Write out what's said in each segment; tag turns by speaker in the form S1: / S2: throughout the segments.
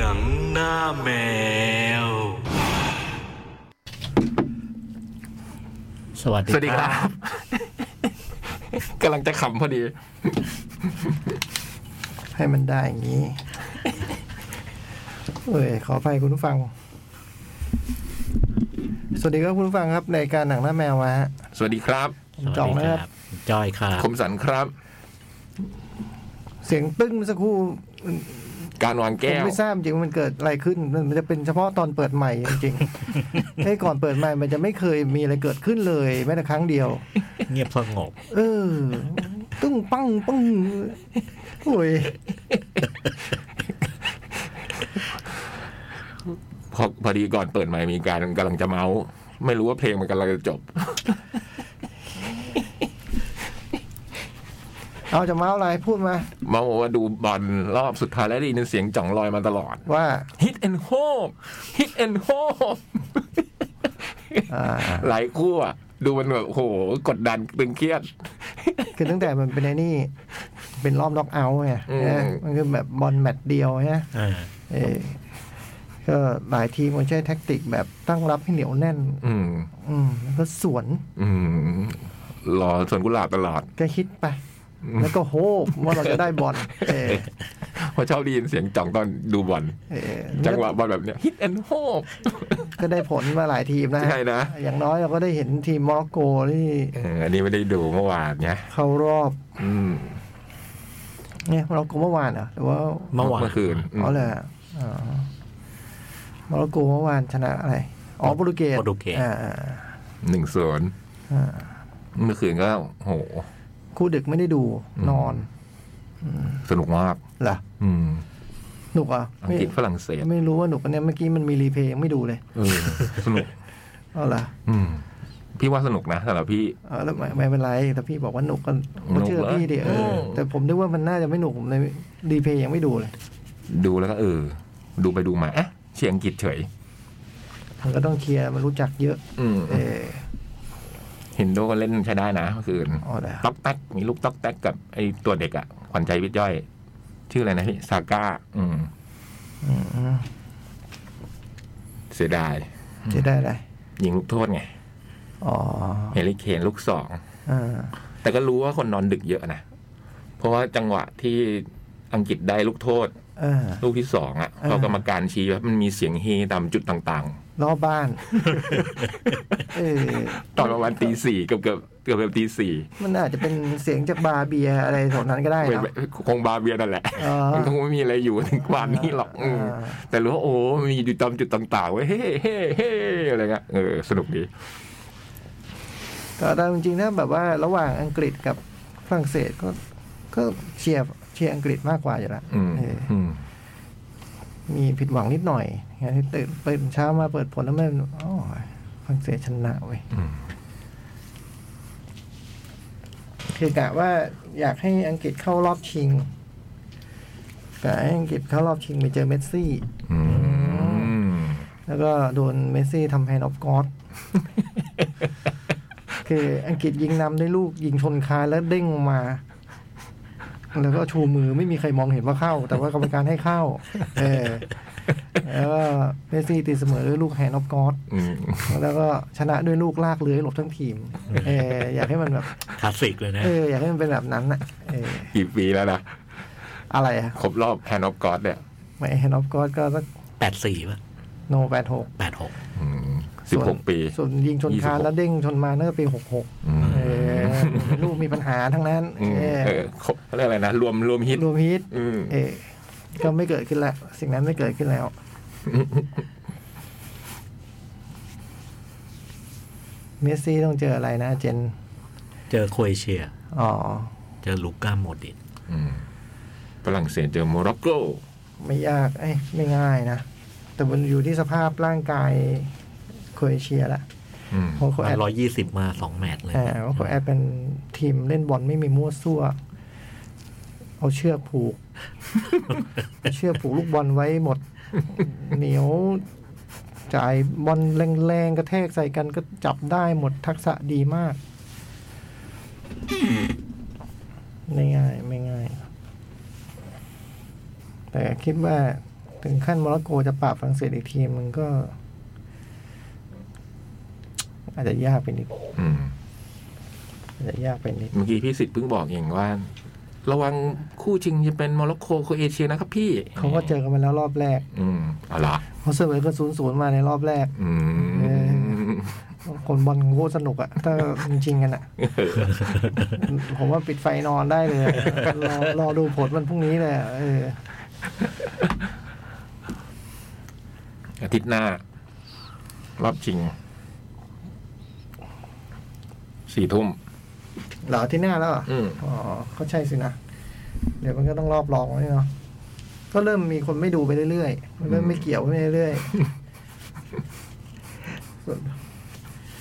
S1: นังหน้าแมว
S2: สวัสดี
S3: สวัสดีครับ กำลังจะขำพอดี
S4: ให้มันได้อย่างนี้ เอ้ยขออภัยคุณผู้ฟัง สวัสดีครับคุณผู้ฟังครับในการหนังหน้าแมวมาฮะ
S3: สวัสดีครับ
S4: ผมจ่องนะครับ
S2: จอยครับ
S3: คมสันครับ
S4: เสียงตึ้งเมื่อสักครู่
S3: การวาง
S4: ผ
S3: แก้
S4: ม
S3: ว
S4: ไม่ทราบจริงว่ามันเกิดอะไรขึ้น มันจะเป็นเฉพาะตอนเปิดใหม่จริง ๆ ไอ้ยก่อนเปิดใหม่มันจะไม่เคยมีอะไรเกิดขึ้นเลยแม้แต่ครั้งเดียว
S2: เงียบสงบ
S4: เออ ตึ้งปังปังโอ้ย
S3: พอพอดีก่อนเปิดไมค์มีการกำลังจะเมาส์ไม่รู้ว่าเพลงมันกำลังจะจบ
S4: เอาจะเมาส์อะไรพูดมา
S3: เมาส์บอกว่าดูบอลรอบสุดท้ายแล้วได้ยินเสียงจ่องลอยมาตลอด
S4: ว่า
S3: Hit and Hope Hit and Hope
S4: อ่า
S3: หลายคู่อะดูมันแบบโอ้โห กดดันตึงเครียด
S4: คือตั้งแต่มันเป็นไอ้นี่ เป็นรอบล็อกเอาท์ไง
S3: อืม
S4: นะมันคือแบบบอลแมตช์เดียวนะ
S2: อ่า
S4: เออก็หลายทีมมันใช้แท็กติกแบบตั้งรับให้เหนียวแน่น
S3: อืม
S4: อืมแล้วก็สวน
S3: อืมรอสวนกุหลาบตลอด
S4: ก็ฮิตไป แล้วก็โฮปว่าเราจะได้บอลเออ
S3: เพราะชอบได้ยินเสียงจ่องตอนดูบอล
S4: เออ
S3: จังหวะบอลแบบเนี้ย Hit and Hope
S4: ก็ได้ผลมาหลายทีมนะฮะ
S3: ใช่นะ
S4: อย่างน้อยเราก็ได้เห็นทีมโมร็อกโกที่
S3: เอออันนี้ไม่ได้ดูเมื่อวานเนี่ย
S4: เข้ารอบ
S3: อืม
S4: เนี่ยโมร็อกโกเมื่อวานเหรอหรือว่า
S2: เมื่อวาน
S3: เมื่อคืนม
S4: อ๋อเหรออ๋อโมร็อกโกเมื่อวานชนะอะไรอ๋อโปรตุเกส
S2: โปรตุเกส
S4: อ่า
S3: หนึ่งศูนย์
S4: อ่า
S3: เมื่อคืนก็โห
S4: คู่ดึกไม่ได้ดูนอน
S3: สนุกมาก
S4: เหรอ
S3: อืม
S4: หนุกเหรอ่ะ
S3: อังกฤษฝรั่งเศส
S4: ไม่รู้ว่าหนุกอันเนี้ยเมื่อกี้มันมีรีเพย์ยังไม่ดูเลย
S3: เออสนุก
S4: เอาล่ะ
S3: อืม พี่ว่าสนุกนะสำหรับพี่
S4: เอาแล้วไม่ไม่เป็นไรแต่พี่บอกว่าหนุกก็ก็เชื่อ
S3: หนุกเหรอ
S4: พี่ดิเอออ
S3: ม
S4: แต่ผมนึกว่ามันน่าจะไม่หนุกผมเลยรีเพย์ยังไม่ดูเลย
S3: ดูแล้วก็เออ ดูไปดูมาเอ๊ะเชียร์อังกฤษเฉย
S4: มันก็ต้องเคลียร์มันรู้จักเยอะ
S3: อืม
S4: เออ
S3: เห็นโดก็เล่นใช้ได้นะเมื่อคืน
S4: เอาล่ะ
S3: ต๊อกแต๊กมีลูกต๊อกแต๊กกับไอตัวเด็กอะขวัญใจวิทย่อย ชื่ออะไรนะพี่ซาก้า อืม
S4: อืม
S3: เสียดาย
S4: จะได้อะไร
S3: ยิงลูกโทษไง
S4: อ๋อ
S3: เฮลิเคนลูกสอง
S4: อ่า
S3: แต่ก็รู้ว่าคนนอนดึกเยอะนะ เพราะว่าจังหวะที่อังกฤษได้ลูกโทษ
S4: อ่า
S3: ลูกที่สองอ่ะ
S4: อ่า
S3: พอกรรมการชี้ว่ามันมีเสียงเฮตามจุดต่าง
S4: รอบบ้าน เออ
S3: ๆ ตอนประมาณตีสี่เกือบเกือบเกือบเกือบตีสี่
S4: มันอาจจะเป็นเสียงจากบาร์เบียร์อะไรแถวนั้นก็ได้
S3: เป็น
S4: เนาะ
S3: คงบาเบียนั่นแหละ
S4: อ๋อ
S3: มันคงไม่มีอะไรอยู่ถึงกว่านี้หรอกอืม
S4: อ่า
S3: แต่รู้ว่าโอ้มันมีอยู่ตามจุดต่างๆเว้ยเฮ้เฮ้เฮ้อะไรเงี้ยเออสนุกดี
S4: ก็แต่จริงๆถ้าแบบว่าระหว่างอังกฤษกับฝรั่งเศสก็ก็เชียร์เชียร์อังกฤษมากกว่าอยู่ละ
S3: อืม
S4: เออ
S3: อืม
S4: มีผิดหวังนิดหน่อยไงตื่นตื่นเช้ามาเปิดผลแล้วมันอ๋อฝรั่งเศสชนะเว้ย
S3: อืม
S4: คือกะว่าอยากให้อังกฤษเข้ารอบชิงกะให้อังกฤษเข้ารอบชิงไปเจอเมสซี่
S3: อืม
S4: แล้วก็โดนเมสซี่ทำแฮนด์ออฟกอด คืออังกฤษยิงนำได้วยลูกยิงชนคานแล้วเด้งมา แล้วก็ชูมือไม่มีใครมองเห็นว่าเข้า แต่ว่ากรรมการให้เข้า เออแล้วก็เมสซี่ตีเสมอด้วยลูกแฮนด์ออฟกอด
S3: อืม
S4: แล้วก็ชนะด้วยลูกลากเลื้อยหลบทั้งทีม เอออยากให้มันแบบ
S2: คลาสสิกเลยนะ
S4: เอออยากให้มันเป็นแบบนั้นอะเออ
S3: กี่ปีแล้วนะ
S4: อะไรอะ
S3: ครบรอบแฮนด์ออฟกอดเนี่ย
S4: ไม่แฮนด์ออฟกอดก็สัก
S2: แปดสี่ป่ะ
S4: โนแปดหก
S2: แปดหก
S3: สิบหกปี
S4: ส่วนยิงชนคานแล้วเด้งชนมาเนื่อปีหกหก
S3: อืม
S4: เออลูกมีปัญหาทั้งนั้น
S3: อืม
S4: เออ
S3: เออครบเขาเรียกอะไรนะ รวมรวมฮิต
S4: รวมฮิต
S3: อืม
S4: เออก็ไม่เกิดขึ้นละสิ่งนั้นไม่เกิดขึ้นแล้ว เมสซี่ต้องเจออะไรนะเจน
S2: เจอโครเอเชีย
S4: อ๋อ
S2: เจอลูก้าโมดริต
S3: มฝรั่งเศสเจอโมร็อกโก
S4: ไม่ยากเอ้ยไม่ง่ายนะ แต่มันอยู่ที่สภาพร่างกายโครเอเชียละ
S3: อืม
S4: เพราะเขา
S2: มั
S4: แอด
S2: นร้อยยี่สิบมาสองแมตช์เลย
S4: อ่าเพราะเขาแอดเป็นทีมเล่นบอลไม่มีมั่วซั่ว เอาเชือก ผูก เอาเชือกผูกลูกบอลไว้หมด เหนียวจ่ายบอลแรงๆกระแทกใส่กันก็จับได้หมดทักษะดีมาก ไม่ง่าย ไม่ง่าย แต่คิดว่า ถึงขั้นโมร็อกโกจะปราบฝรั่งเศสอีกทีมมันก็ อาจจะยากไปนิด
S3: อืม
S4: อาจจะยากไปนิด
S3: เมื่อกี้พี่สิทธิ์เพิ่งบอกเองว่า ระวังคู่จริงจะเป็นโมร็อกโกโครเอเชียนะครับพี่
S4: เขาก็เจอกันมาแล้วรอบแรก
S3: อืมเอาละ
S4: เขาเสมอกันศูนย์ศูนย์มาในรอบแรก
S3: อื
S4: เอ
S3: ม
S4: คนบอลโคตรสนุกอะถ้าจริงๆกัน อะผมว่าปิดไฟนอนได้เลยรอรอดูผลวันพรุ่งนี้เลยอะเออ
S3: อาทิตย์หน้า รอบชิงสี่ทุ่ม
S4: เหรอที่หน้าแล้วเหรอ
S3: อืม
S4: อ๋อเขาใช่สินะ เดี๋ยวมันก็ต้องรอบรองไว้เนาะก็เริ่มมีคนไม่ดูไปเรื่อยๆมันเริ่มไม่เกี่ยวไปเรื่อยๆส่วน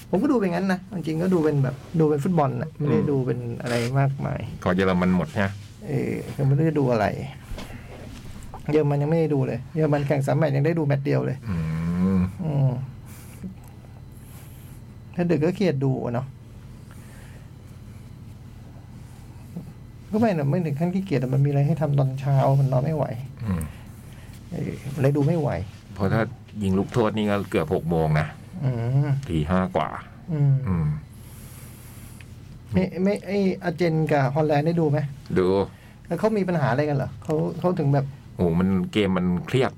S4: ผมก็ดูเป็นงั้นนะจริงๆก็ดูเป็นแบบ ดูเป็นฟุตบอลนะไม่ได้ดูเป็นอะไรมากมาย
S3: ก่อนเยอรมันหมดนะ
S4: เออยังไม่ได้ดูอะไร เยอรมันยังไม่ได้ดูเลยเยอรมันแข่งสามแมตช์ยังได้ดูแมตช์เดียวเลย
S3: อืม
S4: อืมถ้าดึกก็เครียดดูอะเนาะก็ไม่นะไม่ถึงขั้นขี้เกียจแต่มันมีอะไรให้ทำตอนเช้ามันนอนไม่ไหว
S3: อืม
S4: เออมันเลยดูไม่ไหว
S3: เพราะถ้ายิงลูกโทษนี่ก็เกือบหกโมงนะ
S4: อืม
S3: ตีห้ากว่า
S4: อืม
S3: อืม
S4: ไม่ไม่ไออาร์เจนกับฮอลแลนด์ได้ดูไหม
S3: ดู
S4: แล้วเขามีปัญหาอะไรกันเหรอเขาเขาถึงแบบ
S3: โอ้โหมันเกมมันเครียด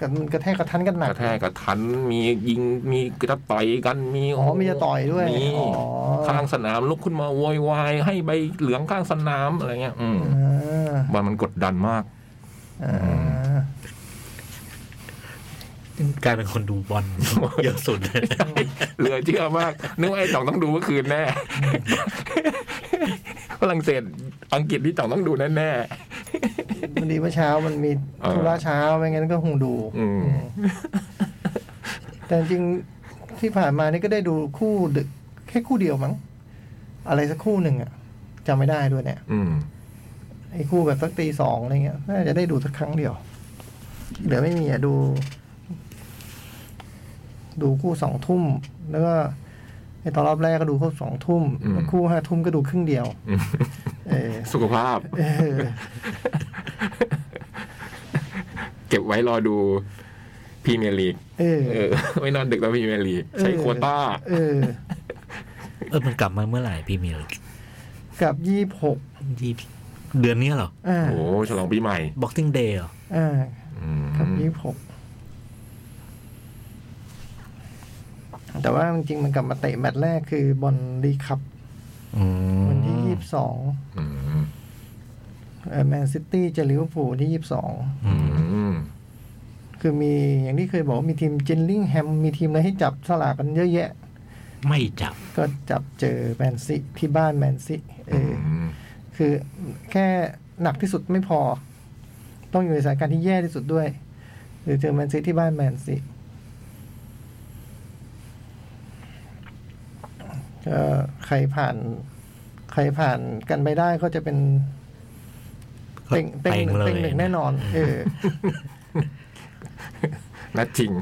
S4: กระมันกระแทกกระทันกันหนั
S3: ก
S4: ก
S3: ระแทกกระทันมียิงมีกระต่อยกันมี
S4: อ๋อมีจะต่อยด้วย
S3: มี
S4: อ๋อ
S3: ข้างสนามลุกขึ้นมาโวยวายให้ใบเหลืองข้างสนามอะไรเงี้ย อืม
S4: อ่า
S3: บอลมันกดดันมาก
S4: อ่า
S2: กลายเป็นคนดู บอลเยอะสุดเลย
S3: เหลือเชื่อมากนึกว่าไอ้จ่องต้องดูเมื่อคืนแน่ ฝรั่งเศสอังกฤษที่จ่องต้องดูแน่แน่
S4: วันนี้เมื่อเช้ามันมี
S3: เออ
S4: ธุระเช้าไม่งั้นก็คงดู
S3: อืม
S4: อืมแต่จริงที่ผ่านมานี่ก็ได้ดูคู่ดึก แค่คู่เดียวมั้ง อะไรสักคู่หนึ่งอะจำไม่ได้ด้วยเนี่ย
S3: ๆอืม
S4: ไอ้คู่แบบสักตีสองอะไรเงี้ยน่าจะได้ดูสักครั้งเดียวเดี๋ยวไม่มีอะดู ดูคู่สองทุ่ม แล้วก็ไอ้ตอนรอบแรกก็ดูคู่สองทุ่ม
S3: อืม
S4: แล้วคู่ห้าทุ่มก็ดูครึ่งเดียว เออ
S3: สุขภาพ
S4: เออ
S3: เก็บไว้รอดูพรีเมียร์ลีก
S4: เออ
S3: เออไม่นอนดึกแล้วพรีเมียร์ลีกใช้โควต้า
S4: เออ
S2: เออมันกลับมาเมื่อไหร่พี่เมียร์
S4: กับยี่หก
S2: ยี่เดือนนี้เหรอ
S4: อ่า
S3: โอ้โหฉลองปีใหม่
S2: บ็อกซิ่งเดย์เหรอ
S4: อ่า
S3: อืม
S4: กับยี่หก แต่ว่าจริงๆมันกลับมาเตะแมตช์แรกคือบอลลีกคัพ
S2: อืม
S4: วันที่ยี่สิบสอง
S3: อืม
S4: แมนซิตี้เจอลิเวอร์พูลที่ยี่สิบสอง
S2: อืม
S3: อืม
S4: คือมีอย่างที่เคยบอกว่ามีทีมเจนลิงแฮม มีทีมอะไรให้จับสลากกันเยอะแยะ
S2: ไม่จับ
S4: ก็จับเจอแมนซิที่บ้านแมนซิเออ
S3: อืม
S4: คือแค่หนักที่สุดไม่พอ ต้องอยู่ในสถานการณ์ที่แย่ที่สุดด้วย หรือเจอแมนซีที่บ้านแมนซีก็ใครผ่าน ใครผ่านกันไปได้ก็จะเป็นเต็งเต็งหนึ่ง
S2: เต็ง
S4: เต็ง
S2: เลย
S4: หนึ่งแน่นอน เออ
S3: นัดชิง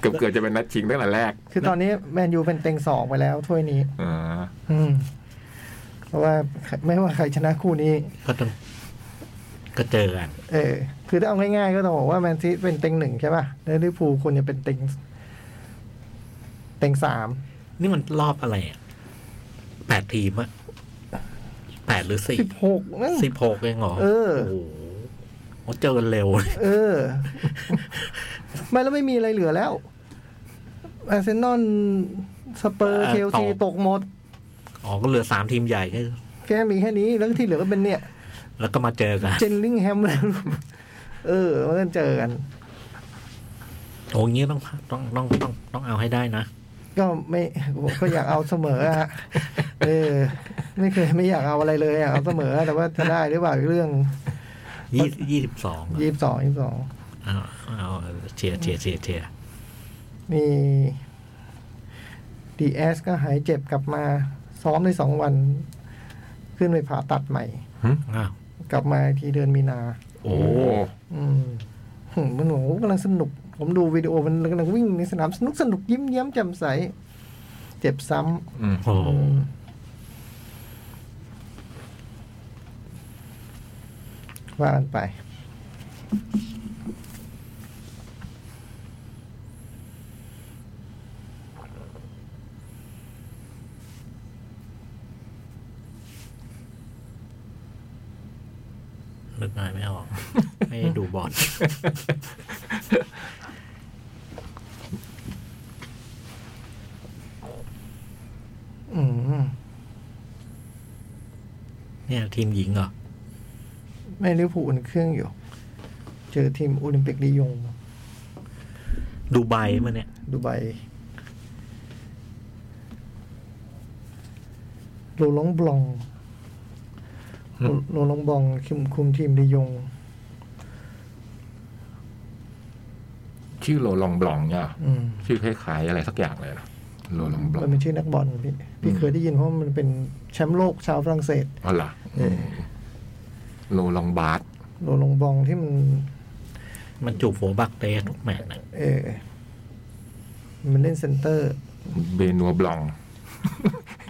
S3: เกือบเกือบจะเป็นนัดชิงตั้งแต่แรก
S4: คือตอนนี้แมนยูเป็นเต็งสองไปแล้วถ้วยนี้
S3: อ่า
S4: อืม เพราะว่าไม่ว่าใครชนะคู่นี้
S2: ก็ต้อง ก็เจอกัน
S4: เออ คือถ้าเอาง่ายๆก็ต้องบอกว่าแมนซีเป็นเต็งหนึ่งใช่ป่ะ แล้วลิเวอร์พูลควรจะเป็นเต็ง เต็งสาม
S2: นี่มันรอบอะไรอะแปดทีมอะแปดหรือสี่
S4: สิบหกนั่ง
S2: สิบหกเองเหรอ
S4: เออ
S2: โอ้โหโอ้เจอกันเร็ว
S4: เออ ไม่แล้วไม่มีอะไรเหลือแล้วอาร์เซนอลสเปอร์
S2: เออ
S4: เชลซี
S2: ตก
S4: ตกหมด
S2: อ๋อก็เหลือสามทีมใหญ่แค่
S4: แค่มีแค่นี้ แล้วที่เหลือก็เป็นเนี่ย
S2: แล้วก็มาเจอกัน
S4: เจนลิงแฮมแล้ว เออมันก็เจอกัน
S2: โอ้งี้ต้องต้องต้องต้องต้องเอาให้ได้นะ
S4: ก็ไม่ก็อยากเอาเสมออะ เออ ไม่เคยไม่อยากเอาอะไรเลยอยากเอาเสมอ แต่ว่าจะได้หรือเปล่าอีกเรื่อง
S2: ยี่ยี่สิบสอง
S4: ยี่สิบสองยี่สิบสอง
S2: เอาเอาเชียร์เชียร์เชียร์เชียร์
S4: มีดีเอสก็หายเจ็บกลับมา ซ้อมได้สองวัน ขึ้นไปผ่าตัดใหม่
S2: อ้าว
S4: กลับมาอีกทีเดือนมีนา
S2: โอ้
S4: อืมหึมันโหกำลังสนุก ผมดูวิดีโอมันกำลังวิ่งในสนามสนุกสนุกยิ้มแย้มแจ่มใส เจ็บซ้
S3: อืม
S2: โอ้
S4: ำอืมว่ากันไป
S2: นึกอะไรไม่ออก ไม่ดูบอล
S4: อืม
S2: เนี่ยทีมหญิงเหรอ
S4: แม่ลิเวอร์พูลอุ่นเครื่องอยู่ เจอทีมโอลิมปิกลียง
S2: ดูไบมาเนี่ย
S4: ดูไบโลลองบลอง
S2: อืม
S4: โลลองบลองคุมคุมทีมลียง
S3: ชื่อโลลองบลองเนี่ยเหรอ
S4: อืม
S3: ชื่อคล้ายๆอะไรสักอย่างเลยนะโลลองบลอง
S4: มันเป็นชื่อนักบอลพี่พี่เคยได้ยินเพราะมันเป็นแชมป์โลกชาวฝรั่งเศส
S3: อ๋อเหรออืมโลลองบาส
S4: โลลองบองที่มัน
S2: มันจูบหัวบักเตะทุกแมตช์นะ
S4: เออ มันเล่นเซนเตอร์
S3: เบนัวบลอง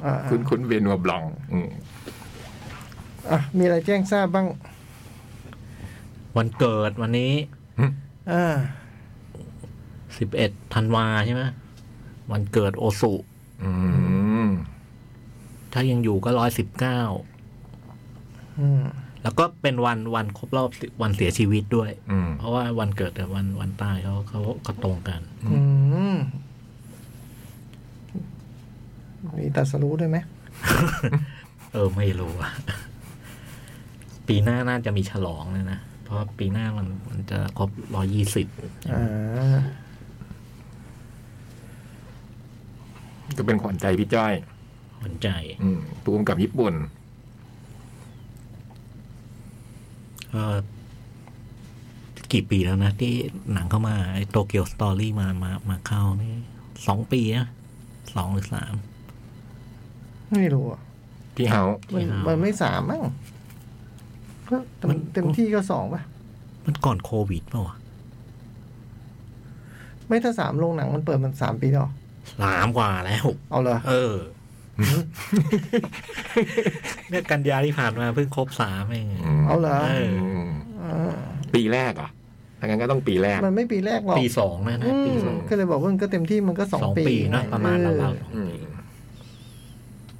S4: อ่า
S3: คุ้นคุ้นๆเบนัวบลอง อืม
S4: อ่ะมีอะไรแจ้งทราบบ้าง
S2: วันเกิดวันนี้
S4: อ่า
S2: สิบเอ็ดธันวาใช่ไหมวันเกิดโอสุ
S3: อืม
S2: ถ้ายังอยู่ก็ร้อยสิบเก้า
S4: อืม
S2: แล้วก็เป็นวันวันครบรอบวันเสียชีวิตด้วย
S3: อืม
S2: เพราะว่าวันเกิดกับวันวันตายเขาเขาก็ตรงกัน
S4: อืม มีตรัดสรู้ด้วยไหม
S2: เออไม่รู้อะปีหน้าน่าจะมีฉลองเลยนะ เพราะปีหน้ามันมันจะครบร้อยี่สิบ
S4: อ่า
S3: ก็เป็นขวัญใจพี่จ้อย
S2: หัวใจ
S3: อืมปูมกับญี่ปุ่น
S2: เอ่อกี่ปีแล้วนะ ที่หนังเข้ามาไอ้โตเกียวสตอรี่มามามาเข้านี่สองปีนะสองหรือสาม
S4: ไม่รู้อ่ะ
S3: ที่เฮา
S4: มัน
S2: ไม่เอามั
S4: มันไม่สามมั้งก็เต็ม
S2: มัน
S4: เต็มที่ก็สองป่ะ
S2: มันก่อนโควิดเปล่าวะ
S4: ไม่ถ้าสามโรงหนังมันเปิดมันสามปีหรอ
S2: สามกว่าแล้ว
S4: เอาเลย
S2: เออ เนี่ยกันยาที่ผ่านมาเพิ่งครบสามเอง
S3: ม
S4: เอาเลย
S2: เอ
S3: ม
S4: อ่า
S3: ปีแรกเหรอ่ะถ้างั้นก็ต้องปีแรก
S4: มันไม่ปีแรกหรอก
S2: ปีสองนะนะ
S4: อื
S2: ปี
S4: ม
S2: สอง
S4: ก็เลยบอกว่ามันก็เต็มที่มันก็สอง
S2: สอง
S4: ปี
S2: ปีนะประมาณ
S4: เออ
S2: ราวๆสอง
S3: อืม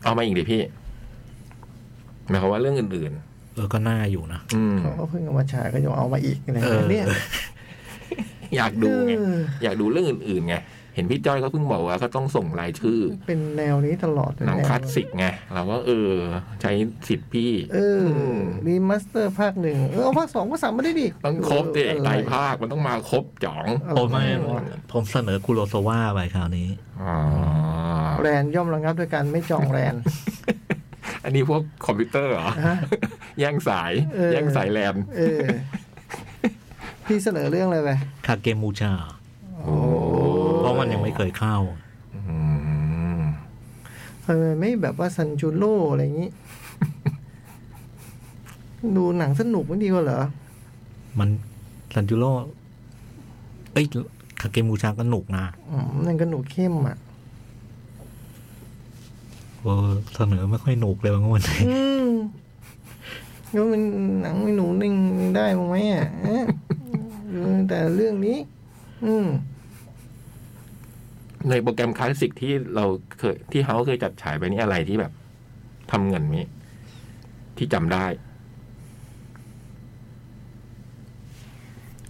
S3: เอามาอีกดิพี่หมายความว่าเรื่องอื่น
S2: เออก็น่าอยู่นะ
S3: ๆ อืม
S4: เขาก็เพิ่งเอามาฉายก็ยังเอามาอีกอะไรอย่างเงี้ยเนี่ย
S3: อยากดูไง
S4: เออ
S3: อยากดูเรื่องอื่นๆไงเห็นพี่จ้อยก็เพิ่งบอกว่าก็ต้องส่งรายชื่อ
S4: เป็นแนวนี้ตลอดเลย
S3: หนัง
S4: แว
S3: คลาสสิกไงเราก็เออ ใช้สิทธิ์พี่
S4: เออรีมาสเตอร์ภาคหนึ่งเออเอาภาคสองภาคสามมาได้ดิ
S3: ต้องครบดิ
S4: เออ
S3: ไตรภาคมันต้องมาครบจ่อง
S4: อะไร
S2: ผมไม่
S4: วะ
S2: ผมเสนอคุโรโซวาไปคราวนี้
S3: อ๋อ
S4: แรนย่อมระงับด้วยการไม่จองแรน
S3: อันนี้พวกคอมพิวเตอร์เหรอ
S4: ฮะ
S3: แย่งสาย
S4: เออ
S3: แย่งสายแลน
S4: เออ พี่เสนอเรื่องอะไรไป
S2: คาเกมูชา
S3: โอ้
S2: เพราะมันยังไม่เคยเข้า
S3: อืม
S4: ทำไมไม่แบบว่าซันจูโร่อะไรอย่างนี้ ดูหนังสนุกไม่ดีกว่าเหรอ
S2: มันซันจูโร่เอ้ยคาเกมูชาก็หนุกนะ
S4: อืมนั่นก็หนูเข้มอ่ะ
S2: เออเสนอไม่ค่อยหนุกเลยบางวัน
S4: อืมก็มันหนังหนูนิ่งได้บ้างไหมอ่ะเอ๊ะดูแต่เรื่องนี้ อืม
S3: ในโปรแกรมคลาสสิกที่เราเคยที่เฮาเคยจัดฉายไปนี่อะไรที่แบบทำเงินนี้ที่จำได้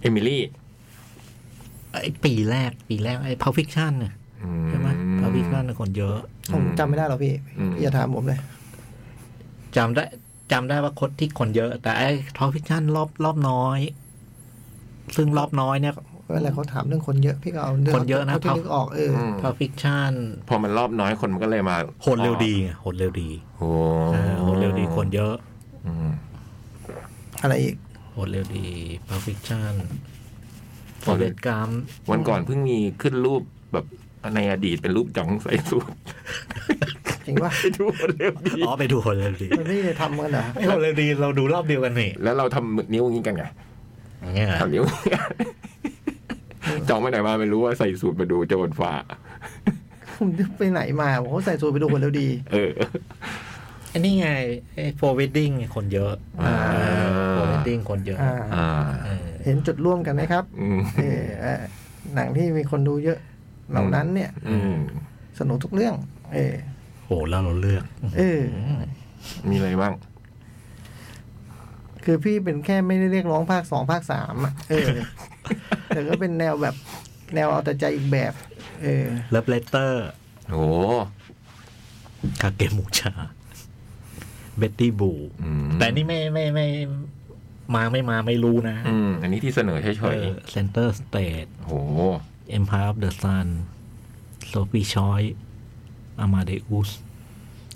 S3: เอมิลี่
S2: ไอปีแรก ปีแรกไอ้พาวฟิคชั่นน่ะใช่ไหมพาวฟิคชั่นคนเยอะ
S4: ผมจำไม่ได้หรอกพี่
S3: อืม
S4: อย่าถามผมเลย
S2: จำได้จำได้ว่าคนที่คนเยอะ แต่ไอ้พาวฟิคชั่นรอบรอบน้อย ซึ่งรอบน้อยเนี่ย
S4: เวลาเขาถามเรื่องคนเยอะพี่ก็เอารื่ง
S2: คนเยอะนะ
S4: เขาที่นึกออกเอออ
S2: พาวฟิคชั่น
S3: พอมันรอบน้อยคนมันก็เลยมา
S2: โหดเร็วดีไงโหดเร็วดี
S3: โอ้
S2: เออโหดเร็วดีคนเยอะ
S3: อืม
S4: อะไรอีก
S2: โหดเร็วดีพาวฟิคชั่นโหดเร็วกรรม
S3: วันก่อนเพิ่งมีขึ้นรูปแบบในอดีตเป็นรูป จ่องใส่สูท
S4: จริงป่ะ
S3: ไปดูเร็วดี
S2: อ๋อไปดูโหดเร็ว ดี
S4: มันไม่ได้ทำกันเหรอ
S2: ไอ้โหดเร็วดีเราดูรอบเดียวกันนี่
S3: แล้วเราทำนิ้วอย่างนี้กันไง
S2: อย่างเงี้ยเหรอ
S3: ทำนิ้วอย่างนี้ จ่องไปไหนมาไม่รู้ว่าใส่สูทมาดูโจรฟ้า
S4: ผมไปไหนมาผมก็ใส่สูทไปดูคนแล้วดี
S3: เออ
S2: อันนี้ไงโฟร์เวดดิ้งคนเยอะ
S4: อ่า
S2: โฟร์เวดดิ้งคนเยอะ
S4: อ่า
S3: อ่า
S2: เออ
S4: เห็นจุดร่วมกันไหมครับ
S3: อืม
S4: เออเออหนังที่มีคนดูเยอะ เหล่านั้นเนี่ย
S3: อืม
S4: สนุกทุกเรื่อง เออ
S2: โหแล้วเราเลือก
S4: เออ
S3: มีอะไรบ้าง
S4: คือพี่เป็นแค่ไม่ได้เรียกร้องภาคสองภาคสามอ่ะเออ แต่ก็เป็นแนวแบบแนวเอาแต่ใจอีกแบบ เออ
S2: เลิฟเลเตอร์
S3: โอ้โห
S2: คาเกมูชาเบ็ตตี้บู
S3: อืม
S2: แต่นี่ไม่ไม่ไม่มาไม่มาไม่รู้นะ
S3: อืมอันนี้ที่เสนอเฉย
S2: เซนเตอร์สเตท
S3: ๆโอ้โห
S2: เอ็มพาร์ฟเดอะซันโซฟีชอยอามาเดอุส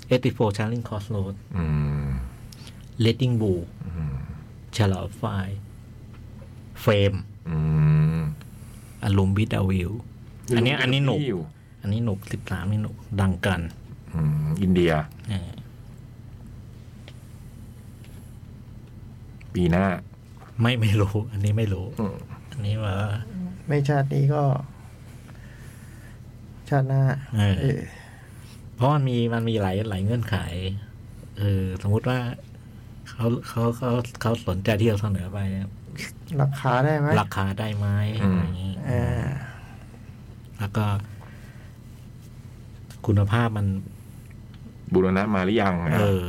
S2: เอติโฟชาร์ลิงคอสโลด
S3: อืม
S2: เลดดิงบูชาร์ลอตไฟเฟรม
S3: อืม
S2: อารุมบิดอาวิลอันเนี้ยอันนี้หนุก
S3: อยู่
S2: อันนี้หนุกสิบสามนี่หนุกดังกัน
S3: อืมอินเดีย
S2: เออ
S3: ปีหน้า
S2: ไม่ไม่รู้ อันนี้ไม่รู้
S3: อืม
S2: อันนี้ว่า
S4: ไม่ชาตินี้ก็ ชาติหน้า
S2: เออ
S4: เออ
S2: เพราะมันมีมันมีหลายหลายเงื่อนไข เออ สมมุติว่าเขาเขาเขาเขาสนใจที่เราเสนอไปเนี่ย
S4: ราคาได้ไหม
S2: ราคาได้ไหมอะไรอย่างนี้
S4: อ่า
S2: แล้วก็ คุณภาพมัน
S3: บูรณะมาหรือยังนะ
S2: เออ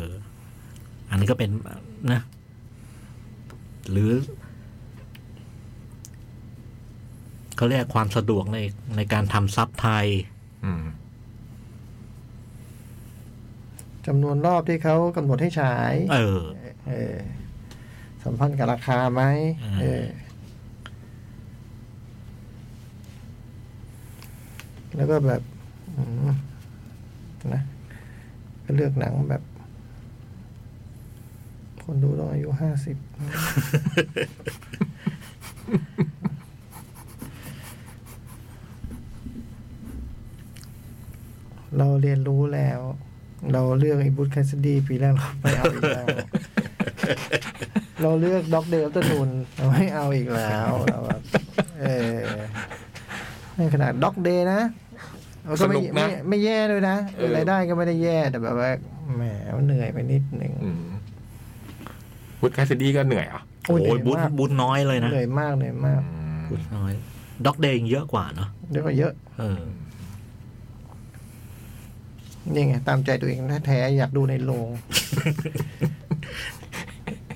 S2: อันนี้ก็เป็นนะ หรือเขาเรียกความสะดวกในในการทำซับไทย
S3: ม
S4: จำนวนรอบที่เขากำหนดให้ฉาย
S2: เออ
S4: เออ สัมพันธ์กับราคาไหม
S2: อ่า
S4: เออ แล้วก็แบบอืมนะก็เลือกหนังแบบ คนดูต้องอายุห้าสิบ เราเรียนรู้แล้ว เราเลือกไอ้บูธแคสดีปีแรกเราไม่เอาอีกแล้ว เราเลือกด็อกเดลต้นนูนเราไม่เอาอีกแล้วเราแบบเออในขนาดด็อกเดย์นะมันก็ไม่ไม่ไม่แย่ด้วยนะเออรายได้ก็ไม่ได้แย่แต่แบบว่าแหมมันเหนื่อยไปนิดหนึ่ง
S3: อืมวุฒิแคสซิดีก็เหนื่อยเหรอ่ะ
S4: โอ้
S2: โอ้
S4: ย
S2: ย
S4: เหนื่อ
S2: บุญ
S4: ยมาก
S2: บุญน้อยเลยนะ
S4: เหนื่อยมากเหนื่อยมาก
S2: บุญน้อย ด็อกเดย์ยังเยอะกว่าเนาะ
S4: เดี๋ยวก็เยอะ
S2: เออ
S4: นี่ไงตามใจตัวเองแท้ๆอยากดูในโรง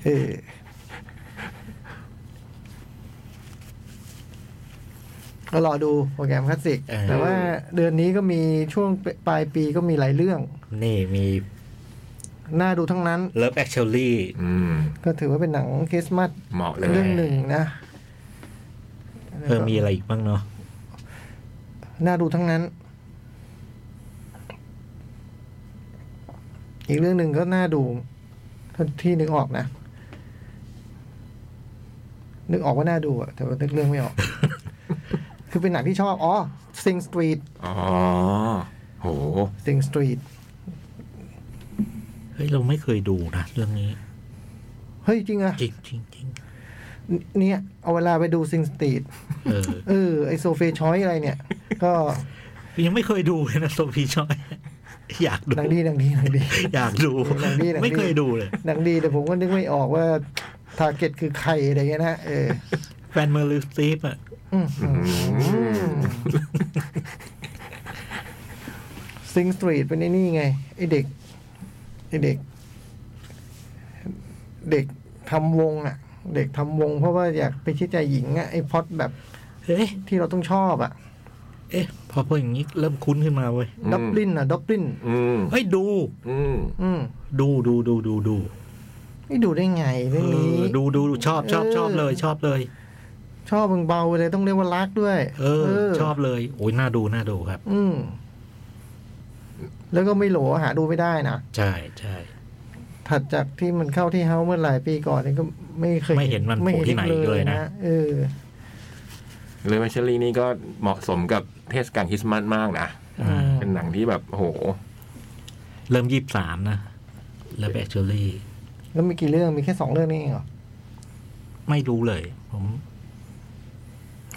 S4: เออก็รอดูโปรแกรมคลาสสิก
S2: เออ
S4: แต่ว่าเดือนนี้ก็มีช่วงปลายปีก็มีหลายเรื่อง
S2: นี่มี
S4: น่าดูทั้งนั้น
S2: เลิฟแอคช a l ลี่
S3: อืม
S4: ก็ถือว่าเป็นหนังคริสต์มาส
S3: เหมาะเลย
S4: เรื่องหนึ่งนะ
S2: เพิ่มมีอะไรอีกบ้างเนาะ
S4: น่าดูทั้งนั้น อีกเรื่องหนึ่งก็น่าดูถ้าที่นึกออกนะ นึกออกว่าน่าดูอะแต่ว่านึกเรื่องไม่ออก คือเป็นหนังที่ชอบ อ๋อ Sing Street
S3: อ๋อโห
S4: Sing Street
S2: เฮ้ย เราไม่เคยดูนะเรื่องนี้
S4: เฮ้ย จริงอะ
S2: จริงจริงจริง
S4: เนี่ย เอาเวลาไปดู Sing Street
S2: เออ
S4: เออ ไอโซเฟชอยอะไรเนี่ย ก็
S2: ยังไม่เคยดูเลยนะโซฟีชอย อยากดู
S4: หนังดีหนังดีหนังดี
S2: อยากดู
S4: หนังดีหนังดี
S2: ไม่เคยดูเลย
S4: หนังดีแต่ผมก็นึกไม่ออกว่าทาร์เก็ตคือใครอะไรเงี้ยนะเออ
S2: แฟนเมอร์ลิสตีฟอ่ะ
S4: อืมซิงสตรีทเป็นไอ้นี่ไง ไอ้เด็ก ไอ้เด็ก เด็กทำวงอ่ะ เด็กทำวงเพราะว่าอยากไปชิดใจหญิงอ่ะ ไอ้พล็อดแบบ
S2: เอ๊ะ
S4: ที่เราต้องชอบอ่ะ
S2: เอ๊ะ พอพูดอย่างนี้เริ่มคุ้นขึ้นมาเว้ย
S3: อืม
S4: ดับลินอ่ะดับลิน
S3: อืม
S2: เฮ้ย ดู
S3: อืม
S4: อืม
S2: ดูดูดูดูดู
S4: ไม่ดูได้ไง
S2: เอ
S4: เรื่องนี้
S2: อดูดูดูชอบชอบชอบเลย ชอบเลย
S4: ชอบเบาๆเลยต้องเรียกว่ารักด้วย
S2: เออ ชอบเลย โอ้ยน่าดูน่าดูครับ
S4: อืม แล้วก็ไม่โหลหาดูไม่ได้นะ
S2: ใช่ใช่
S4: ถัดจากที่มันเข้าที่เฮ้าเมื่อหลายปีก่อนนี่ก็ไม่เคย
S2: ไม่เห็นมันโผล่ที่ไหนอีกเลยนะ
S4: เออ
S3: เลยมาเชลีนี่ก็เหมาะสมกับเทศกาลคริสต์มาสมากนะ
S4: อืม
S3: เป็นหนังที่แบบโห
S2: เริ่มยี่สามนะเลิฟแอคช a l ลี่
S4: แล้วมีกี่เรื่องมีแค่สองเรื่องนี่เองเหรอ
S2: ไม่รู้เลย ผม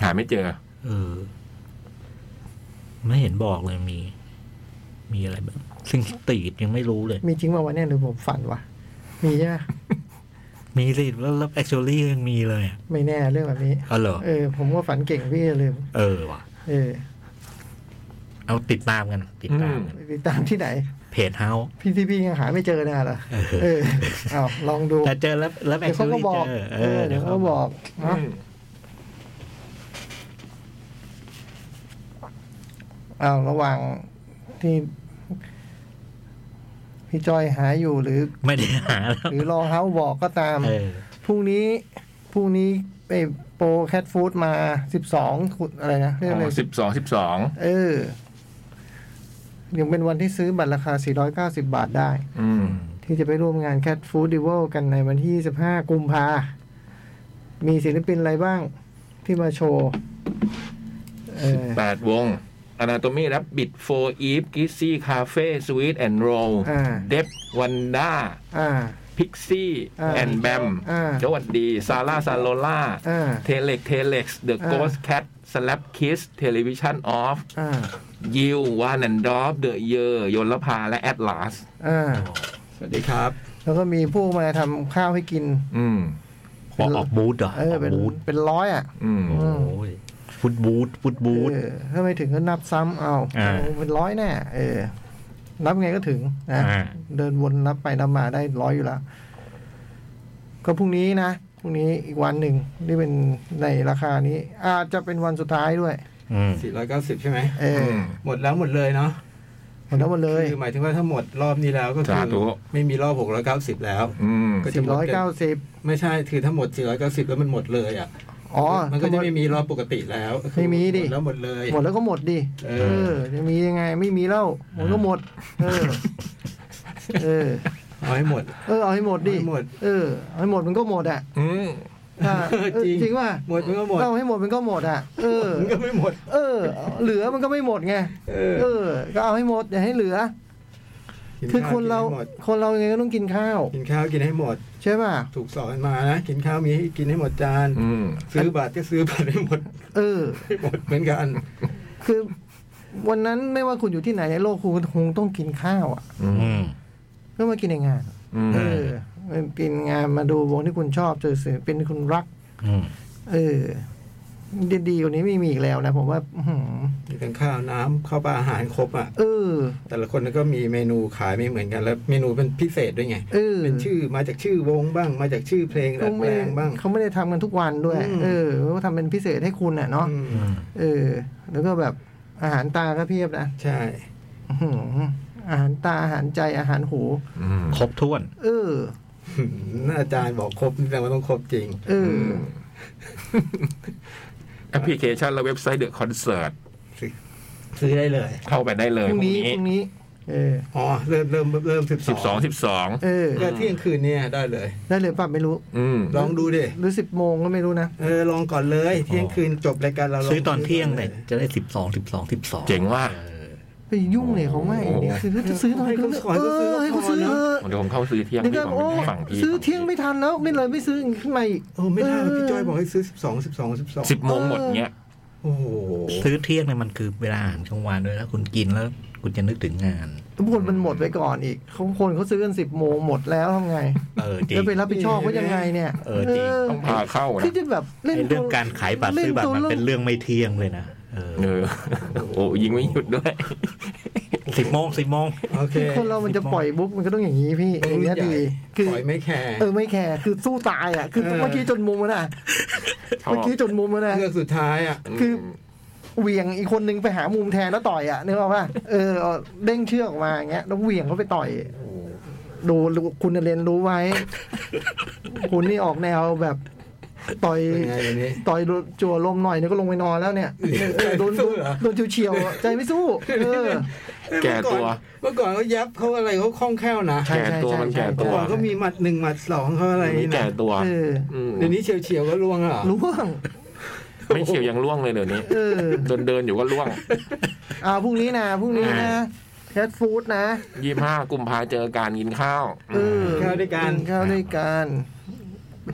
S3: หาไม่เจอ
S2: เออ ไม่เห็นบอกเลยมี มีอะไรบ้างซิงสตีดยังไม่รู้เลย
S4: มีจริงป่าวะเนี่ยหรือผมฝันวะมีใช่ไหม
S2: มีสิแล้วแล้วแอคชวลี่ยังมีเลยอะ
S4: ไม่แน่เรื่องแบบนี้
S2: อ๋อเหรอ
S4: เออ ผมก็ฝันเก่งพี่อย่าลืม
S2: เออว่ะ
S4: เออ
S2: เอาติดตามกัน ติดตามกัน
S4: ไปติดตามที่ไหน
S2: เพจเฮา
S4: พีทีพียังหาไม่เจอนะล่ะเออเอาลองดู
S2: แต่เจอแล้วแล้วแบ
S4: เดี๋ยวเขาก็บอก เออเดี๋ยวเขาก็บอก
S3: อื
S4: นะ
S3: ม
S4: อ้าวระหว่างที่พี่จอยหาอยู่หรือ
S2: ไม่ได้หาแล้ว
S4: หรือรอเฮาบอกก็ตาม
S2: เออ
S4: พรุ่งนี้พรุ่งนี้ไปโปรแคทฟู้ดมาสิบสองอะไรนะเรียกอะไร
S3: สิบสองสิบสอง
S4: เออ ยังเป็นวันที่ซื้อบัตรราคา 490 บาทได้
S3: อืม
S4: ที่จะไปร่วมงานแคทฟู้ดดิวกันในวันที่ 15 กุมภา มีศิลปินอะไรบ้างที่มาโชว์เออ
S3: แปดวง Anatomy Rabbit 4 Eve Kissy Cafe Sweet and Roll
S4: อ่า
S3: Dep Wanda
S4: อ่า
S3: Pixie
S4: อ่า
S3: and Bam
S4: อ่า
S3: สวัสดี Sara Salola
S4: อ่า
S3: Telex Telex The
S4: อ่า
S3: Ghost Cat Slap Kiss Television Off
S4: อ่า
S3: ยิววานแอนดอฟเดอะเยอร์ยนลภาและแอดลาส
S4: อ่า
S5: สวัสดีครับ
S4: แล้วก็มีผู้มาทำข้าวให้กิน
S3: อืม
S2: ขอออกบูธเหรอ
S4: เออ
S2: ออก
S4: เป็น
S2: บูธ
S4: เป็นร้อยอ่ะ
S3: อืม
S2: โอ้ยฟุตบูธฟุตบูธ
S4: เออ ถ้าไม่ถึงก็นับซ้ำเอา
S2: อ่า
S4: โอ้เป็นร้อยแน่ เออ นับไงก็ถึงนะ
S2: อ่า
S4: เดินวนนับไปนับมาได้ร้อยอยู่แล้ว ก็พรุ่งนี้นะ พรุ่งนี้อีกวันหนึ่งที่เป็นในราคานี้ อาจจะเป็นวันสุดท้ายด้วย
S2: อืม
S5: 490 ใช่ไหม
S4: เออ
S5: หมดแล้วหมดเลยเนาะ
S4: หมดแล้วหมดเลย
S5: คือหมายถึงว่าถ้าหมดรอบนี้แล้วก็คื
S3: สาธุ
S5: ไม่มีรอบ 690 แล้ว
S3: อืม
S5: ก็จะ
S4: สี่
S5: หมด
S4: ร้อย
S5: กั
S4: เก้านสิบ
S5: ไม่ใช่ คือถ้าหมด 490 แล้วมันหมดเลยอ่ะ
S4: อ๋อ
S5: มันก็จะไม่มีรอบปกติแล้วคือ
S4: ไม่มีดิ
S5: หดแล้วหมดเลย
S4: หมดแล้วก็หมดดิ
S5: เอ
S4: เอ
S5: อ
S4: อ จะมียังไง ไม่มีแล้วหมดก็หมด เออ เออ
S5: เอาให้หมด
S4: เออเอาให้หมดดิ
S5: เอาให้หมด
S4: เออเอาให้หมดมันก็หมดอ่ะ
S3: อืม
S4: ถ้าเออ
S5: จริง
S4: จริงว่า
S5: หมดมันก็หมด
S4: เอาให้หมดมันก็หมดอ่ะ เออ
S5: มันก็ไม่หมด
S4: เออ เหลือมันก็ไม่หมดไง
S5: เออ
S4: เออ ก็เอาให้หมดอย่าให้เหลือ
S5: กิ
S4: คือ
S5: ข้ว
S4: คนเรา
S5: กิให้หมด
S4: คนเรายังไงก็ต้องกินข้าว
S5: กินข้าวกินให้หมด
S4: ใช่ป่ะ
S5: ถูกสอนมานะกินข้าวมีให้กินให้หมดจาน
S3: อืม
S5: ซื้อบัตรก็ซื้อบัตรให้หมด
S4: เออ
S5: ให้หมดเหมือนกัน
S4: คือ วันนั้นไม่ว่าคุณอยู่ที่ไหนในโลกคุณคงต้องกินข้าวอ่ะ
S3: อืม
S2: อืม
S4: ก็มากินในงาน
S3: อืม
S4: เออกินงานมาดูวงที่คุณชอบเจอศิลปินที่คุณรัก
S2: อืม
S4: เออ ดีๆกว่านี้ไม่มีอีกแล้วนะ ผมว่า อื้อหือ
S5: มีทั้งข้าวน้ำข้าวปลาอาหารครบอ่ะ
S4: เออ
S5: แต่ละคนก็มีเมนูขายไม่เหมือนกัน แล้วเมนูเป็นพิเศษด้วยไง
S4: เออ
S5: เป็นชื่อมาจากชื่อวงบ้าง มาจากชื่อเพลงดั
S4: เขา
S5: ด
S4: ไม่
S5: แปล
S4: ได้
S5: งบ้าง
S4: เขาไม่ได้ทำกันทุกวันด้วย
S5: อืม
S4: เออเขาทำเป็นพิเศษให้คุณอ่ะเนาะ
S5: อืม
S4: เออ แล้วก็แบบอาหารตาก็เพียบนะ
S5: ใช่
S4: อื้อหืออาหารตาอาหารใจอาหารหู
S3: อืม
S2: ครบถ้วน
S4: เออ
S5: อาจารย์บอกครบแสดงว่าต้องครบจริง
S4: เออ
S3: แอปพลิเคชันและเว็บไซต์เดอะคอนเสิร์ต
S5: ซื้อได้เลย
S3: เข้าไปได้เล
S4: พ
S3: ย
S4: รุ่ง
S3: พรุ่ง
S4: นี้
S3: นี้
S4: พรุ่งนี้ เออ
S5: อ๋อ เริ่มเริ่มเริ่มสิบส
S3: สิบส
S5: อ
S3: อง
S5: ง
S3: สิบสอง
S4: เออ
S5: ก็เที่ยงคืนเนี่ยได้เลย
S4: ได้เลยป่ะไม่รู้
S3: อืม
S5: ลองดูดิ
S4: หรือสิบโมงก็ไม่รู้นะ
S5: เออ ลองก่อนเลย เที่ยงคืนจบรายการเราล
S2: ซื้อตอนเที่ยง
S5: เล
S2: แต่
S5: ย
S2: จะได้สิบสองสิบสองสิบสอง
S3: เจ๋งว่ะ
S4: ไปยุ่งเลยเขาไม่
S3: โอ้โห
S4: เนี่ยซื้อจะซื้อตอน
S5: ให้เขา
S4: กลาง
S5: ขอให้เขาซื้อ
S4: เออให้เขาซื้อเอ
S5: ก่อนนะ
S4: อ
S3: เดี๋ยวผมเข้าซื้อเที่ยง
S4: นี่
S3: พี่
S4: ก็
S3: ผม
S4: โอ้
S3: ฝั่งพี่
S4: ซื้อเที่ยงไม่ทันแล้วไม่เลยไม่ซื้อขึ้นมาอีก
S5: โอ้ไม่ได้พี่จ้อยบอกให้ซื้อสิบสองสิบสองสิบสอง
S3: สิบโมงหมดเงี้ย
S5: โอ้โห
S2: ซื้อเที่ยงเนี่ยมันคือเวลาอาหารกลางวันด้วยแล้วคุณกินแล้ว คุณจะนึกถึงงาน
S4: ทุกคนมันหมดไปก่อนอีกเขาคนเขาซื้อกันสิบโมงหมดแล้วทำไง
S2: เออจริง
S4: แล้วไปรับผิดชอบเขายังไงเนี่ย
S2: เออจริง
S3: ต้องพาเข้านะ
S4: ที่จะแบบเล่น
S2: ไอ้เรื่องการขายบัตรซื้อบัตรมันเป็นเรื่องไม่เที่ยงเลยนะเออ
S3: เออโอ้ยิงไม่หยุดด้วย
S2: สิบโมงสิบโมง
S5: โอเค
S4: คือคนเรามันจะปล่อยบุ๊กมันก็ต้องอย่างนี้พี่อย่างเงี้ยดีคือ
S5: ปล่อยไม่แคร์
S4: เออไม่แคร์คือสู้ตายอ่ะคือ
S5: เออ
S4: เมื่อกี้จนมุมแล้วนะเมื่อกี้จนมุมแล้วนะ
S5: เลือกสุดท้ายอ่ะ
S4: คือเหวี่ยงอีกคนนึงไปหามุมแทนแล้วต่อยอ่ะนึกออกป่ะเออเอาเด้งเชือกออกมาอย่างเงี้ยแล้วเหวี่ยงเขาไปต่อย ดูคุณเรียนรู้ไว้ คุณนี่ออกแนวแบบต่อย
S5: เป็นไงอย่างนี้
S4: ต่อยจั่วลมหน่อยเนี่ยก็ลงไปนอนแล้วเนี่ยเออโดน
S5: สู้เหรอ
S4: โดนเฉียวๆอ่ะใจไม่สู้ เออ
S3: แก่ตัว
S5: เมื่อก่อนเขายับเขาอะไรเขาคล่องแคล่วนะ
S4: ใช่
S3: แก่ตัวมันแก่ตั
S5: เมื่อ
S3: ว
S5: ก่อนเขามีหมัดหนึ่งหมัดสองเขาอะไร
S3: อันนี้
S5: นี่
S3: แก่
S5: นะ
S3: ตัว
S4: เออ
S3: ม
S5: เดี๋ยวนี้เฉียวเฉียวๆก็ล่วงแล้วเหรอ
S4: ล่วง
S3: ไม่เฉียวยังล่วงเลยเดี๋ยวนี้
S4: เออ
S3: เดินเดินอยู่ก็ล่วง
S4: อ่าพรุ่งนี้นะพรุ่งนี้นะแคทฟู้ดนะ
S3: ยี่ห้ากุมภาเจอการกินข้าว
S4: เออ
S5: ข้าวด้วยกัน
S4: กิข้าวด้วยกัน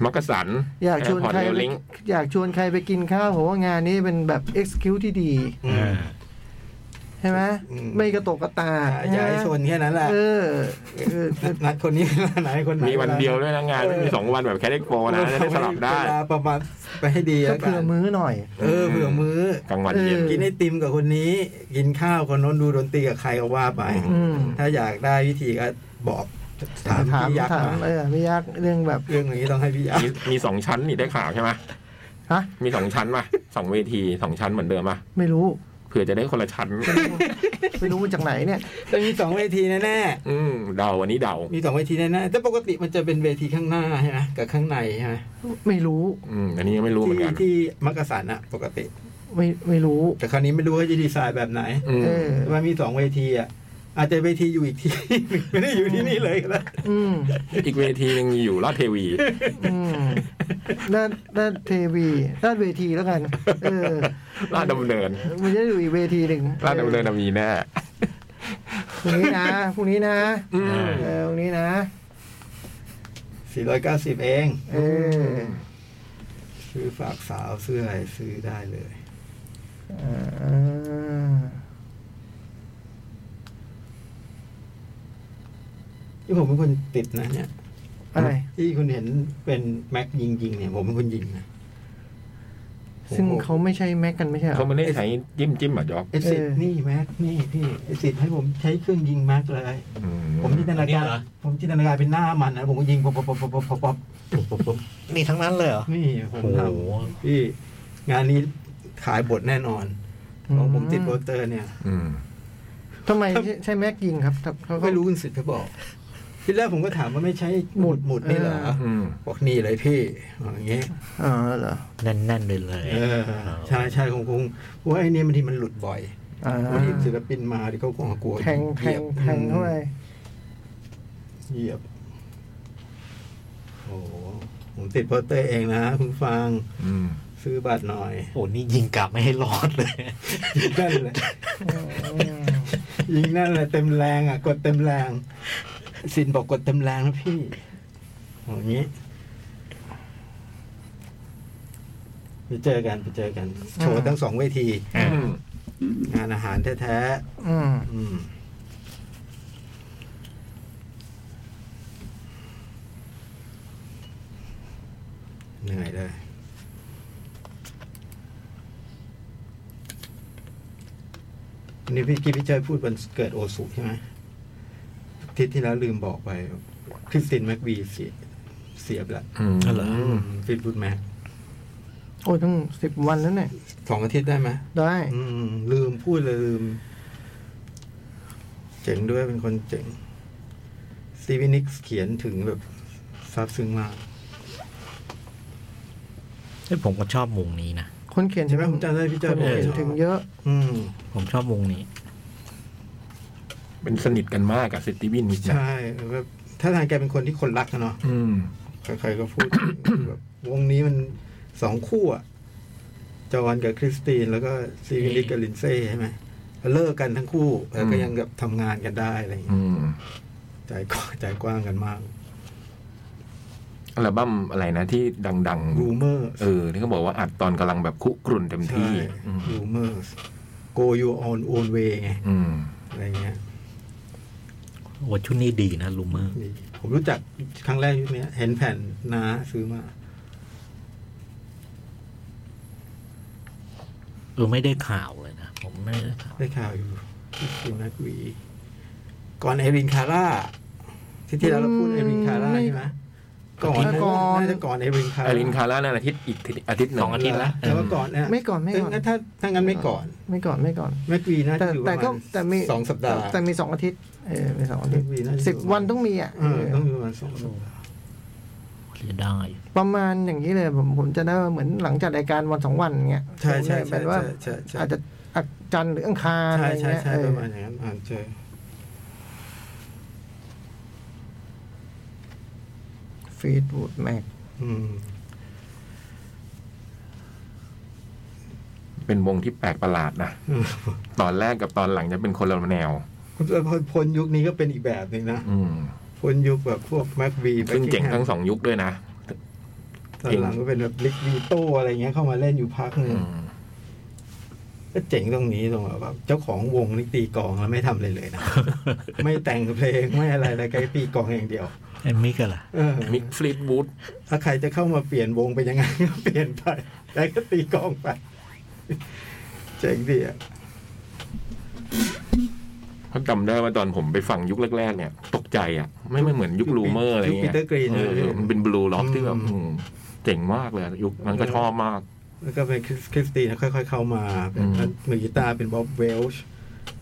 S3: มักกะสัน
S4: อยากชวนใคร
S3: แอร์พอร์ตเรล
S4: ไป
S3: ลิงก์
S4: อยากชวนใครไปกินข้าวผมว่างานนี้เป็นแบบ excuse ที่ดี
S5: อืม
S4: ใช่ไหม
S5: อืม
S4: ไม่กระตกกระตาก
S5: อย่าให้ชนแค่นั้นแหละ
S4: เออเออเออ
S5: นัดคนนี้ไหนคนไหน
S3: มีวันเดียวด้วยนะงานไม่มีสองวันแบบแคดเด็กโฟนะจะได้สลับได้
S5: เวลาประมาณไปให้ดี
S4: ก็
S5: แล้วกั
S4: เผื่อน มื้อหน่อย
S5: เออเผื่อมื้อ
S3: กลางวันเย็น
S4: เออ
S5: กินไอติมกับคนนี้ กินข้าวคนโน้นดูดนตรีกับใครก็ว่าไป
S4: อืม
S5: ถ้าอยากได้วิธีก็บอกถาม
S4: ถาม
S5: พี่ยักษ์
S4: ถาม
S5: มา
S4: เออไม่ยากเรื่องแบบ
S5: เรื่องอย่างนี้ต้องให้พี่ยัก
S3: มี
S5: ษ์
S3: มีสองชั้นนี่ได้ข่าวใช่ไหม
S4: ฮะ
S3: มีสองชั้นป่ะสองเวทีสองชั้นเหมือนเดิมป่ะ
S4: ไม่รู้
S3: เผื่อจะได้คนละชั้น
S4: ไม่รู้มาจากไหนเนี่ย
S5: ต้องมีสองเวทีแน่
S3: อืมเดาอันนี้เดา
S5: ๆมีสองเวทีแน่ๆแต่ปกติมันจะเป็นเวทีข้างหน้าใช่ไหมกับข้างในใช่ไหม
S4: ไม่รู้
S3: อืมอันนี้ยังไม่รู้เหมือน
S5: ที่
S3: กัน
S5: ที่มักกะสันอะปกติ
S4: ไม่ไม่รู้
S5: แต่คราวนี้ไม่รู้ว่าจะดีไซน์แบบไหน
S3: อืม
S4: เออ
S5: มันมีสองเวทีอะอาจจะเวทีอยู่อีกที่ ไม่ได้อยู่ที่นี่เลยก็ได้
S4: อืม
S3: อีกเวทีหนึ่งอยู่ราชเทวี
S4: อืมด้านด้านเทวีด้านเวทีแล้วกัน เออ
S3: ราชดำเนิน
S4: มันจะได้อยู่อีกเวทีหนึ่ง
S3: ราชดำเนินน่ะมีแน่
S4: พรุ่งนี้นะพรุ่งนี้นะ
S3: อืม
S4: เออพรุ่งนี้นะ
S5: 490 เอง
S4: เออ
S5: ซื้อฝากสาวซื้ออะไรซื้อได้เลย
S4: อ่า
S5: ที่ผมเป็นคนติดนะเนี่ย
S4: อะไร
S5: ที่คุณเห็นเป็นแม็กยิงยิงๆเนี่ย ผมเป็นคนยิงนะ
S4: ซึ่งเขาไม่ใช่แม็กกันไม่ใช่เหร
S3: เขา
S4: อ
S3: ไม่ได้ใช้จิ้มจิ้มอ่ะจอก
S5: เอซิ
S4: เออ
S5: นี่แม็กนี่พี่เอซิให้ผมใช้เครื่องยิงแม็กเลย
S3: อืม
S5: ผมจินตนา
S2: เนี่
S5: กาย ร
S2: เหรอ
S5: ผมจินตนาการเป็นหน้ามันนะผมก็ยิงป๊อปป๊อปป๊อปป๊อปป๊อป
S2: นี่ทั้งนั้นเลยเหรอ
S5: นี่ผมท
S2: โอ้โห
S5: ำพี่งานนี้ขายบทแน่นอนเพราะผมติดโปสเตอร์เนี่ย
S3: อืม
S4: ทำไมใช่ใช่แม็กยิงครับเขาก็
S5: ไม่รู้คุณสิทธิ์เขาบอก ที่แรกผมก็ถามว่าไม่ใช้หมุดหมุดนี่เหรอ
S4: เออ
S3: อืม
S5: บอกนี่เลยพี่บอกอย่างเงี้ย
S4: อ๋อเหรอ
S2: แน่นๆเลยเลย
S5: เออใช่ใช่คงคงเพราะว่าไอ้เนี่ยบางทีมันหลุดบ่อย
S4: อ่า
S5: บางทีศิลปินมาที่เขาก็กลัว
S4: แทงแท
S5: เหยีย
S4: ง
S5: บ
S4: แทงเข้าไป
S5: เหยียบโอ้โหผมติดโปสเตอร์เองนะคุณฟัง
S3: อืม
S5: ซื้อบัตรหน่อย
S2: โอ้นี่ยิงกลับไม่ให้รอดเลย
S5: ยิงนั่นเลย
S4: อืม
S5: ยิงนั่นเลยเต็มแรงอ่ะ กดเต็มแรง สินบอกกดเต็มแรงนะพี่อย่างนี้ไปเจอกันไปเจอกัน โชว์ทั้งสองเวที
S3: อืม
S5: งานอาหารแท้ๆ
S4: อืม
S5: อืมเหนื่อยเลย วันนี้พี่กี้พี่เจยพูดวันเกิดโอสุใช่ไหมอาทิศที่แล้วลืมบอกไป คริสตินแม็กวีเสียเสียบละ
S3: อืม
S2: อ๋อเหรอ
S5: ฟิตบูดแม็ก
S4: โอ้ยตั้งสิบวันแล้วเนี่ย
S5: สองอาทิตย์ได้ไหม
S4: ได้
S5: อืม ลืมพูดเลยลืม เจ๋งด้วยเป็นคนเจ๋งสตีวินิกส์เขียนถึงแบบซาบซึ้งมาก
S2: เอ้ยผมก็ชอบมุมนี้นะ
S4: คนเขียน
S5: ใช่ไหมผมจำได้พี่เจ้า
S4: คนเขียน
S5: ผมเห็น
S4: ถึงเยอะ
S5: อืม
S2: ผมชอบมุมนี้
S3: เป็นสนิทกันมากอะซิตี้วินนิดนะ
S5: ใช่แบบถ้าทางแกเป็นคนที่คนรักนะเนาะ
S3: อืม
S5: ใครๆก็พูด แบบวงนี้มันสองคู่อะจอห์นกับคริสติน แล้วก็ซีวิลิกกับลินเซ่ใช่ไหมเลิกกันทั้งคู่แล้วก็
S3: อืม
S5: ยังแบบทำงานกันได้อะไรอย่างเงี้ย
S3: อืม
S5: ใจกว้างใจกว้างกันมาก
S3: อัลบั้มอะไรนะที่ดัง
S5: รูเมอร์
S3: ๆ เออ ที่เขาบอกว่าอัดตอนกำลังแบบคุกรุ่นเต็ม
S5: ใช่
S3: ที่ อืม
S5: รูเมอร์ go your own own way ไง
S3: อืม
S5: อะไรเงี้ย
S2: โอ้ชุดนี้ดีนะลูเมอร์
S5: นี่ผมรู้จักครั้งแรกยุคเนี้ย เห็นแผ่นนาซื้อมา
S2: เออไม่ได้ข่าวเลยนะ ผมไม่ได้ข่าว
S5: ได้ข่าวอยู่ที่คุณนักวี ก่อนเอรินคาร่าที่ที่แล้วเราพูด
S4: อืม
S5: เอรินคาร่า
S4: ไม่
S5: ใช่ไหมก่อน
S4: ก่อน
S5: น่าจะก่อนเอรินคาร่า
S3: อารินคาร่านั่นอาทิตย์อีกอาทิตย์หนึ่ง
S2: สองอาทิตย์ละ
S5: แต่ว่าก่อนเนี่ย
S4: ไม่ก่อนไม่ก่อน
S5: ถ้าถ้าถ้างั้นไม่ก่อน
S4: ไม่ก่อนไม่ก่อน
S5: แม็กวีน่า
S4: แต่
S5: จะอยู่ป
S4: แต่
S5: ระ
S4: ก็
S5: มาณ
S4: แต่มี
S5: สองสัปดาห์
S4: แต่แต่มีสองอาทิตย์เออมีสองอาทิตย์
S5: วีน่าจะอยู่
S4: สิบวันต้องมีอ่ะ
S5: เออต้องอยู่ประมาณสองสัปดาห์
S2: เสียดาย
S4: ประมาณอย่างนี้เลยผมผมจะได้ว่าเหมือนหลังจากรายการวันสองวันเงี้ย
S5: ใช่ใช่
S4: แบ
S5: ใช่
S4: บว่า
S5: ใช่ใช่ใช่
S4: อาจจะอักจันทร์หรืออังคารอะ
S5: ใช่
S4: ไร
S5: ใช่
S4: เงี้ย
S5: ใช่
S4: เอ
S5: ป
S4: อ
S5: ระมาณอย่างนั้นอ่านเจอ
S4: ฟีดบูดแม็ก
S5: อืม
S3: เป็นวงที่แปลกประหลาดนะ
S5: อืม
S3: ตอนแรกกับตอนหลังจะเป็นคนละแนว
S5: แล้วพอพลยุคนี้ก็เป็นอีกแบบหนึ่งนะ
S3: อืม
S5: พลยุคแบบพวกแม็กวี
S3: ซึ่งเจ๋งทั้งสองยุคด้วยนะ
S5: ตอนหลังก็เป็นแบบลิกวีโตอะไรเงี้ยเข้ามาเล่นอยู่พักหนึ่
S3: อื
S5: ง
S3: ม
S5: ก็เจ๋งตรงนี้ตรงแบบเจ้าของวงนี่ตีกลองแล้วไม่ทำเลยเลย นะ ไม่แต่งเพลงไม่อะไรเลยแกตีกลองอย่างเดียว
S2: ไอ้มิกอะล่ะ
S5: เออ
S3: มิกฟลิปวูด
S5: ถ้าใครจะเข้ามาเปลี่ยนวงไปนยังไง ก็เปลี่ยนไปแล้วก็ตีกลองไป เจ๋งดีอ่ะ
S3: เพราะจำได้ว่าตอนผมไปฟังยุคแรก ๆ เนี่ย ตกใจอ่ะ ไม่ไม่เหมือนยุคลูเมอร์อะไร
S5: ยุคปี
S3: เงี้ย
S5: เตอร์กรีน
S3: เออมันเป็นบลูล็อกที่แบบอืมเจ๋งมากเลยยุคนั้นก็ชอบมาก
S5: แล้วก็เป็นคริสคริสตีนค่อย ๆ เข้ามาเป็น
S3: อืม
S5: มือกีตาร์เป็นบ๊อบเวลช์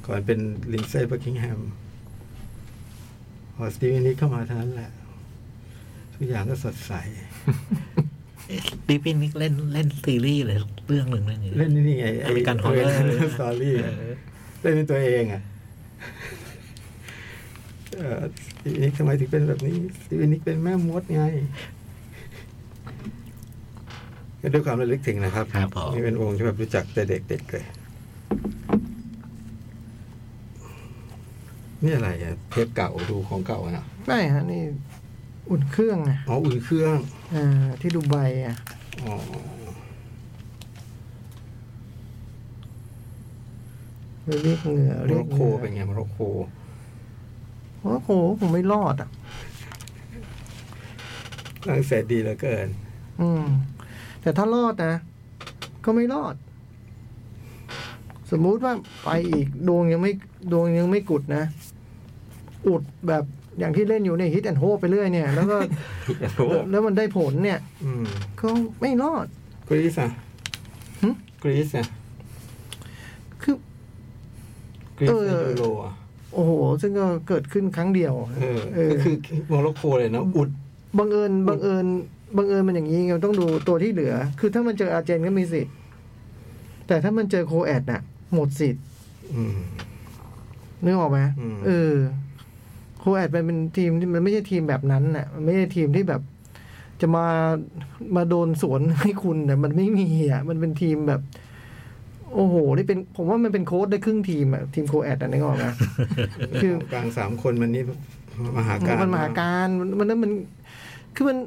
S5: ก่อนเป็นลินเซ่บักกิงแฮมพอสตีเวนนี่เข้ามาเท่านั้นแหละ ทุกอย่างก็สดใส
S2: ปีปีนิกเล่นเล่นซีรีส์เลยเรื่องหนึ่งเล่นอย่าง
S5: เล่
S2: นี้
S5: นนี่ไงไอ้
S2: American Horror
S5: สตอรี่
S2: เออ
S5: เล่นเป็นตัวเองอ่ะเออสตีเวนนิกทำไมถึงเป็นแบบนี้สตีเวนนิกเป็นแม่มดไงก็ด้วยความระลึกถึงนะครับ
S2: ครับผม
S5: นี่เป็นวงที่แบบรู้จักแต่เด็กๆเลยนี่อะไรอ่ะเทปเก่าดูของเก่าอะนะ
S4: ไม่ฮะนี่อุ่นเครื่องนะ
S5: อ๋ออุ่นเครื่อง
S4: เอ่อที่ดูไบอ่ะ
S5: อ๋อ
S4: เรียกเหงื่อ
S5: โม
S4: เรีย
S5: ร็
S4: ก
S5: อก
S4: เห
S5: โก
S4: งื่อ
S5: เป็นไงโมร็อกโก
S4: โอ้โหผมไม่รอดอ่ะ
S5: ฝรั่งเศสดีเหลือเกิน
S4: อืม แต่ถ้ารอดนะ ก็ไม่รอด สมมุติว่าไปอีกดวงยังไม่ดวงยังไม่กุดนะ อุดแบบอย่างที่เล่นอยู่ในฮิตแอนโฮไปเรื่อยเนี่ย แล้วก็ แล้วแล้วมันได้ผลเนี่ย
S5: อืม
S4: ก็ไม่รอด
S5: กรีซอ่ะ
S4: หึ
S5: กรีซอ่ะ
S4: คือ
S5: กรีซ
S4: เออ
S5: ในยูโรอ่ะ
S4: โอ้โห ซึ่งก็เกิดขึ้นครั้งเดียว
S5: เออ
S4: เออ
S5: ก็คือโมร็อกโกเลยนะอุด
S4: บังเอิญบังเอิญบังเอิญมันอย่างนี้ไงต้องดูตัวที่เหลือ คือถ้ามันเจออาร์เจนก็มีสิทธิ์แต่ถ้ามันเจอโคแอดน่ะ หมดสิทธิ
S5: อืม
S4: นึกออกไหม
S5: อืม
S4: เออโคแอดมันเป็นทีมที่มันไม่ใช่ทีมแบบนั้นน่ะ มันไม่ใช่ทีมที่แบบ จะมามาโดนสวน ให้คุณน่ะมันไม่มีอ่ะ มันเป็นทีมแบบ โอ้โหได้เป็น ผมว่ามันเป็นโค้ดได้ครึ่งทีมอ่ะทีมโคแอดอ่ะนึกออกไหม คือ
S5: กลางสามคนมันนี่มหาการ
S4: มันมหาการมันมันนั้นมัน คือมัน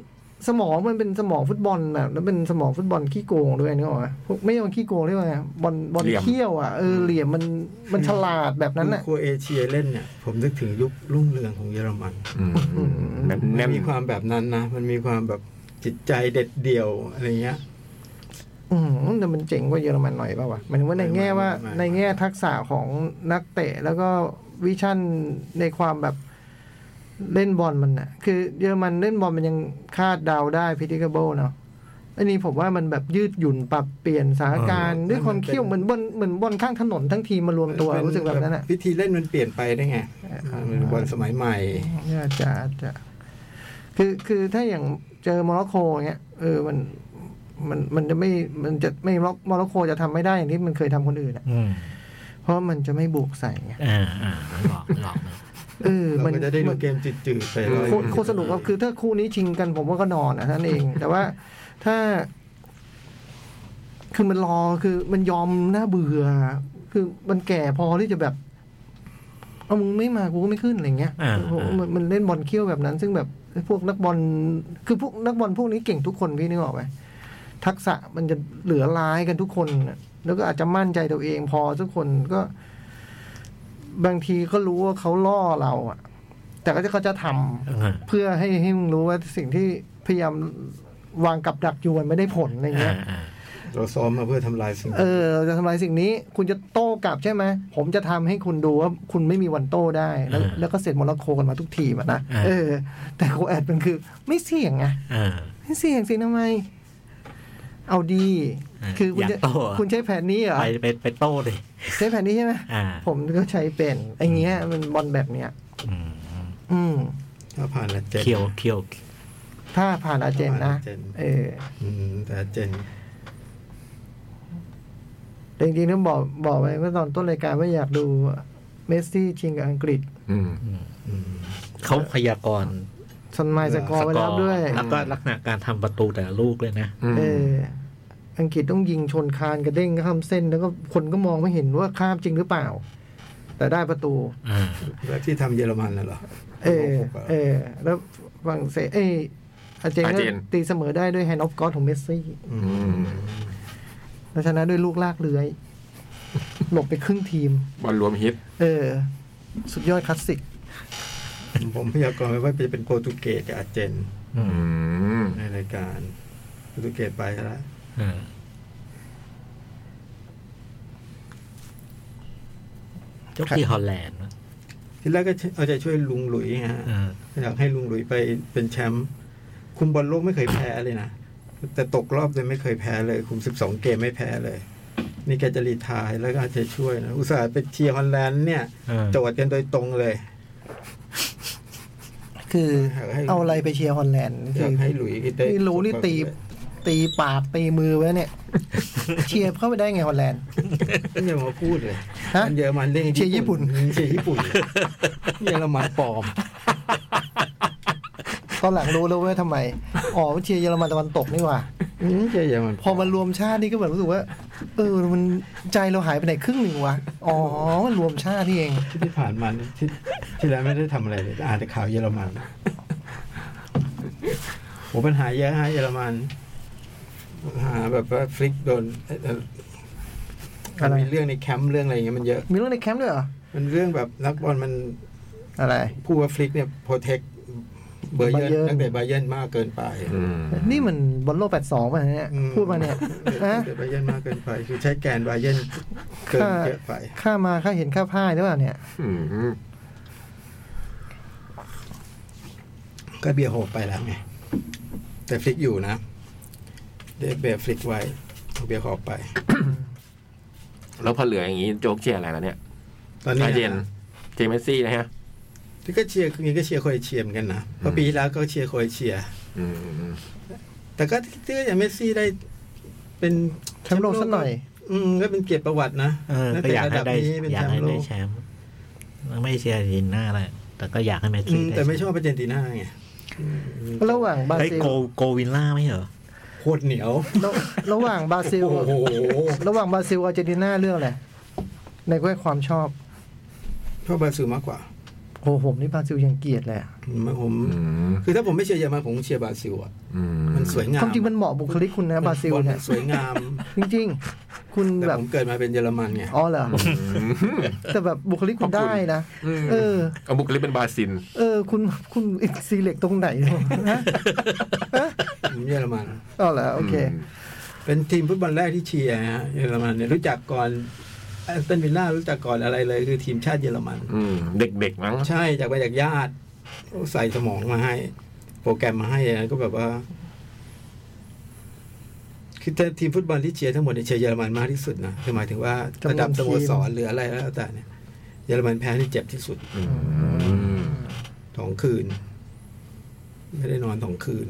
S4: สมองมันเป็นสมองฟุตบอลแบบแล้วเป็นสมองฟุตบอลขี้โกงด้วยนึกออกไหมพวกไม่ใช่บอลขี้โกงเรียกว่าไงบอลบอล
S3: เหลี่ยม
S4: เขี้ยวอ่ะเออเหลี่ยมมันมันฉลาดแบบนั้น
S5: คุณ
S4: อ่ะ
S5: ครูเอเชียเล่นเนี่ย ผมนึกถึงยุครุ่งเรืองของเยอรมัน
S3: อืมแน่น
S5: มั
S3: แน่
S5: น
S3: น
S5: มีความแบบนั้นนะ มันมีความแบบจิตใจเด็ดเดี่ยวอะไรเงี้ย
S4: อืมแต่มันเจ๋งกว่าเยอรมันหน่อยเปล่าวะหมายถึงว่าในแง่ว่า
S5: ไม่ไม่
S4: ในแง่ทักษะของนักเตะ แล้วก็วิชั่นในความแบบเล่นบอลมันน่ะ คือเยอรมันเล่นบอลมันยังคาดเดาได้พิธีกเบิลเนาะอันนี้ผมว่ามันแบบยืดหยุ่นปรับเปลี่ยนสถานการณ์ ด้วยความเขี้ยวเหมือนบอลเหมือนบอลข้างถนนทั้งทีมมารวมตัวรู้สึกแบบนั้นอ่ะ
S5: วิธีเล่นมันเปลี่ยนไปได้ไงมันเป็นบอลสมัยใหม่
S4: อาจจะอาจจะคือคือถ้าอย่างเจอโมร็อกโกอย่างเงี้ยเออมันมันมันจะไม่มันจะไม่ล็อกโมร็อกโกจะทำไม่ได้อย่างที่มันเคยทำคนอื่นอะ
S2: อืม
S4: เพราะมันจะไม่บุกใส่ไง
S2: อ่าอ่าไม่บอกไม่บอกนะ
S4: เออ
S5: เรา
S4: มัน
S5: ก็จะได้ดู
S4: มัน
S5: เกมจืดๆไป
S4: โค
S5: เลย
S4: โคตรสนุกครับคือถ้าคู่นี้ชิงกันผมว่าก็นอนนะนั่นเอง แต่ว่าถ้า คือมันรอคือมันยอมน่าเบื่อ คือมันแก่พอที่จะแบบเอามึงไม่มากูก็ไม่ขึ้นอะไรเงี้ย
S2: อ่า
S4: โอ้โหมันมันเล่นบอลเขี้ยวแบบนั้น ซึ่งแบบพวกนักบอลคือพวกนักบอลพวกนี้เก่งทุกคนพี่นึกออกไหมทักษะมันจะเหลือร้ายกันทุกคนน่ะแล้วก็อาจจะมั่นใจตัวเองพอทุกคนก็ บางทีก็รู้ว่าเขาล่อเราอะแต่ก็จะเขาจะทำ
S2: อ่า
S4: เพื่อให้ให้มึงรู้ว่าสิ่งที่พยายามวางกับดักอยู่มันไม่ได้ผลอะไรเงี้ย
S2: อ่าอ่า
S5: เราซ้อมมาเพื่อทำลายสิ่ง
S4: เออเราจะทำลายสิ่งนี้ คุณจะโต้กลับใช่ไหมผมจะทำให้คุณดูว่าคุณไม่มีวันโต้ได้ แล้วแล้วก็เสร็จโมร็อกโกกันมาทุกทีมอะนะเออ แต่โคแอดมันคือไม่เสี่ยงไง
S2: อ่า
S4: ไม่เสี่ยงสิทำไม เอาดี
S2: อ่ะ
S4: คือคุณ
S2: อยากโต้อะ
S4: คุณใช้แผนนี้เหรอ
S2: ไปไปไปโต้เลย
S4: ใช้แผนนี้ใช่ไหม
S2: อ่า
S4: ผมก็ใช้เป็นไอ้เงี้ย มันบอลแบบเนี้ย
S2: อืม
S4: อืม
S5: ถ้าผ่านละเจน
S2: เคียวเคียว
S4: ถ้าผ่านอาเจนนะ
S5: ผ่านอาเจน
S4: เออ
S5: อืมแต่เจน
S4: แต่จริงๆต้องบอกบอกไว้เมื่อตอนต้นรายการว่าอยากดูเมสซี่ชิงกับอังกฤษ
S3: อืม
S5: อืม
S2: เขาพยากรณ์
S4: สนไมายสกอร์ไว้แล้วด้วย
S2: แล้วก็ลักษณะการทำประตูแต่ละลูกเลยนะ
S4: เอออังกฤษต้องยิงชนคานกระเด้งข้ามเส้น แล้วก็คนก็มองไม่เห็นว่าข้ามจริงหรือเปล่า แต่ได้ประตู
S2: อ่า
S5: แล้วที่ทำเยอรมันน่ะเหรอ
S4: เออ
S5: โลกหกะ
S4: เออ แล้วฝรั่งเศสเอยอาร์เจน
S3: อาร์
S4: ก็
S3: เจน
S4: ตีเสมอได้ด้วยแฮนด์ออฟกอสของเมสซี่
S5: อืม
S4: และชนะด้วยลูกลากเลื้อย หลบไปครึ่งทีม
S3: บอลรวมฮิต
S4: เออ สุดยอดคลาสสิก
S5: ผมพยากรณ์ไว้ว่าจะเป็นโปรตุเกสกับอาร์เจน
S3: อืม
S5: ในรายการโปรตุเกสไปแล้ว
S2: เออเจ้าที่ฮอลแลนด์นะ
S5: ทีแรกก็เอาใจช่วยลุงหลุยฮะ
S2: เออ
S5: อยากให้ลุงหลุยไปเป็นแชมป์คุมบอลโลกไม่เคยแพ้เลยนะ แต่ตกรอบเลยไม่เคยแพ้เลย คุม 12 เกมไม่แพ้เลย นี่แกจะรีไทายแล้วก็เอาใจช่วยนะอุตส่าห์ไปเชียร์ฮอลแลนด์เนี่ย
S2: เออ
S5: โจทย์กันโดยตรงเลย
S4: คือ
S5: อยากให้
S4: เอาอะไรไปเชียร์ฮอลแลนด์
S5: อ
S4: คื
S5: ยาก
S4: อ
S5: ให้หลุยได้
S4: ไม่รู้นี่ตีตีปากตีมือไว้เนี่ย เชียร์เข้าไปได้ไงฮอลแลนด์
S5: อย่ามาพูดเลย
S4: ฮะ
S5: อันเยอรมันเล่น
S4: เชียร์ญี่ปุ่น
S5: เชียร์ญี่ปุ่นเยอรมันปลอม
S4: ตอนหลังรู้แล้วเว่าทำไม อ๋อเชียร์เยอรมันตะวันตกนี่หว่า
S5: อืมเชียร์เยอรมัน
S4: พอมันรวมชาตินี่ก็แบบรู้สึกว่า เออ มันใจเราหายไปไหนครึ่งหนึ่งวะ อ๋อ มันรวมชาตินี่เอง
S5: ที่ผ่านมานี่ที่ที่แล้วไม่ได้ทำอะไรเลยอ่านแต่ข่าวเยอรมันโหปัญหาเยอะฮะเยอรมันปัญหาแบบว่าฟลิกโดนเอ่อเอ่อมันมีเรื่องในแคมป์เรื่องอะไรอย่างเงี้ยมันเยอะ
S4: มีเรื่องในแคมป์ด้วยเหรอ
S5: มันเรื่องแบบนักบอลมัน
S4: อะไร
S5: ผู้ว่าฟลิกเนี่ยโปรเทคเบอร์เยอ
S4: Bayern
S5: ร์นักเตะบาเยร์นมากเกินไป
S3: อืม
S4: นี่มันบอลโลกแปดสองป่ะเนี่ย
S5: อื
S4: พูดมาเนี่ย
S5: นั
S4: นะ
S5: กเตะบาเยร์นมากเกินไป คือใช้แกนบาเยร์นเกิน
S4: ค่า
S5: เยอะไป
S4: ค่ามาค่าเห็นค่าพ่ายหรือเปล่าเนี่ย
S3: อืม
S5: ก็เบียร์โหดไปแล้วไง แต่ฟลิกอยู่นะเดี๋ยวเบียร์ฟลิกไว้เอาเบียร์ขอบไป
S3: แล้วพอเหลืออย่างนี้โจ๊กเชียร์อะไรแล้วเนี่ย
S5: ตอนนี้
S3: อาเจนเจมเมสซี่นะฮะ
S5: ที่ก็เชียร์คือก็เชียร์โครเอเชียเหมือนกันนะเพราะ
S3: อืม
S5: ปีที่แล้วก็เชียร์โครเอเชีย
S3: อืมอืมอืม
S5: แต่ก็ที่ก็อย่างเมสซี่ได้เป็น
S4: แชมป์โลกสักหน่อย
S5: อืมก็เป็นเกียรติประวัตินะ
S2: เออ
S5: นั
S2: ก็
S5: เตะ
S2: อยาก
S5: ระ
S2: ให้
S5: ดับ
S2: ได้
S5: นี้เป็น
S2: อยาก
S5: แชม
S2: ให้
S5: ป์โล
S2: ได้
S5: ก
S2: แชมป์ไม่เชียร์อาร์เจนติน่าแหละแต่ก็อยากให้แมต
S5: อื
S2: ซี่
S5: ม
S2: ได้
S5: แต่ไม่ช
S2: แชม
S5: อ
S2: ป์
S5: บอาร์เจนติน่าไง
S4: ระหว่างบรา
S2: เฮ้ย
S4: ซิล
S2: โกโกวินล่าไม่เหรอ
S5: โคตรเหนียว
S4: ระระหว่างบราซิล
S5: โอ้โห
S4: ระหว่างบราซิลอาร์เจนตินาเรื่องอะไร ในแง่ความชอบ
S5: ชอบบราซิลมากกว่า
S4: โหผมนี่บราซิลยังเกลียดเลยอะ
S5: ผม
S3: อืม
S5: คือถ้าผมไม่เชียร์เยอรมันผมเชียร์บราซิลอ่ะ
S3: อืม
S5: มันสวยงาม
S4: ความจริงมันเหมาะบุคลิกคุณ นะบราซิล
S5: อมั
S4: เนี่ย
S5: สวยงาม
S4: จริงๆ คุณ
S5: แต่
S4: แบบ
S5: ผมเกิดมาเป็นเยอรมันไง
S4: อ๋อเหรอ
S3: อืม
S4: แต่แบบบุคลิก
S3: ข
S4: คุ
S3: อบ
S4: ณ
S3: คุณ
S4: ได้นะ เออ
S3: เอาบุคลิกเป็นบาซิน
S4: เออ คุณคุณซีเล็กตรงไหนเนี่ย ฮะ
S5: ผมเยอรมัน
S4: อ๋อเหรอโอเค
S5: เป็นทีมฟุตบอลแรกที่เชียร์ฮะเยอรมันเนี่ยรู้จักก่อนแอสตันวิลล่ารู้จักก่อนอะไรเลย คือทีมชาติเยอรมัน
S3: อืม เด็กๆมั้ง
S5: ใช่จากไปจากญาติใส่สมองมาให้ โปรแกรมมาให้นะก็แบบว่าคือถ้าทีมฟุตบอลที่เชียร์ทั้งหมดเนี่ยเชียร์เยอรมันมากที่สุดนะคือหมายถึงว่า
S4: จำนวน
S5: ระดับสโมส
S4: ที
S5: ร
S4: ม
S5: หรืออะไรก็แล้วแต่เนี่ยเยอรมันแพ้ที่เจ็บที่สุด
S3: อืม
S5: สองคืน ไม่ได้นอนสองคืน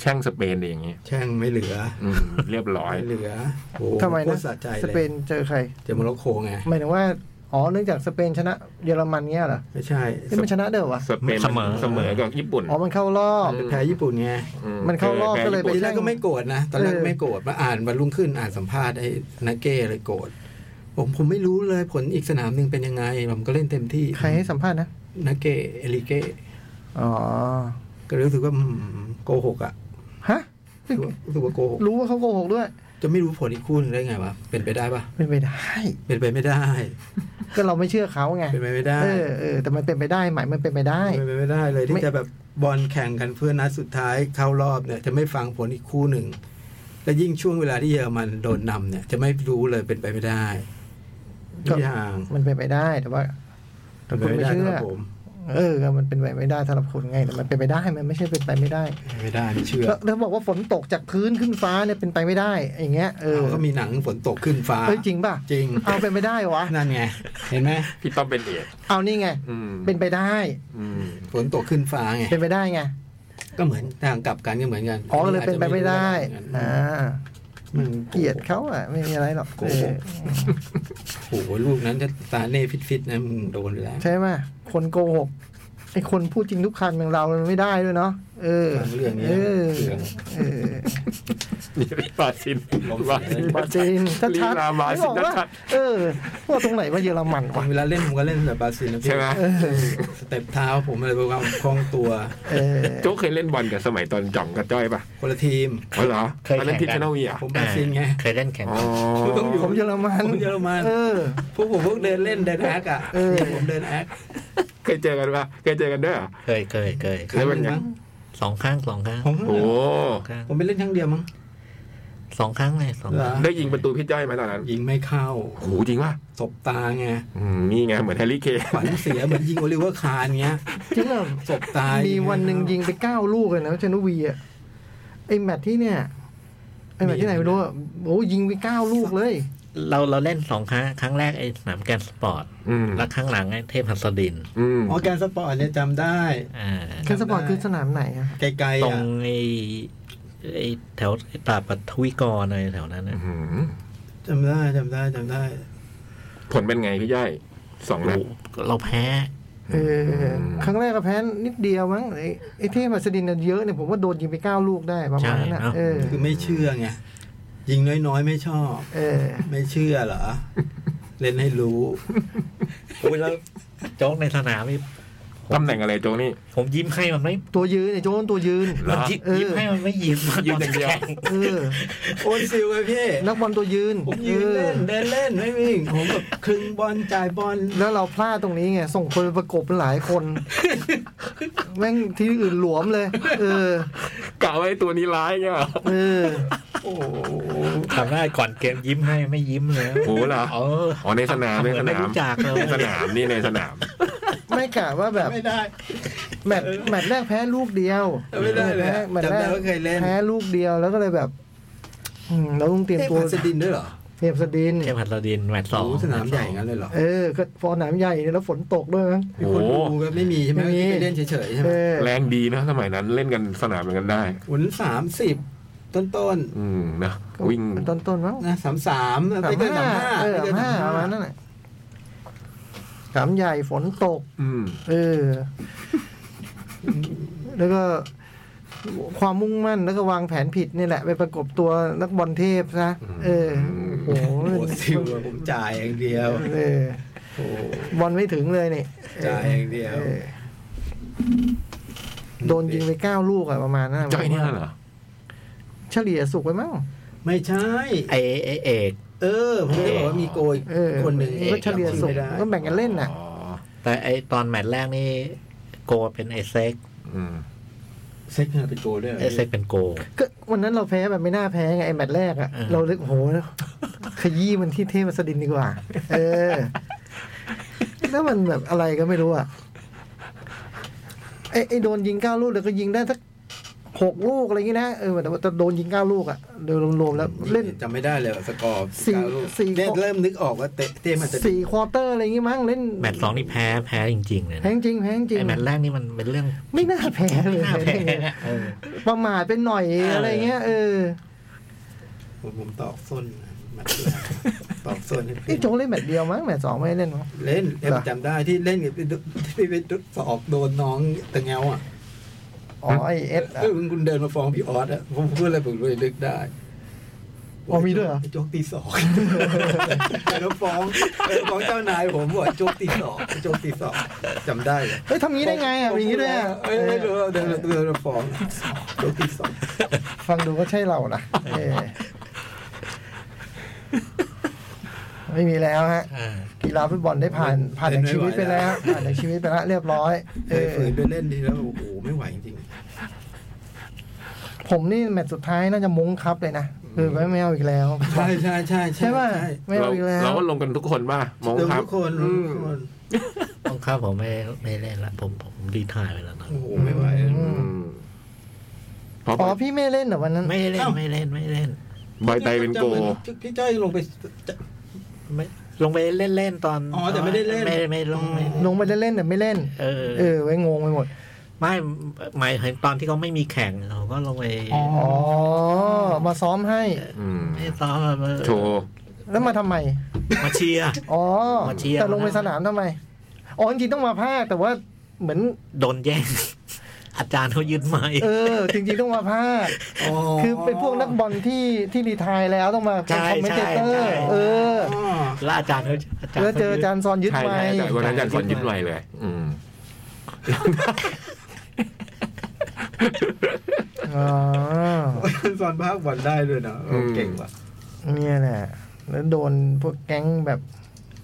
S3: แช่งสเปนดีอย่างนี้
S5: แช่งไม่เหลือ
S3: อืม เรียบร้อย
S5: ไม่เหลือโอ้
S4: ทำไม
S5: โค
S4: นะ
S5: ตรสะใจ
S4: สเป
S5: เลย
S4: นเจอใคร
S5: เจอโมร็อกโกไง
S4: หมายถึงว่า อ๋อ เนื่องจากสเปนชนะเยอรมันเงี้ยเหรอ
S5: ไม่ใช่
S4: เอ้ยมันชนะเด้อวะ
S3: สเปน
S2: เสมอ
S3: เสมอกับญี่ปุ่น
S4: อ๋อ มันเข้ารอบ
S5: แพ้ญี่ปุ่นไง
S4: มันเข้ารอบก็เลยไป
S5: ตอนแรกก็ไม่โกรธนะ ตอนแรก
S4: เออ
S5: ไม่โกรธมาอ่านวันรุ่งขึ้นอ่านสัมภาษณ์ไอ้นาเก้เลยโกรธผมผมไม่รู้เลยผลอีกสนามหนึ่งเป็นยังไง ผมก็เล่นเต็มที่
S4: ใครให้สัมภาษณ์นะ
S5: นาเก้เอลิเก้
S4: อ๋อ
S5: ก็รู้สึกว่าอืมโกหกอ่ะ
S4: ฮะ
S5: รู้ว่ารู้สึกว่าโกหก
S4: รู้ว่าเขาโกหกด้วย
S5: จะไม่รู้ผลอีกคู่หนึงได้ไงวะเป็นไปได้ปะ
S4: เป็นไปได้
S5: เป็นไปไม่ได้
S4: ก็เราไม่เชื่อเขาไง
S5: เป็นไปไม่ได้
S4: เออเออ แต่มันเป็นไปได้ หมายมันเป็นไปได้
S5: เป็นไปไม่ได้เลย
S4: ไม่
S5: ที่จะแบบบอลแข่งกันเพื่อนัดสุดท้ายเข้ารอบเนี่ย จะไม่ฟังผลอีกคู่หนึ่งและยิ่งช่วงเวลาที่เยอรมันโดนนำเนี่ย จะไม่รู้เลยเป็นไปไม่ได้ทุกอย่าง
S4: มันเป็นไปได้ แต่ว่า
S5: เป็นไปไม่ได้
S4: คุณไม่เชื่อ
S5: ครับผม
S4: เออ มันเป็นไปไม่ได้สำหรับคนไง แต่มันเป็นไปได้ มันไม่ใช่เป็นไปไม่ได้
S5: เป็นไปไม่ได้ไม่เชื่อ
S4: แล้วแล้วบอกว่าฝนตกจากพื้นขึ้นฟ้าเนี่ยเป็นไปไม่ได้ อย่างเงี้ย เออ
S5: เขาก็มีหนังฝนตกขึ้นฟ้า
S4: เอ้ยจริงป่ะ
S5: จริง
S4: เอาเป็นไปได้วะ
S5: นั่นไง เห็นไหม
S3: พี่ต้อมเป็นเอก
S4: เอานี่ไง
S3: อืม
S4: เป็นไปได้
S3: อืม
S5: ฝนตกขึ้นฟ้าไง
S4: เป็นไปได้ไง
S5: ก็เหมือนทางกลับกันก็เหมือนกัน
S4: อ๋อก็เลยเป็นไปไม่ได้ อ่า
S5: มัน
S4: เกลียดเขาอ่ะ ไม่มีอะไรหรอกเออ
S5: โอ้โหลูกนั้นถ้าตาเน่ฟิตๆนะมึงโดนไปแล้ว
S4: ใช่ไหมคนโกหก ไอคนพูดจริงทุกคันอย่างเรามันไม่ได้ด้วยเนาะเออ
S5: หลังเรื่องนี้
S4: เออ
S5: เรื่อง
S4: เออ
S3: นี่บาซินบาซิน
S4: บาซินชัด
S3: ลี
S4: ชัด
S3: ลาบาซิล
S4: บอกว่า
S3: ชัด
S4: เออว่าตรงไหนว่าเยอรมันวะ
S5: เวลาเล่นผมก็เล่นแบบบาซิลนะพี่
S3: ใช่ไหม
S5: สเต็ปเท้าผมอะไรประมาณคล่องตัว
S4: เออ
S3: โจ๊กเคยเล่นบอลกับสมัยตอนจ่องกับจ้อยปะ
S5: คนละทีม
S3: อ๋อเหรอ
S2: เคย
S3: ตอนนั้นทีม
S2: แข่
S3: ชาง แน
S2: กัน
S3: ลวีอ่ะ
S5: ผมบาซิลไง
S2: เคยเล่นแข่ง
S3: อ๋อ
S5: ต้องอยู่
S4: ผมเยอรมัน
S5: ผมเยอรมัน
S4: เออ
S5: พวกผมพวกเดินเล่นเดินแอคอะ
S4: เออ
S5: ผมเดินแอค
S3: เคยเจอกันปะเคยเจอกันด้วยเหรอ
S2: เคยเคยเคย
S3: แล้วมันไง
S5: มั้ง
S2: สองครั้งสองครั้ง
S5: ผม
S3: โอ้
S2: ครั้ง
S5: ผมไปเล่นครั้งเดียวมั้ง
S2: สองครั้งเลยสองครั้ง
S5: เหรอ
S3: ได้ยิงประตูพี่จ้อยไหมตอนนั้น
S5: ยิงไม่เข้า
S3: โอ้โหจริงปะ
S5: สบตาไง
S3: อืมนี่ไงเหมือนแฮร์รี่เคน
S5: ขวัญเสียเหมือนยิงโอลิเวอร์คาร์นเงี้ย
S4: จริงเหรอ
S5: สบตา
S4: มี
S5: มี
S4: วันหนึ่งยิงไปเก้าลูกเลยนะชนุวีอ่ะไอแมตช์ที่เนี่ยไอแมตช์ที่ไหนไม่รู้อะโอ้ยิงไปเก้าลูกเลย
S2: เราเราเล่นสองครั้งครั้งแรกไอ้สนามแกนสปอร์ต
S3: อืม
S2: แล้วครั้งหลังไอ้เทพหัสดิน
S3: อืม
S5: อ๋อแกนสปอร์ตเนี่ยจำได้
S2: อ่า
S4: แคันสปอร์ตคือสนามไหนอะ
S5: ไกล
S2: ตรง
S5: ๆอ่ะ
S2: ไอ้ไอ้แถวไอ้ตาปัทวิกรอะไรแถวนั้นนะ
S3: อืม
S5: จำได้จำได้จำได้
S3: ผลเป็นไงพี่จ้อยสองนัด
S2: เราแพ้
S4: เออครั้งแรกก็แพ้นิดเดียวมั้งไอ้ไอเทพอัสดินน่ะเยอะเนี่ยผมว่าโดนยิงไปเก้าลูกได้ประมาณนั้นอะ
S2: ใช่เนอะ
S4: เออ
S5: คือไม่เชื่อไง ยิงน้อยๆไม่ชอบ
S4: เออ
S5: ไม่เชื่อเหรอ เล่นให้ รู้
S2: อุ้ยแล้วโจ๊กในสนามนี่
S3: ตำแหน่งอะไรโจนี่
S2: ผมยิ้มให้มันไม่
S4: ตัวยืนไอโจนตัวยืน
S3: เหรอ
S2: ยิ้ม
S4: เออ
S2: ยิ้มให้มันไม่ยิ้ม
S3: ยิ้มอย่างเดียว
S2: ตอนแข่
S4: เออ
S5: โอนซิลไงพี่
S4: นักบอลตัวยืน
S5: ผม
S4: เอ
S5: ยืน
S4: อ
S5: เล่นเดินเล่นไม่วิ่ง ผมแบบคลึงบอลจ่ายบอล
S4: แล้วเราพลาดตรงนี้ไงส่งคนไปประกบเป็นหลายคน แม่งที่อื่นหลวมเลย เออ
S3: กะไว้ตัวนี้ร้ายเงี้ยเหรอ
S4: เออ
S5: โอ้โห
S2: ทำได้ก่อนเกมยิ้มให้ไม่ยิ้มเลย
S3: โหเหรอ
S2: เออ
S3: อ๋อในสนามในส
S2: ทำเหอ
S3: นา
S2: ไม่
S3: ม
S2: รู้จักเลย
S3: ในสนามนี่ในสนาม
S4: ไม่กะว่าแบบ
S5: ไม่ได้
S4: แมตช์แมตช์แรกแพ้ลูกเดียว
S5: ไม่ได้เลยอะ
S4: แมตช์แร
S5: จำได้ว่าเคยเล่น
S4: แพ้ลูกเดียวแล้วก็เลยแบบอืมเราต้องเตรียม
S5: เอ๊ะ
S4: ตัว
S5: พัสดินด้วยเหรอ
S4: เตรียมสดิน
S2: เทพหัสดินแมตช์สอง
S5: โโหสนามใหญ่งั้นเลยเหรอ
S4: เออ ก็ฟอร์หนามใหญ่แล้วฝนตกด้วยมั้ง
S5: มี
S3: โอ้
S5: คน
S3: โห
S5: ดูก็ไม่มีใช่ไหม
S4: ไม่มี
S5: ไปเล่นเฉยๆใช่ไหม
S4: เออ
S3: แรงดีนะสมัยนั้นเล่นกันสนามเหมือนกันได้
S5: หุ่นสามสิบต้น
S3: อืมนะวิ่ง
S4: ต้นต้นๆมั้ง
S5: ๆนะสามสาม
S4: สา
S5: ไป
S4: ม
S5: เกินสา
S4: ห้าม
S5: ห้า
S4: เออ
S5: ไปเกิน
S4: สามห้า
S5: สา
S4: ป
S5: ม
S4: ระมา
S5: ห้า
S4: ณนั้นแหละสนามใหญ่ฝนตก
S3: อืม
S4: เออ แล้วก็ความมุ่งมั่นแล้วก็วางแผนผิดนี่แหละ ไปประกบตัวนักบอลเทพซะเออโอ้โห
S5: โอ้โหซิลอะผมจ่ายอย่างเดียว
S4: เออ
S5: โอ้โห
S4: บอลไม่ถึงเลยนี่
S5: จ่ายอย่างเดียว
S4: เออโดนยิงไปเก้าลูกอะประมาณนั้น
S3: จ้อยเนี่ยเหรอ
S4: เฉลี่ยสุกไปมั้ง
S5: ไม่ใช่
S2: ไอไอเอก
S5: เออ ผมได้บอกว่ามีโกย
S4: เออ
S5: คนหนึ่ง
S4: ก็เฉลี่ยสุก
S5: ไม่ได้
S4: ก็แบ่งกันเล่นน่ะ
S3: อ๋อ
S2: แต่ไอตอนแมตช์แรกนี่โกเป็นไอเซ็ก
S3: อืม
S5: เซ็กเนี่ยเป็นโกยด้วยหร
S2: ไอเซ็กเป็นโก
S4: ก็วันนั้นเราแพ้แบบไม่น่าแพ้ไงไอ้แมตช์แรกอะ
S2: เออ
S4: เราเลยโอ้โห ขยี้มันที่เทพสดินดีกว่า เออ แล้วมันแบบอะไรก็ไม่รู้อะไอ้ไอ้โดนยิงเก้าลูกแล้วก็ยิงได้สักหกลูกอะไรอย่างงี้นะเออแต่ว่าแต่โดนยิงเก้าลูกอะโดยรวมๆแล้วเล่น
S5: จำไม่ได้เลยว่าสกอร์
S4: สี่สี่
S5: เนี่ยเริ่มนึกออกว่าเตะเตะมันจะ
S4: สี่ควอเตอร์อะไรอย่างงี้มั้งเล่น
S2: แมตช์สองนี่แพ้แพ้จริง ๆ เลย
S4: แพ้
S2: นะ
S4: จริงแพ้จริง
S2: ไอแมตช์แรกนี่มันเป็นเรื่อง
S4: ไม่น่าแพ้เล
S2: ไม่
S4: ย
S2: น่าแพ้นะเออ
S4: ประมาทเป็นหน่อยอะไรเงี้ยเออ
S5: ผมผมตอกส้นมาเชื่อตอกส้นให้
S4: ไอ้โจงเล่นแมตช์เดียวมั้งแมตช์สองไม่ได้เล่นมั้ง
S5: เล่นเล่น
S4: เหรอ
S5: จำได้ที่เล่นกับที่ไปทดสอบโดนน้องตะเงาอ่ะ
S4: อ๋อไอเอสอะ
S5: เออคุณเดินมาฟ้องพี่ออสอ่ะผมพูดอะไรผมเลยนึกได้
S4: อ๋อมีด้วยเหรอ
S5: ไโจ๊กตีสองแล้วฟ้องเออฟ้องเจ้านายผมบอกโจ๊กตีสองโจ๊กตีสองจำได้เลย
S4: เฮ้ยทำงี้ได้ไงอ่ะมีงี้ด้วยอะ
S5: เอ้ยไม่รู้เดินเดินฟ้องโดนตีสอง
S4: ฟังดูก็ใช่เรานะเออไม่มีแล้วฮะ
S2: อ่า
S4: กีฬาฟุตบอลได้ผ่านผ่านจากชีวิตไปแล้วผ่านจากชีวิตไปแล้วเรียบร้อย
S5: เค
S4: เอย อ
S5: ฝืนไปเล่นดีแล้วโอ้โหไม่ไหวจริง
S4: ผมนี่แมตช์สุดท้ายน่าจะมุ้งครับเลยนะคือไม่ไม่เอาอีกแล้ว
S5: ใช่ใช่ใช่
S4: ใช่ป่ะไม่เอา
S3: เรา
S4: อีกแล้ว
S3: เราก็ลงกันทุกคนป่ะมอง
S5: เดิน
S3: ครับ
S5: ทุกคน
S3: อืม
S5: ทุกคน
S2: ต้องครับผมไม่ไม่เล่นละผมผมรีไทายไปแล้วนะ
S5: โอ้โหไม่ไหว
S4: อื
S3: อืม
S4: ม
S3: พอ
S4: อ๋อพี่ไม่เล่นเหรอวันนั้น
S2: ไม่เล่นไม่เล่นไม่เล่น
S3: บอยไตเป็นโก
S5: พี่จ้อยลงไป
S2: ไม่ลงไปเล่นเล่นๆตอน
S5: อ๋อแต่ไม่ได้เล่น
S2: ไม่ไม่ลงไม่
S4: ลงไปเล่นๆแต่ไม่เล่น
S2: เออ
S4: เออไว้งงไปหมด
S2: ไม่หมายถึงตอนที่เขาไม่มีแข่งเขาก็ลงไป
S4: อ๋อ มาซ้อมให้
S3: อืม
S2: ไม่ซ้อมมา
S3: โชว์
S4: แล้วมาทำไม
S2: มาเชียร์
S4: อ๋อ
S2: มาเชียร์
S4: แต่ลงไปสนามทำไม อ๋อจริงๆต้องมาภาคแต่ว่า เหมือน
S2: โดนแย่ง อาจารย์เขายึดไม้
S4: เออ จริง ๆ ต้องมาพาด คือเป็นพวกนักบอลที่ที่รีไทายแล้วต้องมาเป็นคอมเมนเตเตอร์ เออ
S5: อ๋อ
S2: แล้วอาจารย์เขาอาจารย์
S4: แล้ว
S2: ขา
S4: เจอ
S2: ยึด
S4: อาจารย์ซอนยึด
S3: ใช่
S4: ไม้
S3: ใช่อาจารย์วันนั้นอาจารย์สอนยึดไว้เลย อืม
S4: อ๋อ
S5: สอนภาคบอลได้ด้วยนะโอ้
S3: อืม
S5: เก่งว่ะ
S4: เนี่ยแหละ แล้วโดนพวกแก๊งแบบ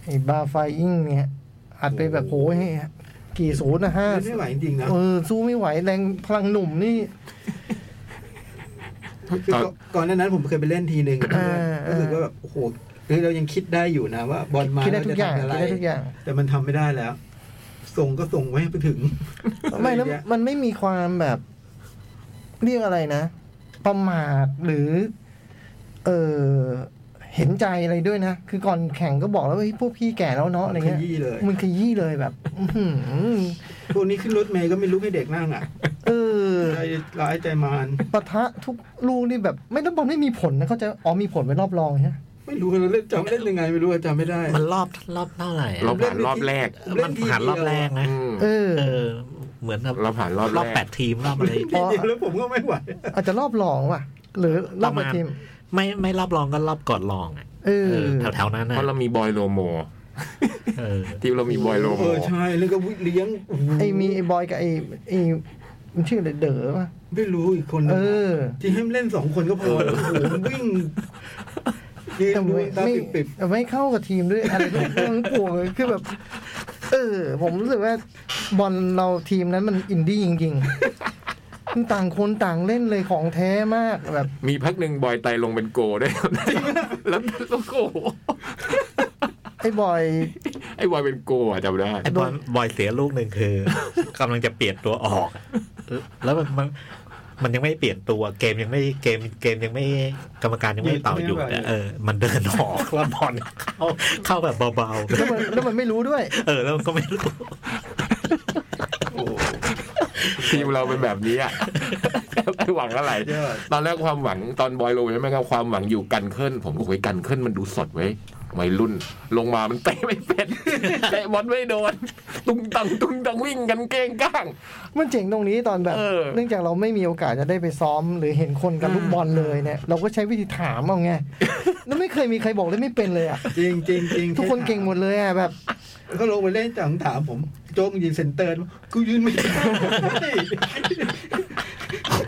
S4: ไอ้บาร์ไฟอิงเนี่ยอัดไปแบบโอ้ยกี่ศูนย์นะห้า
S5: ไม่ไหวจริงๆนะ
S4: เออ สู้ไม่ไหวแรงพลังหนุ่มนี่
S5: คือก่อนก่อนหน้านั้นผมเคยไปเล่นทีหนึ่งกับเพื่อน
S4: อ่า
S5: รู้สึกว่าแบบโอ้โหเฮ้ยเรายังคิดได้อยู่นะว่าบอลมา
S4: คิดได้
S5: แล้ว
S4: ทุ
S5: จะ
S4: กอย่าง
S5: ทำอะไร
S4: คิดได้ทุกอย่าง
S5: แต่มันทำไม่ได้แล้ว ส่งก็ส่งไม่ไปถึง
S4: ไม่แล้ว
S5: อะรอย่างเงี้ย
S4: มันไม่มีความแบบ เรียกอะไรนะ ประมาทหรือ เออเห็นใจอะไรด้วยนะ คือก่อนแข่งก็บอกแล้วว่าเฮ้ยพวกพี่แก่แล้วเนาะอะไรเงี้ย
S5: ขยี้เลย
S4: มันขยี้เลยแบบ อื้อหือ
S5: พวกนี้ขึ้นรถเมย์ก็ไม่รู้ให้เด็กนั่งอ่ะ
S4: เออ
S5: ใจร้ายใจมาร
S4: ปะทะทุกลูกนี่แบบ ไม่ต้องบอลไม่มีผลนะเขาใจะอ๋อมีผลไว้รอบรองใช่ไหม
S5: ไม่รู้เราเล่นจำเล่นยังไงไม่รู้อะจำไม่ได้
S2: มันรอบรอบเท่าไหร่อะ
S3: เราผ่านรอบแรก
S5: เล่
S2: มัน
S5: ที
S2: ผ่านรอบแรกนะ
S3: อืม
S4: เออ
S2: เออ เหมือนแบบ
S3: เราผ่านรอบ
S2: ร
S3: แร
S2: อบ
S3: ก
S2: แปดทีมรอบอะไร
S5: เล่นทีเดียวแล้วผมก็ไม่ไหว
S4: อาจจะรอบรองว่ะ หรือรอบ
S2: ประมาณ
S4: ทีม
S2: ไม่ไม่รอบรองก็รอบก่อนรองอะ
S4: เออ
S2: แถวแถวๆนั้น
S3: เพ
S2: นะ
S3: ราะเรามีบอยโลโม
S2: เออ
S3: ทีมเรามีบอยโลโม
S5: เออใช่แล้วก็เลี้ยงโโห
S4: ไอ้มีไอ้บอยกับไอ้ไอ้มันชื่ออะไรเด๋อป่ะ
S5: ไม่รู้อีกคนนึ
S4: เอง
S5: อะ
S4: อ
S5: ที่ให้มันเล่นสองคนก็พอแล้วโอ้โหวิ่งยืน
S4: แต่
S5: ดู
S4: ไม่
S5: ตา
S4: ไม่
S5: ปิด
S4: ไม่เข้ากับทีมด้วยอะไรทั้งปวงเลยคือแบบ เออ ผมรู้สึกว่าบอลเราทีมนั้นมันอินดี้จริงๆมันต่างคนต่างเล่นเลยของแท้มากแบบ
S3: มีพักหนึ่งบอยไตลงเป็นโกด้วย แล้ว แล้วโก
S4: ไอ้บอย
S3: ไอ้บอยเป็นโกอ่ะจำได้
S2: ไอ้บอยบอยเสี ยลูกหนึ่งคือกำลังจะเปลี่ยนตัวออกแล้วแล้วมันมันมันยังไม่เปลี่ยนตัวเกมยังไม่เกมเกมยังไม่กรรมการยังไม่เป่าอยู่แต่เออ มันเดินออก แล้วบอลเข้าเข้าแบบเบา
S4: แล้วมันแล้วมันไม่รู้ด้วย
S2: ๆ เออ แล้วมันก็ไม่รู้
S3: ทีมเราเป็นแบบนี้อ่ะ ไอ้หวังอะไร
S5: ๆยอด
S3: ตอนแรกความหวังตอนบอยโลใช่ไหมครับความหวังอยู่กันเคลื่อนผมก็โอ้ยกันเคลื่อนมันดูสดไว้ยวัยรุ่น ลงมามันเตะไม่เป็น เตะบอลไม่โดน ตุงตังตุงตังวิ่งกันเก้งก้าง
S4: มันเจ๋งตรงนี้ตอนแบบ
S3: เออ
S4: เนื่องจากเราไม่มีโอกาสจะได้ไปซ้อม หรือเห็นคนกับลูกบอลเลยเนี่ยเราก็ใช้วิธีถามเอาไงแล้วไม่เคยมีใครบอกเล่นไม่เป็นเลยอ่ะ
S5: จริงจริงจริง
S4: ทุกคนเก่งหมดเลยอ่ะแบบ
S5: ก็ลงไปเล่นจังถามผม โจ๊กยืนเซนเตอร์กูยืนไม่ได้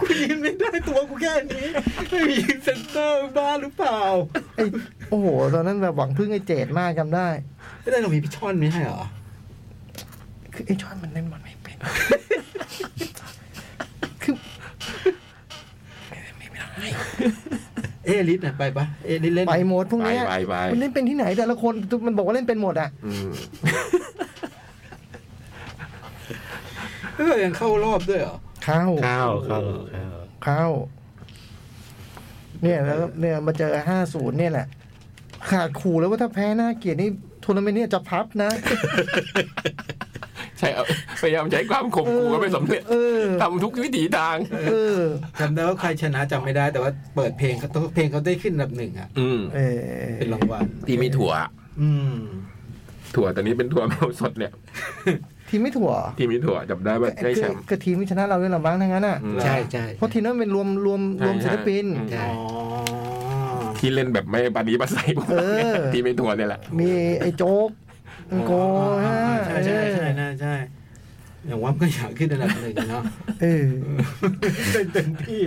S5: กูยืนไม่ได้ตัวกูแค่นี้ไม่มียืนเซนเตอร์บ้าหรือเปล่า
S4: ไอ้โอ้โห ตอนนั้นแบบหวังพึ่งไอ้เจดมากจำได้
S5: ไม่ได้เรามีพี่ช่อนไม่ใช่เหรอ
S4: คือไอ้จอนมันเล่นบอลไม่เป็น คือ
S5: เอลิสน่ะไปปะเอลิสเล่น
S4: ไปหมดพวกเนี้ย
S3: ไปไปไป
S4: มันเล่นเป็นที่ไหนแต่ละคนมันบอกว่าเล่นเป็นหมดอ่ะ
S3: อืม
S5: เออยังเข้ารอบด้วยเหรอ
S4: เข้า
S2: เข้าเข้าเข้า
S4: เข้า เนี่ยแล้วก็เนี่ยมาเจอห้าศูนย์เนี่ยแหละ ขาดขู่แล้วว่าถ้าแพ้หน้าเกลียดนี่ทัวร์นาเมนต์เนี่ยจะพับนะ
S3: ใช่เอาพยายามใช้ความข่มขู่ก็ไม่สำเร็จ
S4: เออ
S3: ทำทุกวิถีทาง
S4: เออ
S5: จำได้ว่าใครชนะจำไม่ได้แต่ว่าเปิดเพลงเขาต้องเพลงเขาได้ขึ้นอันดับหนึ่งอ่ะ
S3: อืม
S4: เออ
S5: เป็นรางวัล
S3: ที่มีถั่ว
S5: อืม
S3: ถั่วตอนนี้เป็นถั่วแมวสดเนี่ย
S4: ทีมไม่ถั่ว
S3: ที่มีถั่วจำได้ว่าได้แชมป์
S4: ก็ทีมที่ชนะเราด้วยหรอบ้างทั้งนั้นอ่ะ
S3: อืม
S2: ใช่ใช่
S4: เพราะทีมนั้นเป็นรวมรวมรวมศิลปิน
S3: ใช่
S5: อ๋อ
S3: ที่เล่นแบบไม่ปานีปาใส พวกเราเนี่ย
S4: เออ
S3: ที่ไม่ทัวร์เนี่ยแหละ
S4: มีไอ้โจ๊กไอ้โกฮะ
S5: ใช่ใช่ใช่น่าใช่ อย่างว่ามันก็อยากขึ้นอันดับหนึ่งเนาะ
S4: เออ
S5: เต็มเต็มที่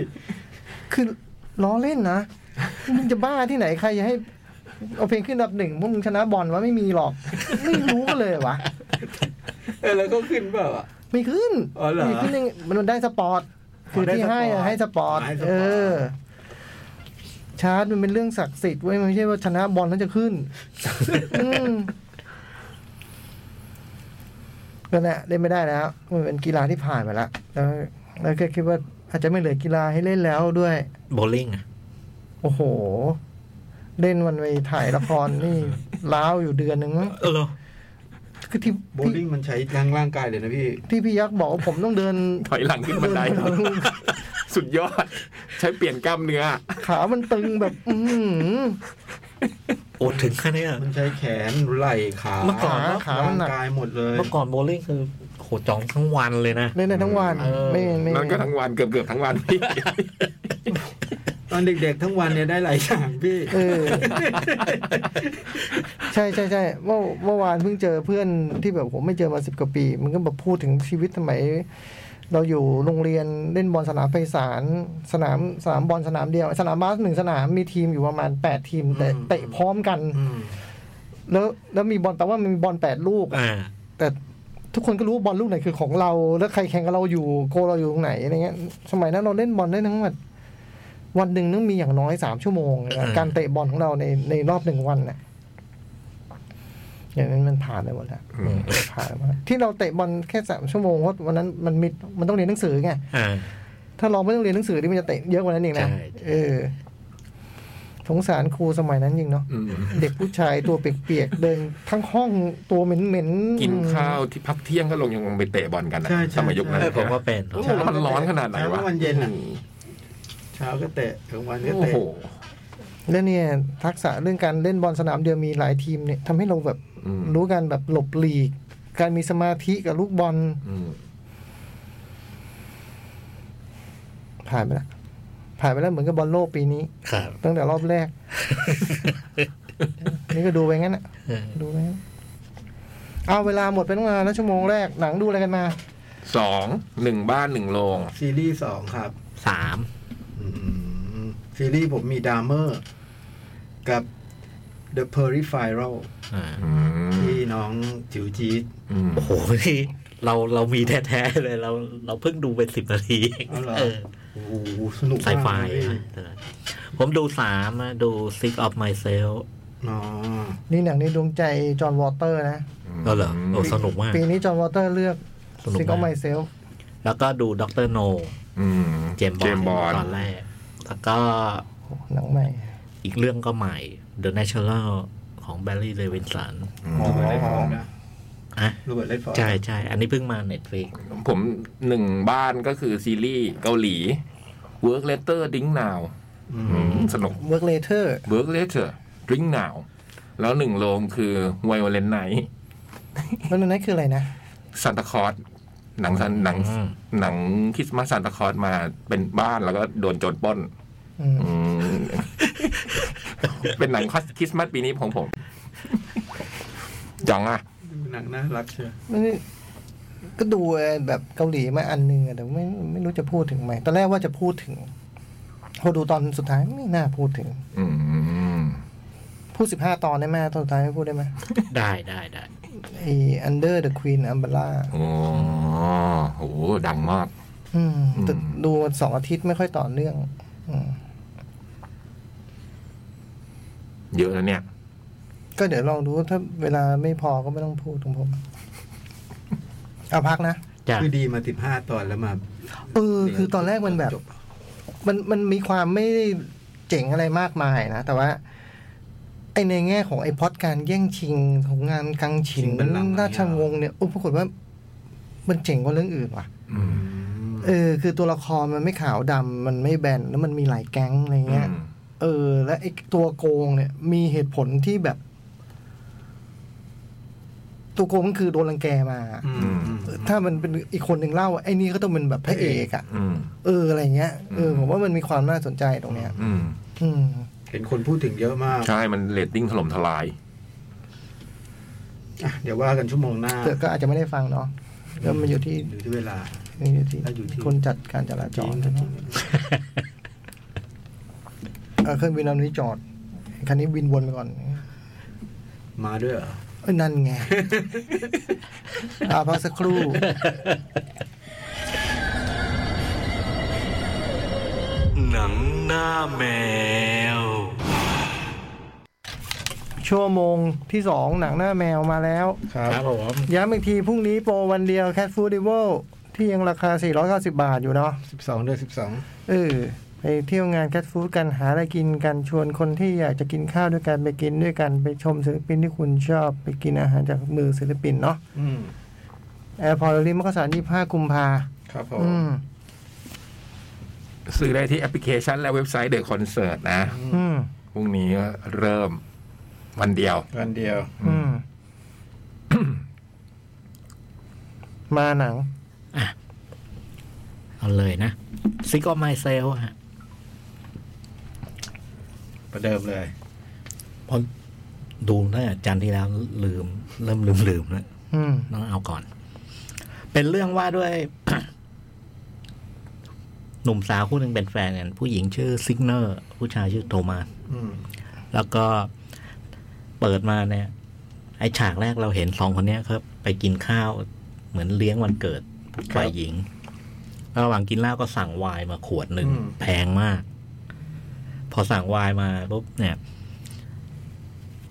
S4: คือล้อเล่นนะมึงจะบ้าที่ไหนใครจะให้ เอาเพลงขึ้นอันดับหนึ่งพวกมึงชนะบอลวะไม่มีหรอก ไม่รู้กันเลยวะ
S5: เออแล้วก็ขึ้นเปล่าอ่ะ
S4: ไม่ขึ้น
S5: อ๋อเหรอ
S4: ไม่ขึ้นยังมันได้สปอร์ตคือที่ให้อะ
S5: ได้สปอร์ต
S4: ให้สปอร์ต
S5: ให้สปอร์ต
S4: เออ ชาร์จมันเป็นเรื่องศักดิ์สิทธิ์เว้ยมันไม่ใช่ว่าชนะบอลแล้วจะขึ้นอืมนั่นแหละเล่นไม่ได้แล้วมันเป็นกีฬาที่ผ่านไปแล้วแล้วแล้วก็คิดว่าอาจจะไม่เหลือกีฬาให้เล่นแล้วด้วย
S2: โบลิ่งอะ
S4: โอ้โห เล่นวันไปถ่ายละครนี่ ล้าวอยู่เดือนหนึ่งมั้ง
S2: เออเหรอ
S4: คือที่
S5: โบ
S4: ที่
S5: ลิ่งมันใช้ทางร่างกายเลยนะพี่
S4: ที่พี่ยักษ์บอกว่าผมต้องเดิน
S3: ถอยหลังขึ้นบัน ได สุดยอด ใช้เปลี่ยนกล้ามเนื้อ
S4: ขามันตึงแบบ อือหือ
S2: โอ้ถึงขั้นเนี้ย
S5: มันใช้แขนไหล่ขา
S2: เมื่อก่อน
S4: ขามันหนัก
S5: ร่างกายหมดเลย
S2: เมื่อก่อนโบลิ่งคือ โหจองทั้งวันเลยนะ
S4: เล่นได้ทั้งวัน
S2: เออ
S4: ไม่ไม่
S3: นั่นก็ทั้งวันเกือบเกือบๆทั้ง วันพี่
S5: ตอนเด็กๆทั้งวันเนี่ยได้หลายอย่างพี่
S4: เออใช่ใช่ใช่เมื่อเมื่อวานเพิ่งเจอเพื่อนที่แบบผมไม่เจอมาสิบกว่าปี มันก็แบบพูดถึงชีวิตสมัย เราอยู่โรงเรียนเล่นบอลสนามไพศาลสนามสนามบอลสนามเดียว สนามบาสหนึ่งสนามมีทีมอยู่ประมาณแปดทีมแต่เตะพร้อมกัน
S5: อืม
S4: แล้วแล้วมีบอลแต่ว่ามันมีบอลแปดลูกอะ
S2: อ่า
S4: แต่ทุกคนก็รู้ว่าบอลลูกไหนคือของเรา แล้วใครแข่งกับเราอยู่โกเราอยู่ตรงไหนอะไรเงี้ย สมัยนั้นเราเล่นบอลได้ทั้งหมดวันหนึ่งต้องมีอย่างน้อยสามชั่วโมงนะ
S2: อ่า
S4: การเตะบอลของเราในในรอบหนึ่งวันน่ะอย่างนั้นมันผ่านไปหมดแล้วผ่านไปหมดแล้วที่เราเตะบอลแค่สามชั่วโมงเพราะวันนั้นมันมีมันต้องเรียนหนังสือไง
S2: อ่า
S4: ถ้าเราไม่ต้องเรียนหนังสือนี่มันจะเตะเยอะกว่านั้นเองนะ
S2: ใช่
S4: เออสงสารครูสมัยนั้นจริงเนาะ
S3: อืม
S4: เด็กผู้ชายตัวเปียกๆ เดินทั้งห้องตัวเหม็นๆ
S3: กินข้าวที่พักเที่ยงก็ลงยังลงไปเตะบอลกันนะ
S5: ใช่ใช่
S3: สมัยยุคนั้น
S2: เออผมว่าเป็น
S3: โอ้โหแล้วมันร้อนขนาดไหน
S5: เช้
S3: วะ
S5: ทั้งวันเย็นอ่ะเช้าก็เตะกลางวันก็
S3: โอ้
S5: เตะ
S3: โห
S4: แล้วเนี่ย ทักษะเรื่องการเล่นบอลสนามเดียวมีหลายทีมเนี่ยทำให้เราแบบ
S3: อืม
S4: รู้การแบบหลบหลีก การมีสมาธิกับลูกบอล
S3: อืม
S4: ผ่านไปแล้วผ่านไปแล้วเหมือนกับบอลโลกปีนี้
S2: ครับ
S4: ตั้งแต่รอบแรก นี่ก็ดูไปงั้นอะ
S2: เออ
S4: ดูไปงั้นเอาเวลาหมดไปตั้งนานแล้วชั่วโมงแรกหนังดูอะไรกันมา
S3: สองหนึ่งบ้านหนึ่งโรง
S5: ซีรีส์สองครับ
S2: สาม
S5: อืมซีรีส์ผมมีดามเมอร์กับ The Peripheral
S2: อ่า
S3: อืม
S5: ที่น้องจิ๋วจี๊ด
S3: อืม
S2: โอ้โหนี่เราเรามีแท้ๆเลยเราเราเพิ่งดูไปสิบนาที
S5: เอาเหรอ
S2: เออ
S5: โอ้โหสนุก
S2: สายไฟ
S5: มากเลย
S2: ผมดูสามอะดู Sick of Myself
S5: อ๋อ
S4: นี่หนังในดวงใจจอห์นวอเตอร์นะ
S2: ก็เหรอโอ้สนุกมาก
S4: ปีนี้จอห์นวอเตอร์เลือก
S2: สนุกมาก
S4: ซิงเกิลไมเซล
S2: แล้วก็ดูด็อกเตอร์โน
S3: อืม
S2: เจมส์
S3: ส์
S2: บบ อ
S3: อ
S2: ล
S3: ล
S2: ตอนแรก แล้วก็
S4: หนังใหม่
S2: อีกเรื่องก็ใหม่ The National ของแบร์รี่เลวินสัน
S5: โรเบิร์ตเลดฟอร์ดนะ
S2: อ่ะ
S5: โรเบิร์ตเลดฟอร์ด
S2: ใช่ใช่อันนี้เพิ่งมาเน็ตฟลิก
S3: ผมหนึ่งบ้านก็คือซีรีส์เกาหลี Work Letter Ding Now
S5: อื
S3: อื
S5: ม
S3: มสนุก
S4: เวิร์กเลเทอร์
S3: Work Letter Drink Now แล้วหนึ่งโรงคือ Violent Night
S4: แล้วนั่นคืออะไรนะ
S3: ซานตาคลอสหนังซันหนังหนังคริสต์มาสซานตาคลอสมาเป็นบ้านแล้วก็โดนโจรปล้น
S4: อืม
S3: อืม เป็นหนังคริสต์มาสปีนี้ของผมจังอ่ะ
S5: หนังน่ารักเชียว
S4: มันก็ดูแบบเกาหลีมาอันหนึงอะแต่ไม่ไม่รู้จะพูดถึงไหมตอนแรกว่าจะพูดถึง พอดูตอนสุดท้ายไม่น่าพูดถึง
S3: อืม
S4: พูดสิบห้าตอนได้ไหมตอนสุดท้ายไม่พูดได้ไหม
S2: ได้ได้ได้
S4: ไออันเดอร์เดอะควีนอัมเบล่า
S3: โอ้โห ดังมาก อืม
S4: ดูสองอาทิตย์ไม่ค่อยต่อเนื่อง อืม
S3: เยอะแล้วเนี่ย
S4: ก็เดี๋ยวลองดูถ้าเวลาไม่พอก็ไม่ต้องพูดของผม เอาพักนะ
S2: จ้ะ
S5: คือดีมาสิบห้าตอนแล้วมา
S4: เออคือตอนแรกมันแบบ
S5: จบ
S4: มันมันมีความไม่ได้เจ๋งอะไรมากมายนะ แต่ว่า ไอในแง่ของไอพอดการแย่งชิงของงานกังฉินราชวงศ์เนี่ยโอ้ปรากฏว่า มันเจ๋งกว่าเรื่องอื่นว่ะ
S3: อืม
S4: เออ คือตัวละครมันไม่ขาวดำมันไม่แบนแล้วมันมีหลายแก๊งอะไรเงี้ย เออ และไอตัวโกงเนี่ย มีเหตุผลที่แบบ ตัวโกงก็คือโดนรังแกมา
S5: อืมอืม
S4: ถ้ามันเป็นอีกคนหนึ่งเล่าไอ้นี่ก็ต้องเป็นแบบพระเอกอะ
S3: อืม
S4: เอออะไรเงี้ยเออ
S3: อืม
S4: ผมว่ามันมีความน่าสนใจตรงเนี้ย
S3: อืม
S4: อืม
S5: เห็นคนพูดถึงเยอะมาก
S3: ใช่ มันเรตติ้งถล่มทลาย
S5: อ่ะเดี๋ยวว่ากันชั่วโมงหน้า
S4: เกิดก็อาจจะไม่ได้ฟังเนาะก็มันอยู่ที่
S5: อยู่ที่เวลา
S4: มันอยู่ที่
S5: แล้วอยู่ที่
S4: คนจัดการจราจรเออเครื่องบินลำนี้จอดคันนี้บินวนไปก่อน
S5: มาด้วยเหรอ
S4: เอ้ยนั่นไง อาพักสักครู่
S1: หนังหน้าแมว
S4: ชั่วโมงที่สองหนังหน้าแมวมาแล้ว
S5: ครับ
S2: ครับผม
S4: ย้ำอีกทีพรุ่งนี้โปรวันเดียวแคทฟูดิวลที่ยังราคา 490 บาทอยู่เนาะ
S5: สิบสองเดือนสิบสอง
S4: เออไปเที่ยวงานแคทฟู้ดกันหาอะไรกินกันชวนคนที่อยากจะกินข้าวด้วยกันไปกินด้วยกันไปชมศิลปินที่คุณชอบไปกินอาหารจากมือศิลปินเนาะ
S5: อืม
S4: แอร์พอร์ตลิมกสารยี่ห้ากุมภา
S5: ครับผม
S4: อืม
S3: ซื้อได้ที่แอปพลิเคชันและเว็บไซต์เดอะคอนเสิร์ตนะ
S4: อืม
S3: พรุ่งนี้ก็เริ่มวันเดียว
S5: วันเดียว
S4: อืม มาหนัง
S2: เอาเลยนะซิกออฟไมเซลฮะ
S5: ประเดิมเลย
S2: เพอดูตั้งแต่จันทร์ที่แล้วลืม เริ่มลืมลืมแล้ว
S4: อืม
S2: ต้องเอาก่อน เป็นเรื่องว่าด้วย หนุ่มสาวคู่หนึ่งเป็นแฟนกัน ผู้หญิงชื่อซิกเนอร์ ผู้ชายชื่อโทมัส
S5: อืม
S2: แล้วก็เปิดมาเนี่ย ไอฉากแรกเราเห็นสองคนเนี้ยครับ ไปกินข้าวเหมือนเลี้ยงวันเกิดฝ่ายหญิง ระหว่างกินเหล้าก็สั่งไวน์มาขวดหนึ่ง
S5: อืม
S2: แพงมาก พอสั่งไวน์มาปุ๊บเนี่ย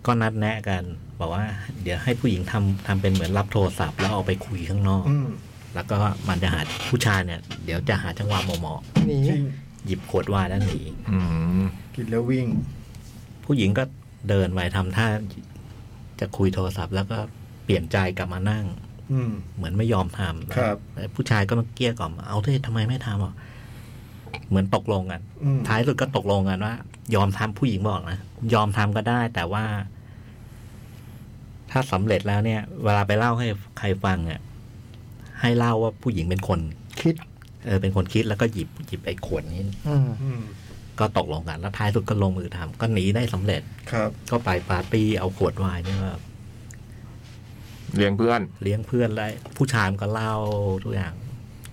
S2: ก็นัดแนะกัน บอกว่า เดี๋ยวให้ผู้หญิงทำทำเป็นเหมือนรับโทรศัพท์แล้วเอาไปคุยข้างนอก
S5: อืม
S2: แล้วก็มันจะหาผู้ชายเนี่ย เดี๋ยวจะหาจังหวะเหมาะ
S4: หนี
S5: จริง
S2: ๆหยิบขวดไวายแล้วหนี
S3: อืม
S5: กินแล้ววิ่ง
S2: ผู้หญิงก็เดินไปทำท่าจะคุยโทรศัพท์ แล้วก็เปลี่ยนใจกลับมานั่ง
S5: อืม
S2: เหมือนไม่ยอมทำ
S5: ครับ
S2: แต่ผู้ชายก็มาเกลี้ยกล่อมเอาเถอะทำไมไม่ทำอ่ะเหมือนตกลงกัน
S5: อืม
S2: ท้ายสุดก็ตกลงกันว่า ยอมทำผู้หญิงบอกนะ ยอมทำก็ได้ แต่ว่า ถ้าสำเร็จแล้วเนี่ย เวลาไปเล่าให้ใครฟังอ่ะให้เล่าว่าผู้หญิงเป็นคน
S4: คิด
S2: เออเป็นคนคิดแล้วก็หยิบหยิบไอ้ขวดนี้
S4: อืม
S5: อืม
S2: ก็ตกลงกัน แล้วท้ายสุดก็ลงมือทำก็หนีได้สำเร็จ
S5: ครับ
S2: ก็ไปปาร์ตี้เอาขวดไวน์เนี่ยมา
S3: เลี้ยงเพื่อน
S2: เลี้ยงเพื่อนแล้วผู้ชายมันก็เล่าทุกอย่าง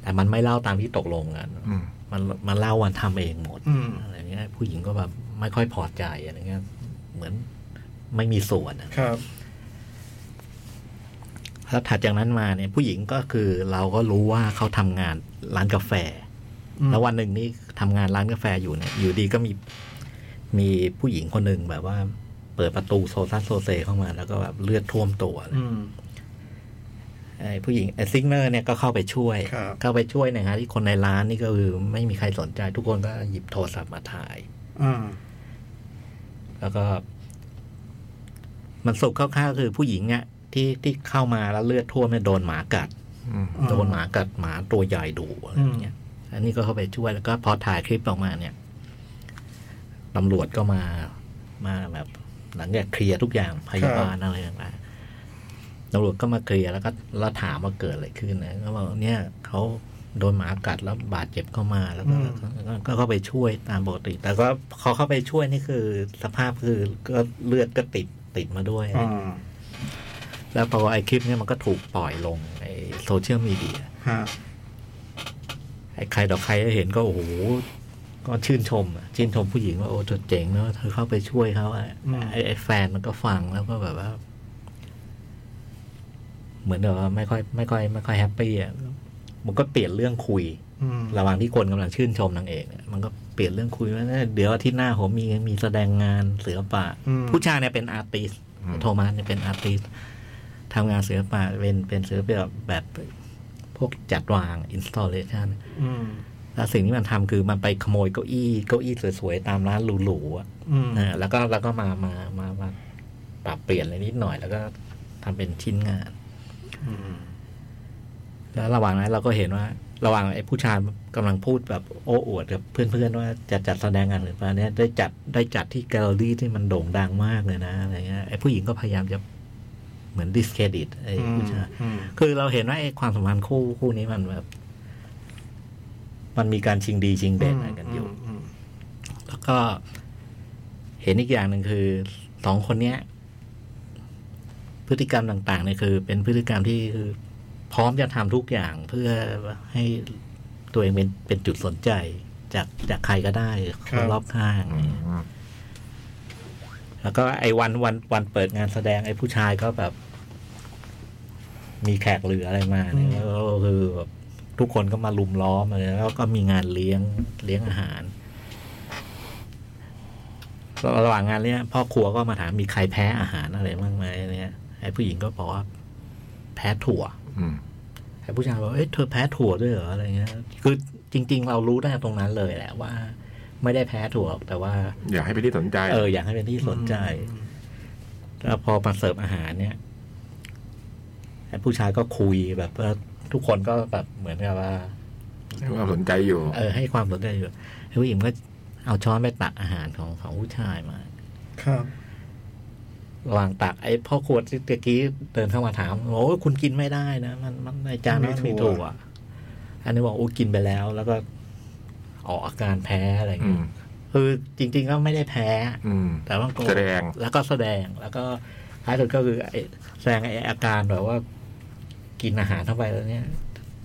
S2: แต่มันไม่เล่าตามที่ตกลงกัน
S3: อืม
S2: มันมันเล่าวันทำเองหมด
S5: อืม
S2: อะไรเงี้ย ผู้หญิงก็แบบไม่ค่อยพอใจอะไรเงี้ย เหมือนไม่มีส่วนอะ
S5: ครับ
S2: แล้วถัดจากนั้นมาเนี่ย ผู้หญิงก็คือเราก็รู้ว่าเขาทำงานร้านกาแฟ
S5: อืม
S2: แล้ววันหนึ่งนี่ทำงานร้านกาแฟอยู่เนี่ย อยู่ดีก็มีมีผู้หญิงคนหนึ่งแบบว่า เปิดประตูโซซัสโซเซเข้ามา แล้วก็แบบเลือดท่วมตัวเลย
S5: อืม
S2: ไอ้ผู้หญิงไอ้ซิกเนอร์เนี่ยก็เข้าไปช่วย
S5: ครับ
S2: เข้าไปช่วยในฮะที่คนในร้านนี่ก็คือไม่มีใครสนใจ ทุกคนก็หยิบโทรศัพท์มาถ่าย
S5: อ่า
S2: แล้วก็ มันสรุปคร่าวๆคือผู้หญิงเนี่ยที่ที่เข้ามาแล้วเลือดท่วมเนี่ยโดนหมากัด
S3: อืม
S5: อ่า
S2: โดนหมากัดหมาตัวใหญ่ดุอะไรอย่างเงี้ย อันนี้ก็เข้าไปช่วยแล้วก็พอถ่ายคลิปออกมาเนี่ยตำรวจก็มามาแบบ หลังจากเคลียร์ทุกอย่างพยาบาลอะไรต่างๆตำรวจก็มาเคลียร์แล้วก็แล้วถามว่าเกิดอะไรขึ้นนะก็บอกเนี่ยเขาโดนหมากัดแล้วบาดเจ็บเข้ามาแล้วก็
S5: อืม
S2: ก็ก็เข้าไปช่วยตามปกติ แต่ก็พอเข้าไปช่วยนี่คือ สภาพคือก็เลือดก็ติดติดมาด้วย
S5: อ่า
S2: แล้วพอไอ้คลิปเนี่ยมันก็ถูกปล่อยลงในโซเชียลมีเดีย
S5: ฮะ
S2: ไอ้ใครต่อใครเห็นก็โอ้โหก็ชื่นชมอะชื่นชมผู้หญิงว่าโอ้เธอเจ๋งเนาะเธอเข้าไปช่วยเขาอะไอ้ไอ้แฟนมันก็ฟังแล้วก็แบบว่า เหมือนแบบว่าไม่ค่อยไม่ค่อยไม่ค่อยแฮปปี้อะมันก็เปลี่ยนเรื่องคุย
S5: อืม
S2: ระหว่างที่คนกำลังชื่นชมนางเอกเนี่ยมันก็เปลี่ยนเรื่องคุยว่าเดี๋ยวอาที่หน้าผมมีมีแสดงงานศิลปะ
S5: อืม
S2: ผู้ชายเนี่ยเป็นอาร์ติส โทมัสเนี่ยเป็นอาร์ติสทำงานศิลปะเป็นเป็นศิลปะแบบพวกจัดวางอินสตาเลชัน
S5: อืม
S2: แล้วสิ่งที่มันทำคือมันไปขโมยเก้าอี้เก้าอี้สวยๆ ตามร้านหรูๆอะ
S5: อืม
S2: นะแล้วก็แล้วก็มามามามาปรับเปลี่ยนอะไรนิดหน่อย แล้วก็ทำเป็นชิ้นงาน
S5: อืม
S2: แล้วระหว่างนั้นเราก็เห็นว่า ระหว่างไอ้ผู้ชายกำลังพูดแบบโอ้อวดกับเพื่อนๆว่าจะจัดแสดงงานหรือเปล่าเนี่ยได้จัดได้จัดที่แกลเลอรี่ที่มันโด่งดังมากเลยนะอะไรเงี้ยไอ้ผู้หญิงก็พยายามจะเหมือนดิสเครดิตไอ้
S5: อืม
S2: ผู้ชาย
S5: อืม
S2: คือเราเห็นว่าไอ้ความสัมพันธ์คู่คู่นี้มันแบบ มันมีการชิงดีชิงเด่นอะไรกันอยู่
S5: อืม
S2: แล้วก็เห็นอีกอย่างหนึ่งคือสองคนเนี้ย พฤติกรรมต่างๆเนี่ยคือ เป็นพฤติกรรมที่คือ พร้อมจะทำทุกอย่างเพื่อให้ตัวเองเป็นเป็นจุดสนใจ จากจากใครก็ได้คนรอบข้าง
S3: อืม
S2: แล้วก็ไอ้วันวันวันเปิดงานแสดงไอ้ผู้ชายก็แบบ มีแขกเหลืออะไรมาเนี่ยแล้วก็คือแบบทุกคนก็มาลุมล้อมอะไรแล้วก็มีงานเลี้ยงเลี้ยงอาหารระหว่างงานเลี้ยงพ่อครัวก็มาถามมีใครแพ้อาหารอะไรบ้างไหมเนี่ยไอ้ผู้หญิงก็บอกว่าแพ้ถั่ว
S3: อืม
S2: ไอ้ผู้ชายบอกเอ้ยเธอแพ้ถั่วด้วยเหรออะไรเงี้ย คือจริง ๆ เรารู้ได้ตรงนั้นเลยแหละว่า ไม่ได้แพ้ถั่วหรอกแต่ว่า
S3: อย่าให้ไปนที่สนใจ
S2: เอออยากให้เป็นที่สนใจ แล้วพอมาเสิร์ฟอาหารเนี่ยไอ้ผู้ชายก็คุยแบบว่าทุกคนก็แบบเหมือนกับว่า
S3: ให้ความสนใจอยู่
S2: เออให้ความสนใจอยู่ไอ้ผู้หญิงก็เอาช้อนไปตักอาหารของของผู้ชายมา
S5: ครับ
S2: ระหว่างตักไอ้พ่อขวดที่ตะกี้เดินเข้ามาถามโอ้ยคุณกินไม่ได้นะ มันมันในจานนั้นมัน
S5: ไม่
S2: มี
S5: ถั่ว
S2: ถั่วอันนี้บอกโอ้กินไปแล้ว แล้วก็ออกอาการแพ้อะไรอย่าง
S3: อื
S2: เงี้
S3: ม
S2: ยคือจริง ๆ ก็ไม่ได้แพ้
S3: อืม
S2: แต่ว่าโกรธ
S3: แสดง
S2: แล้วก็แสดงแล้วก็ท้ายสุดก็คือไอ้แสดงไอ้อาการแบบว่า กินอาหารเข้าไปแล้วเนี่ย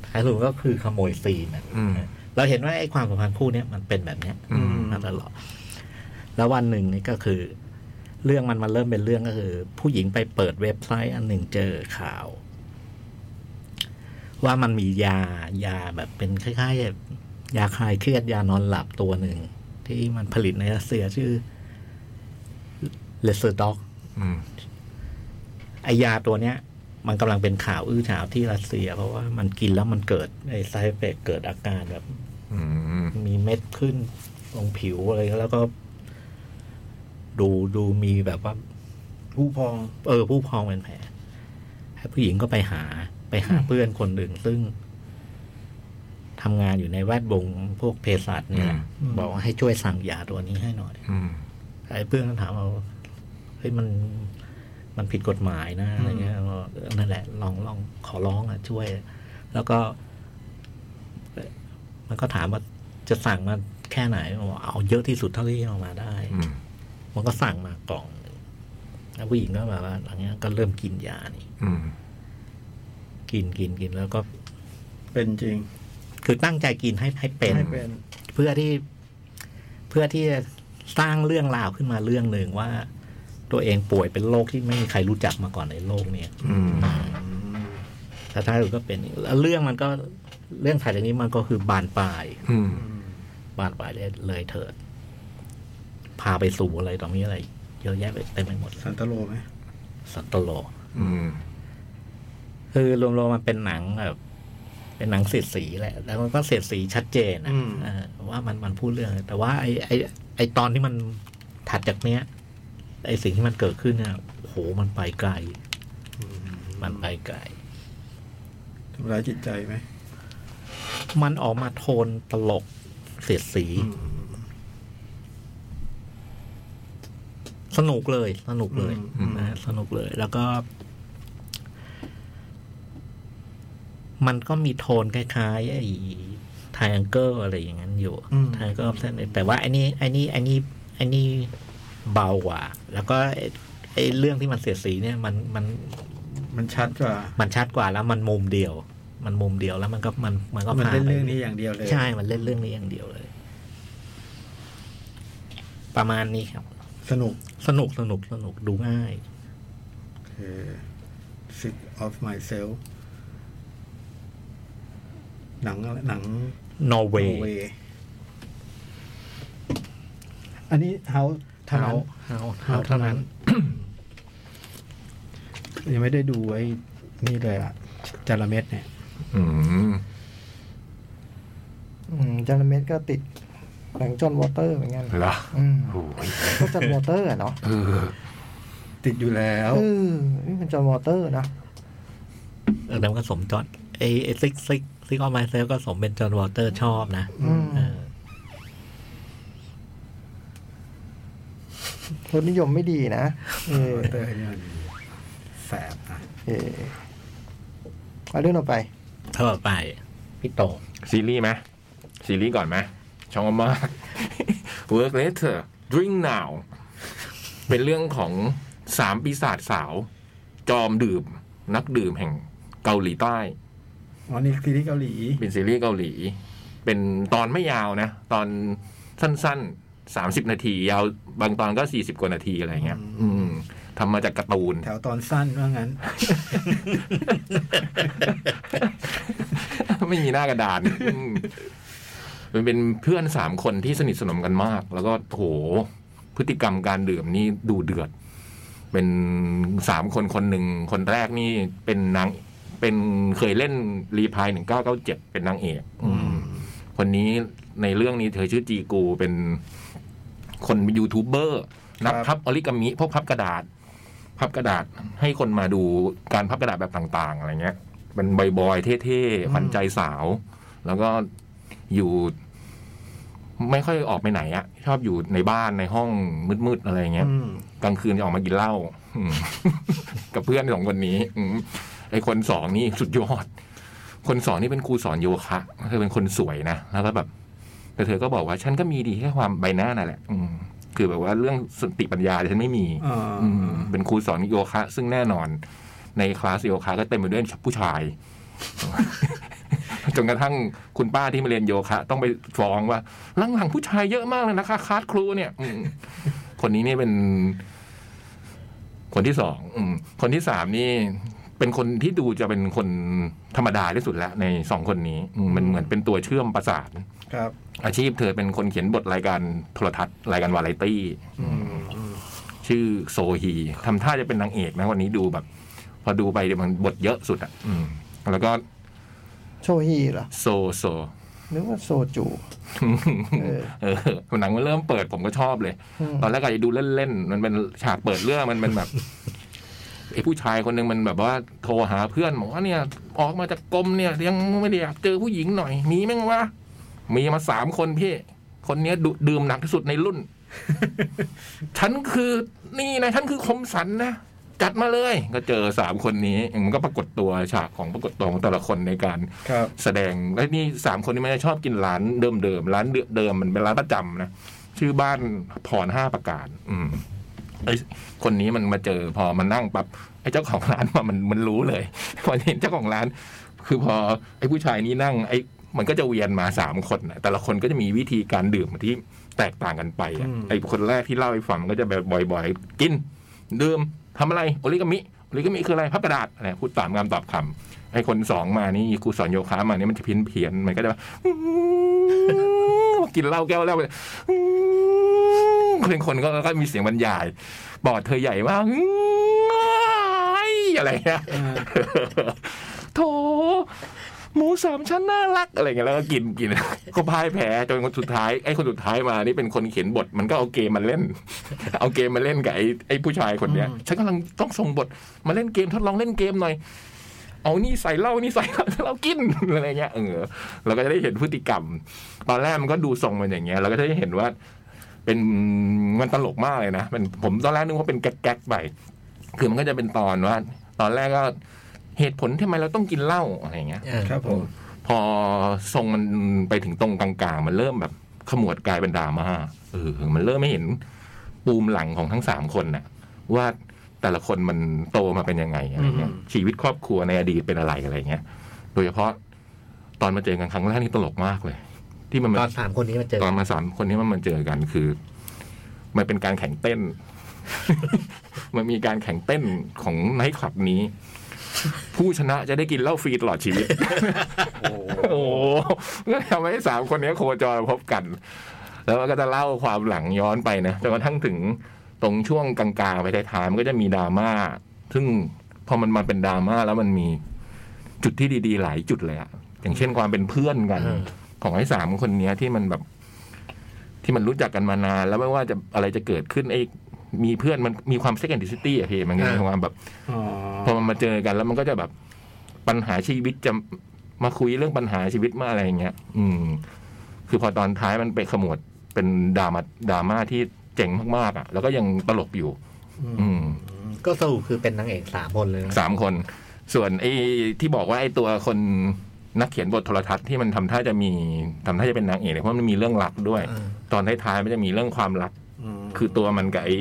S2: ท้ายสุดก็คือขโมยซีนอะ
S3: อืม
S2: เราเห็นว่าไอ้ความสัมพันธ์คู่เนี่ยมันเป็นแบบเนี้ย
S3: อืม
S2: มาตลอดแล้ววันหนึ่งนี่ก็คือ เรื่องมันมาเริ่มเป็นเรื่องก็คือ ผู้หญิงไปเปิดเว็บไซต์อันหนึ่งเจอข่าว ว่ามันมียายาแบบเป็นคล้ายๆแบบยาคลายเครียดยานอนหลับตัวหนึ่ง ที่มันผลิตในรัสเซียชื่อเลเซอร์ด็อก
S3: อืม
S2: ไอยาตัวเนี้ย มันกำลังเป็นข่าวอื้อฉาวที่รัสเซีย เพราะว่ามันกินแล้วมันเกิดไอไซเฟกเกิดอาการแบบ
S3: อืม
S2: มีเม็ดขึ้นตรงผิวอะไรแล้วก็ ดูดูมีแบบว่า
S5: ผู้พอง
S2: เออ ผู้พองเป็นแผลผู้หญิงก็ไปหา ไปหาเพื่อนคนหนึ่งซึ่งทำงานอยู่ในแวดวงพวกเภสัชเนี่ยแหละบอกว่าให้ช่วยสั่งยาตัวนี้ให้หน่อย
S3: อืม
S2: ไอ้เพื่อนก็ถามเราเฮ้ยมันมันผิดกฎหมายนะอะไรเงี้ยเราเออนั่นแหละ ลองลองขอร้องอ่ะช่วย แล้วก็เอ่อมันก็ถามว่าจะสั่งมาแค่ไหนบอกว่าเอาเยอะที่สุดเท่าที่เอามาได้
S3: อืม
S2: มันก็สั่งมากล่องหนึ่งแล้วผู้หญิงก็แบบว่าหลังจากนั้นก็เริ่มกินยานี่
S3: อืม
S2: กินกินกินแล้วก็
S5: เป็นจริง
S2: คือตั้งใจกินให้ให้เป็น
S5: ไม่เป็น
S2: เพื่อที่เพื่อที่จะสร้างเรื่องราวขึ้นมาเรื่องหนึ่งว่า ตัวเองป่วยเป็นโรคที่ไม่มีใครรู้จักมาก่อนในโลกเนี่ย
S3: อืม
S2: แต่ท้ายสุดก็เป็นอีกแล้วเรื่องมันก็เรื่องถ่ายจากนี้มันก็คือบานปลาย
S3: อืม
S2: บานปลายเลยเลยเถิด พาไปสู่อะไรต่อมีอะไรเยอะแยะไปเต็มไปหมดเลย
S5: สันตโลไหม
S2: สันตโล
S3: อืม
S2: คือรวมๆมันเป็นหนังแบบเป็นหนังเสียดสีแหละ แล้วมันก็เสียดสีชัดเจนนะเออว่ามันมันพูดเรื่อง แต่ว่าไอไอไอตอนที่มันถัดจากเนี้ย ไอสิ่งที่มันเกิดขึ้นเนี่ยโอ้โหมันไปไกล มันไปไกล
S5: ทำร้ายจิตใจไหม
S2: มันออกมาโทนตลกเสียดสี สนุกเลย สนุกเลย
S3: อืม
S2: นะสนุกเลย แล้วก็ มันก็มีโทนคล้ายๆไอ้ทายแองเกอร์อะไรอย่างนั้นอยู่ทายก็ออฟเซนแต่ว่าไอ้นี่ไอ้นี่ไอ้นี่ไอ้นี่เบากว่า แล้วก็ไอ้ไอ้เรื่องที่มันเสียดสีเนี่ย มันมัน
S5: มันชัดกว่า
S2: มันชัดกว่าแล้วมันมุมเดียว มันมุมเดียวแล้วมันก็มันมันก็
S5: มัน
S2: พา
S5: เล่น
S2: ไป
S5: เรื่องนี้อย่างเดียวเลย
S2: ใช่ มันเล่นเรื่องนี้อย่างเดียวเลย ประมาณนี้ครับ
S5: สนุก
S2: สนุกสนุกสนุกดูง่าย
S5: คือ sick of myself หนังอะไรหนัง
S2: นอร์เวย์
S5: Norway อันนี้เฮาเท่า
S2: เท้า
S5: นั้น
S2: เท้าเท้าเท่านั้น
S5: ยังไม่ได้ดูไอ้นี่เลยอะจาระเม็ดเนี่ย
S3: อืม
S4: อืมจาร์เมตก็ติดหนังจอห์นวอเตอร์เหมือนกัน
S3: เหรอ
S4: อืม
S3: โอ้ย
S4: ก็จอห์นวอเตอร์อะเนาะ
S3: เออ
S5: ติดอยู่แล้ว
S4: เออนี่มันจอห์นวอเตอร์นะ
S2: เออแล้วมันก็สมจอดเอเอซิกซิกซิกออมายเซลก็สมเป็นจอห์นวอเตอร์ชอบนะ
S4: อืม
S2: เออ
S4: รสนิยมไม่ดีนะเออ
S5: เตอร์เนี่ยมันแสบนะ
S4: เออเอาเรื่องต่อไป
S2: เท่าไป พี่โต
S3: ซีรีส์ไหมซีรีส์ก่อนไหมชองอมาก work later drink now เป็นเรื่องของสามปีศาจสาว จอมดื่ม นักดื่มแห่งเกาหลีใต้
S5: อ๋อนี่ซีรีส์เกาหลี
S3: เป็นซีรีส์เกาหลี เป็นตอนไม่ยาวนะ ตอนสั้นๆสามสิบนาที ยาวบางตอนก็สี่สิบกว่านาทีอะไรเงี้ย อืมทำมาจากการ์ตูน
S5: แถวตอนสั้นว่างั้น
S3: ไม่มีหน้ากระดานอืมมันเป็นเพื่อนสามคนที่สนิทสนมกันมาก แล้วก็โห พฤติกรรมการดื่มนี่ดูเดือด เป็นสามคนคนหนึ่ง คนแรกนี่เป็นนาง เป็นเคยเล่นรีพายหนึ่งเก้าเก้าเจ็ดเป็นนางเอกอืมคนนี้ในเรื่องนี้เธอชื่อจีกูเป็นคนยูทูบเบอร์ นัก
S5: ครับ
S3: พับออริกามิพวกพับกระดาษ พับกระดาษให้คนมาดูการพับกระดาษแบบต่าง ๆ อะไรเงี้ย เป็นบอยๆเท่ๆขวัญใจสาว แล้วก็อยู่ ไม่ค่อยออกไปไหนอะชอบอยู่ในบ้านในห้องมืดๆอะไรอย่างเงี้ย
S5: อืม
S3: กลางคืนจะออกมากินเหล้า อืม กับเพื่อนสองคนนี้ อืมไอคนสองนี่สุดยอด คนสองนี่เป็นครูสอนโยคะเธอเป็นคนสวยนะแล้วก็แบบ แต่เธอก็บอกว่า ฉันก็มีดีแค่ความใบหน้านั่นแหละ อืมคือแบบว่าเรื่องสติปัญญาฉันไม่มี
S5: อ่า
S3: อืมเป็นครูสอนโยคะ ซึ่งแน่นอน ในคลาสโยคะก็เต็มไปด้วยผู้ชาย จนกระทั่งคุณป้าที่มาเรียนโยคะ ต้องไปฟ้องว่าหลังๆผู้ชายเยอะมากเลยนะคะคลาสครูเนี่ย อืมคนนี้นี่เป็น คนที่สองอืมคนที่สามนี่ เป็นคนที่ดูจะเป็นคนธรรมดาที่สุดแล้วในสองคนนี้อืมมันเหมือนเป็นตัวเชื่อมประสาน
S5: ครับ
S3: อาชีพเธอเป็นคนเขียนบทรายการโทรทัศน์รายการวาไรตี้
S5: อืมอืม
S3: ชื่อโซฮีทำท่าจะเป็นนางเอกนะวันนี้ดูแบบ พอดูไปเดี๋ยวมันบทเยอะสุดอ่ะ อืม แล้วก็
S4: โชฮีเหรอ
S3: โซโซ
S4: นึกว่าโซจู เออ
S3: เออหนังมันเริ่มเปิดผมก็ชอบเลย
S4: อืม
S3: ตอนแรกอาจจะดูเล่นๆ มันเป็นฉากเปิดเรื่องมันเป็นแบบ ไอ้ผู้ชายคนหนึ่งมันแบบว่าโทรหาเพื่อนบอกว่าเนี่ย ออกมาจากกรมเนี่ยยังไม่ได้อยากเจอผู้หญิงหน่อย มีมั้งวะมีมาสามคนพี่ คนเนี้ยดุดื่มหนักที่สุดในรุ่น ฉันคือนี่นะฉันคือคมสันนะจัดมาเลย ก็เจอสามคนนี้มันก็ปรากฏตัวฉากของปรากฏตัวของแต่ละคนในการ
S5: ครับ
S3: แสดงและนี่สามคนนี้มันจะชอบกินร้านเดิมๆร้านเดิมๆมันเป็นร้านประจำนะชื่อบ้านพรห้าประการ อืมไอคนนี้มันมาเจอพอมันนั่งปั๊บไอเจ้าของร้านมันมันรู้เลย พอเห็นเจ้าของร้าน คือพอไอผู้ชายนี้นั่ง ไอมันก็จะเวียนมาสามคนนะแต่ละคนก็จะมีวิธีการดื่มที่แตกต่างกันไปอะ
S5: อืม
S3: ไอคนแรกที่เล่าให้ฟังมันก็จะแบบบ่อยๆ กิน ดื่มทำอะไรโอริกามิโอริกามิคืออะไรพับกระดาษอะไรพูดตามคำตอบคำ ไอคนสองมานี่ครูสอนโยคะมานี่มันจะเพี้ยนเพียนๆมันก็จะแบบ อื้อกินเหล้าแก้วแล้วเลยอื้อ เป็นคนก็ก็มีเสียงบรรยายปอดเธอใหญ่มาก อื้ออะไรเงี้ย
S5: อ่า
S3: โถหมูสามชั้นน่ารักอะไรเงี้ยแล้วก็กินกินก็พ่ายแพ้จนคนสุดท้ายไอ้คนสุดท้ายมานี่เป็นคนเขียนบท มันก็เอาเกมมาเล่น เอาเกมมาเล่นกับไอ้ไอ้ผู้ชายคนเนี้ย
S5: อืม
S3: ฉันกำลังต้องส่งบทมาเล่นเกมทดลองเล่นเกมหน่อย เอานี่ใส่เหล้านี่ใส่เหล้าเรากิน อะไรเงี้ยเออเราก็จะได้เห็นพฤติกรรม ตอนแรกมันก็ดูทรงมันอย่างเงี้ยเราก็จะได้เห็นว่า เป็นมันตลกมากเลยนะมันผมตอนแรกนึกว่าเป็นแก๊กๆไปคือมันก็จะเป็นตอนว่า ตอนแรกก็เหตุผลที่ทำไมเราต้องกินเหล้าอะไรเงี้ย
S2: เออ
S5: ครับผม
S3: พอทรงมันไปถึงตรงกลางๆ มันเริ่มแบบขมวดกลายเป็นดราม่าเออ มันเริ่มไม่เห็นปูมหลังของทั้งสามคนน่ะ ว่าแต่ละคนมันโตมาเป็นยังไงอะไรเงี้ย
S5: อืม
S3: ชีวิตครอบครัวในอดีตเป็นอะไรอะไรเงี้ย โดยเฉพาะตอนมาเจอกันครั้งแรกนี่ตลกมากเลย ที่มัน
S2: ตอ
S3: มา
S2: นสามคนนี้มาเจอ
S3: ตอนมาสามคนนี้มันมาเจอกันคือ มันเป็นการแข่งเต้น มันมีการแข่งเต้นของไนท์คลับนี้ ผู้ชนะจะได้กินเหล้าฟรีตลอดชีวิต
S5: โอ้
S3: โอ้โห ก็ทำให้สามคนนี้โคจรพบกัน แล้วมันก็จะเล่าความหลังย้อนไปนะจนกระทั่งถึงตรงช่วงกลางๆไปท้ายๆมันก็จะมีดราม่า ซึ่งพอมันมาเป็นดราม่าแล้วมันมีจุดที่ดีๆ หลายจุดเลยอะอย่างเช่นความเป็นเพื่อนกัน
S2: เออ
S3: ของไอ้สามคนเนี้ยที่มันแบบ ที่มันรู้จักกันมานาน แล้วไม่ว่าจะอะไรจะเกิดขึ้นไอ้มีเพื่อนมันมีความเซ็กแอนดิซิตี้อะพี่มันก็มีความแบบ
S5: อ๋อ
S3: พอมันมาเจอกันแล้วมันก็จะแบบปัญหาชีวิตจะมาคุยเรื่องปัญหาชีวิตมาอะไรอย่างเงี้ย อืม คือพอตอนท้ายมันไปขมวดเป็นดรามาดราม่าที่เจ๋งมากๆอ่ะ แล้วก็ยังตลกอยู่ อืม
S2: ก็สรุปคือเป็นนางเอกสามคนเลยนะ
S3: สามคน ส่วนไอ้ที่บอกว่าไอ้ตัวคนนักเขียนบทโทรทัศน์ที่มันทำท่าจะมีทำท่าจะเป็นนางเอกเนี่ยเพราะมันมีเรื่องรักด้วย
S2: เออ
S3: ตอนท้ายๆมันจะมีเรื่องความรัก
S5: ม
S3: คือตัวมันกับไอ้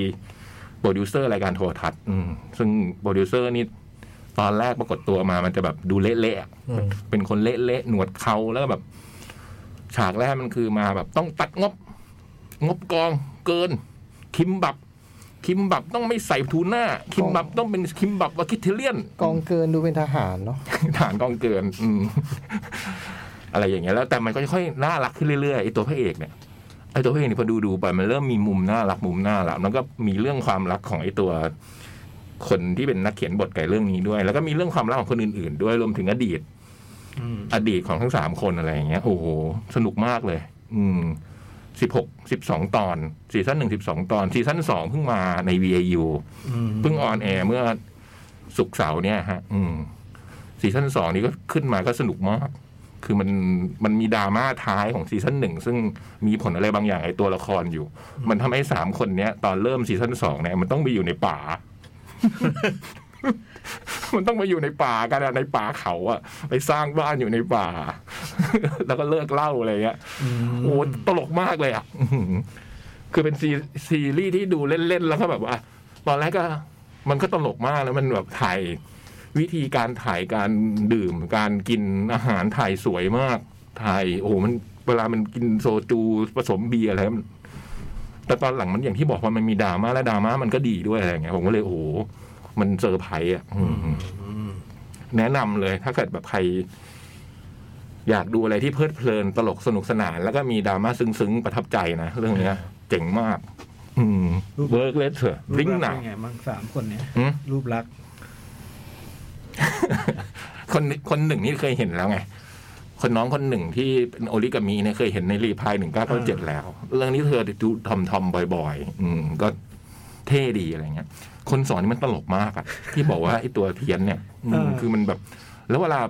S3: โปรดิวเซอร์รายการโทรทัศน์อืมซึ่งโปรดิวเซอร์นี่ตอนแรกปรากฏตัวมามันจะแบบดูเละๆอะ
S2: อืม
S3: เป็นคนเละๆหนวดเขาแล้วก็แบบ ฉากแรกมันคือมาแบบต้องตัดงบ งบกองเกิน คิมบับ คิมบับต้องไม่ใส่ทูน่าคิมบับต้องเป็นคิมบับวากิเทเลียน
S4: กองเกินดูเป็นทหารเนาะ
S3: ฐานกองเกิน อืม อะไรอย่างเงี้ยแล้วแต่มันก็ค่อยน่ารักขึ้นเรื่อยๆไอ้ตัวพระเอกเนี่ยไอ้ตัวพระเอกเนี่ยพอดูดูๆไปมันเริ่มมีมุมน่ารักมุมน่ารักแล้วก็มีเรื่องความรักของไอ้ตัว คนที่เป็นนักเขียนบทไก่เรื่องนี้ด้วย แล้วก็มีเรื่องความรักของคนอื่นๆ ด้วยรวมถึงอดีต
S5: อืม
S3: อดีตของทั้งสามคนอะไรอย่างเงี้ยโอ้โหสนุกมากเลย อืมสิบหกสิบสองตอนซีซั่นหนึ่งสิบสองตอนซีซั่นสองเพิ่งมาใน VAU
S5: อืม
S3: เพิ่งออนแอร์เมื่อศุกร์เสาร์เนี่ยฮะ อืมซีซั่นสองนี้ก็ขึ้นมาก็สนุกมาก คือมันมันมีดราม่าท้ายของซีซั่นหนึ่งซึ่งมีผลอะไรบางอย่างไอตัวละครอยู่ มันทำให้สามคนเนี้ย ตอนเริ่มซีซั่นสองเนี่ยมันต้องไปอยู่ในป่า มันต้องมาอยู่ในป่ากันอะในป่าเขาอะไปสร้างบ้านอยู่ในป่า แล้วก็เลิกเหล่าอะไรเงี้ยโอ้ตลกมากเลยอะ อื้อหือคือเป็นซีซีรีส์ที่ดูเล่นๆแล้วก็แบบว่า ตอนแรกก็ มันก็ตลกมากแล้วมันแบบถ่ายวิธีการถ่ายการดื่ม การกินอาหารถ่ายสวยมาก ถ่ายโอ้โหมันเวลามันกินโซจูผสมเบียร์อะไรมันแต่ตอนหลังมันอย่างที่บอกว่ามันมีดราม่าและดราม่ามันก็ดีด้วยอะไรอย่างเงี้ยผมก็เลยโอ้โหมันเซอร์ไพรส์อ่ะอืม แนะนำเลยถ้าเกิดแบบใคร อยากดูอะไรที่เพลิดเพลินตลกสนุกสนาน แล้วก็มีดราม่าซึ้งๆ ประทับใจนะ เรื่องเนี้ย เจ๋งมาก อืมเวิร์กเลสเถอะ
S5: รูป
S3: ลิง
S5: ลักษณ์
S3: หนัง
S5: เป็นไงบ้างสามคนเนี่ย
S3: หืม
S5: รูปลักษณ์
S3: คนนี้คนหนึ่งนี่เคยเห็นแล้วไง คนน้องคนหนึ่งที่เป็นโอริกามิเนี่ยเคยเห็นในรีพายหนึ่งเก้าเก้าเจ็ดแล้ว เรื่องนี้เธอดูทอมทอมบ่อยๆ อืม ก็เท่ดีอะไรเงี้ย คนสอนนี่มันตลกมากอะที่บอกว่าไอ้ตัวเพี้ยนเนี่ยอืมคือมันแบบ แล้วเวลา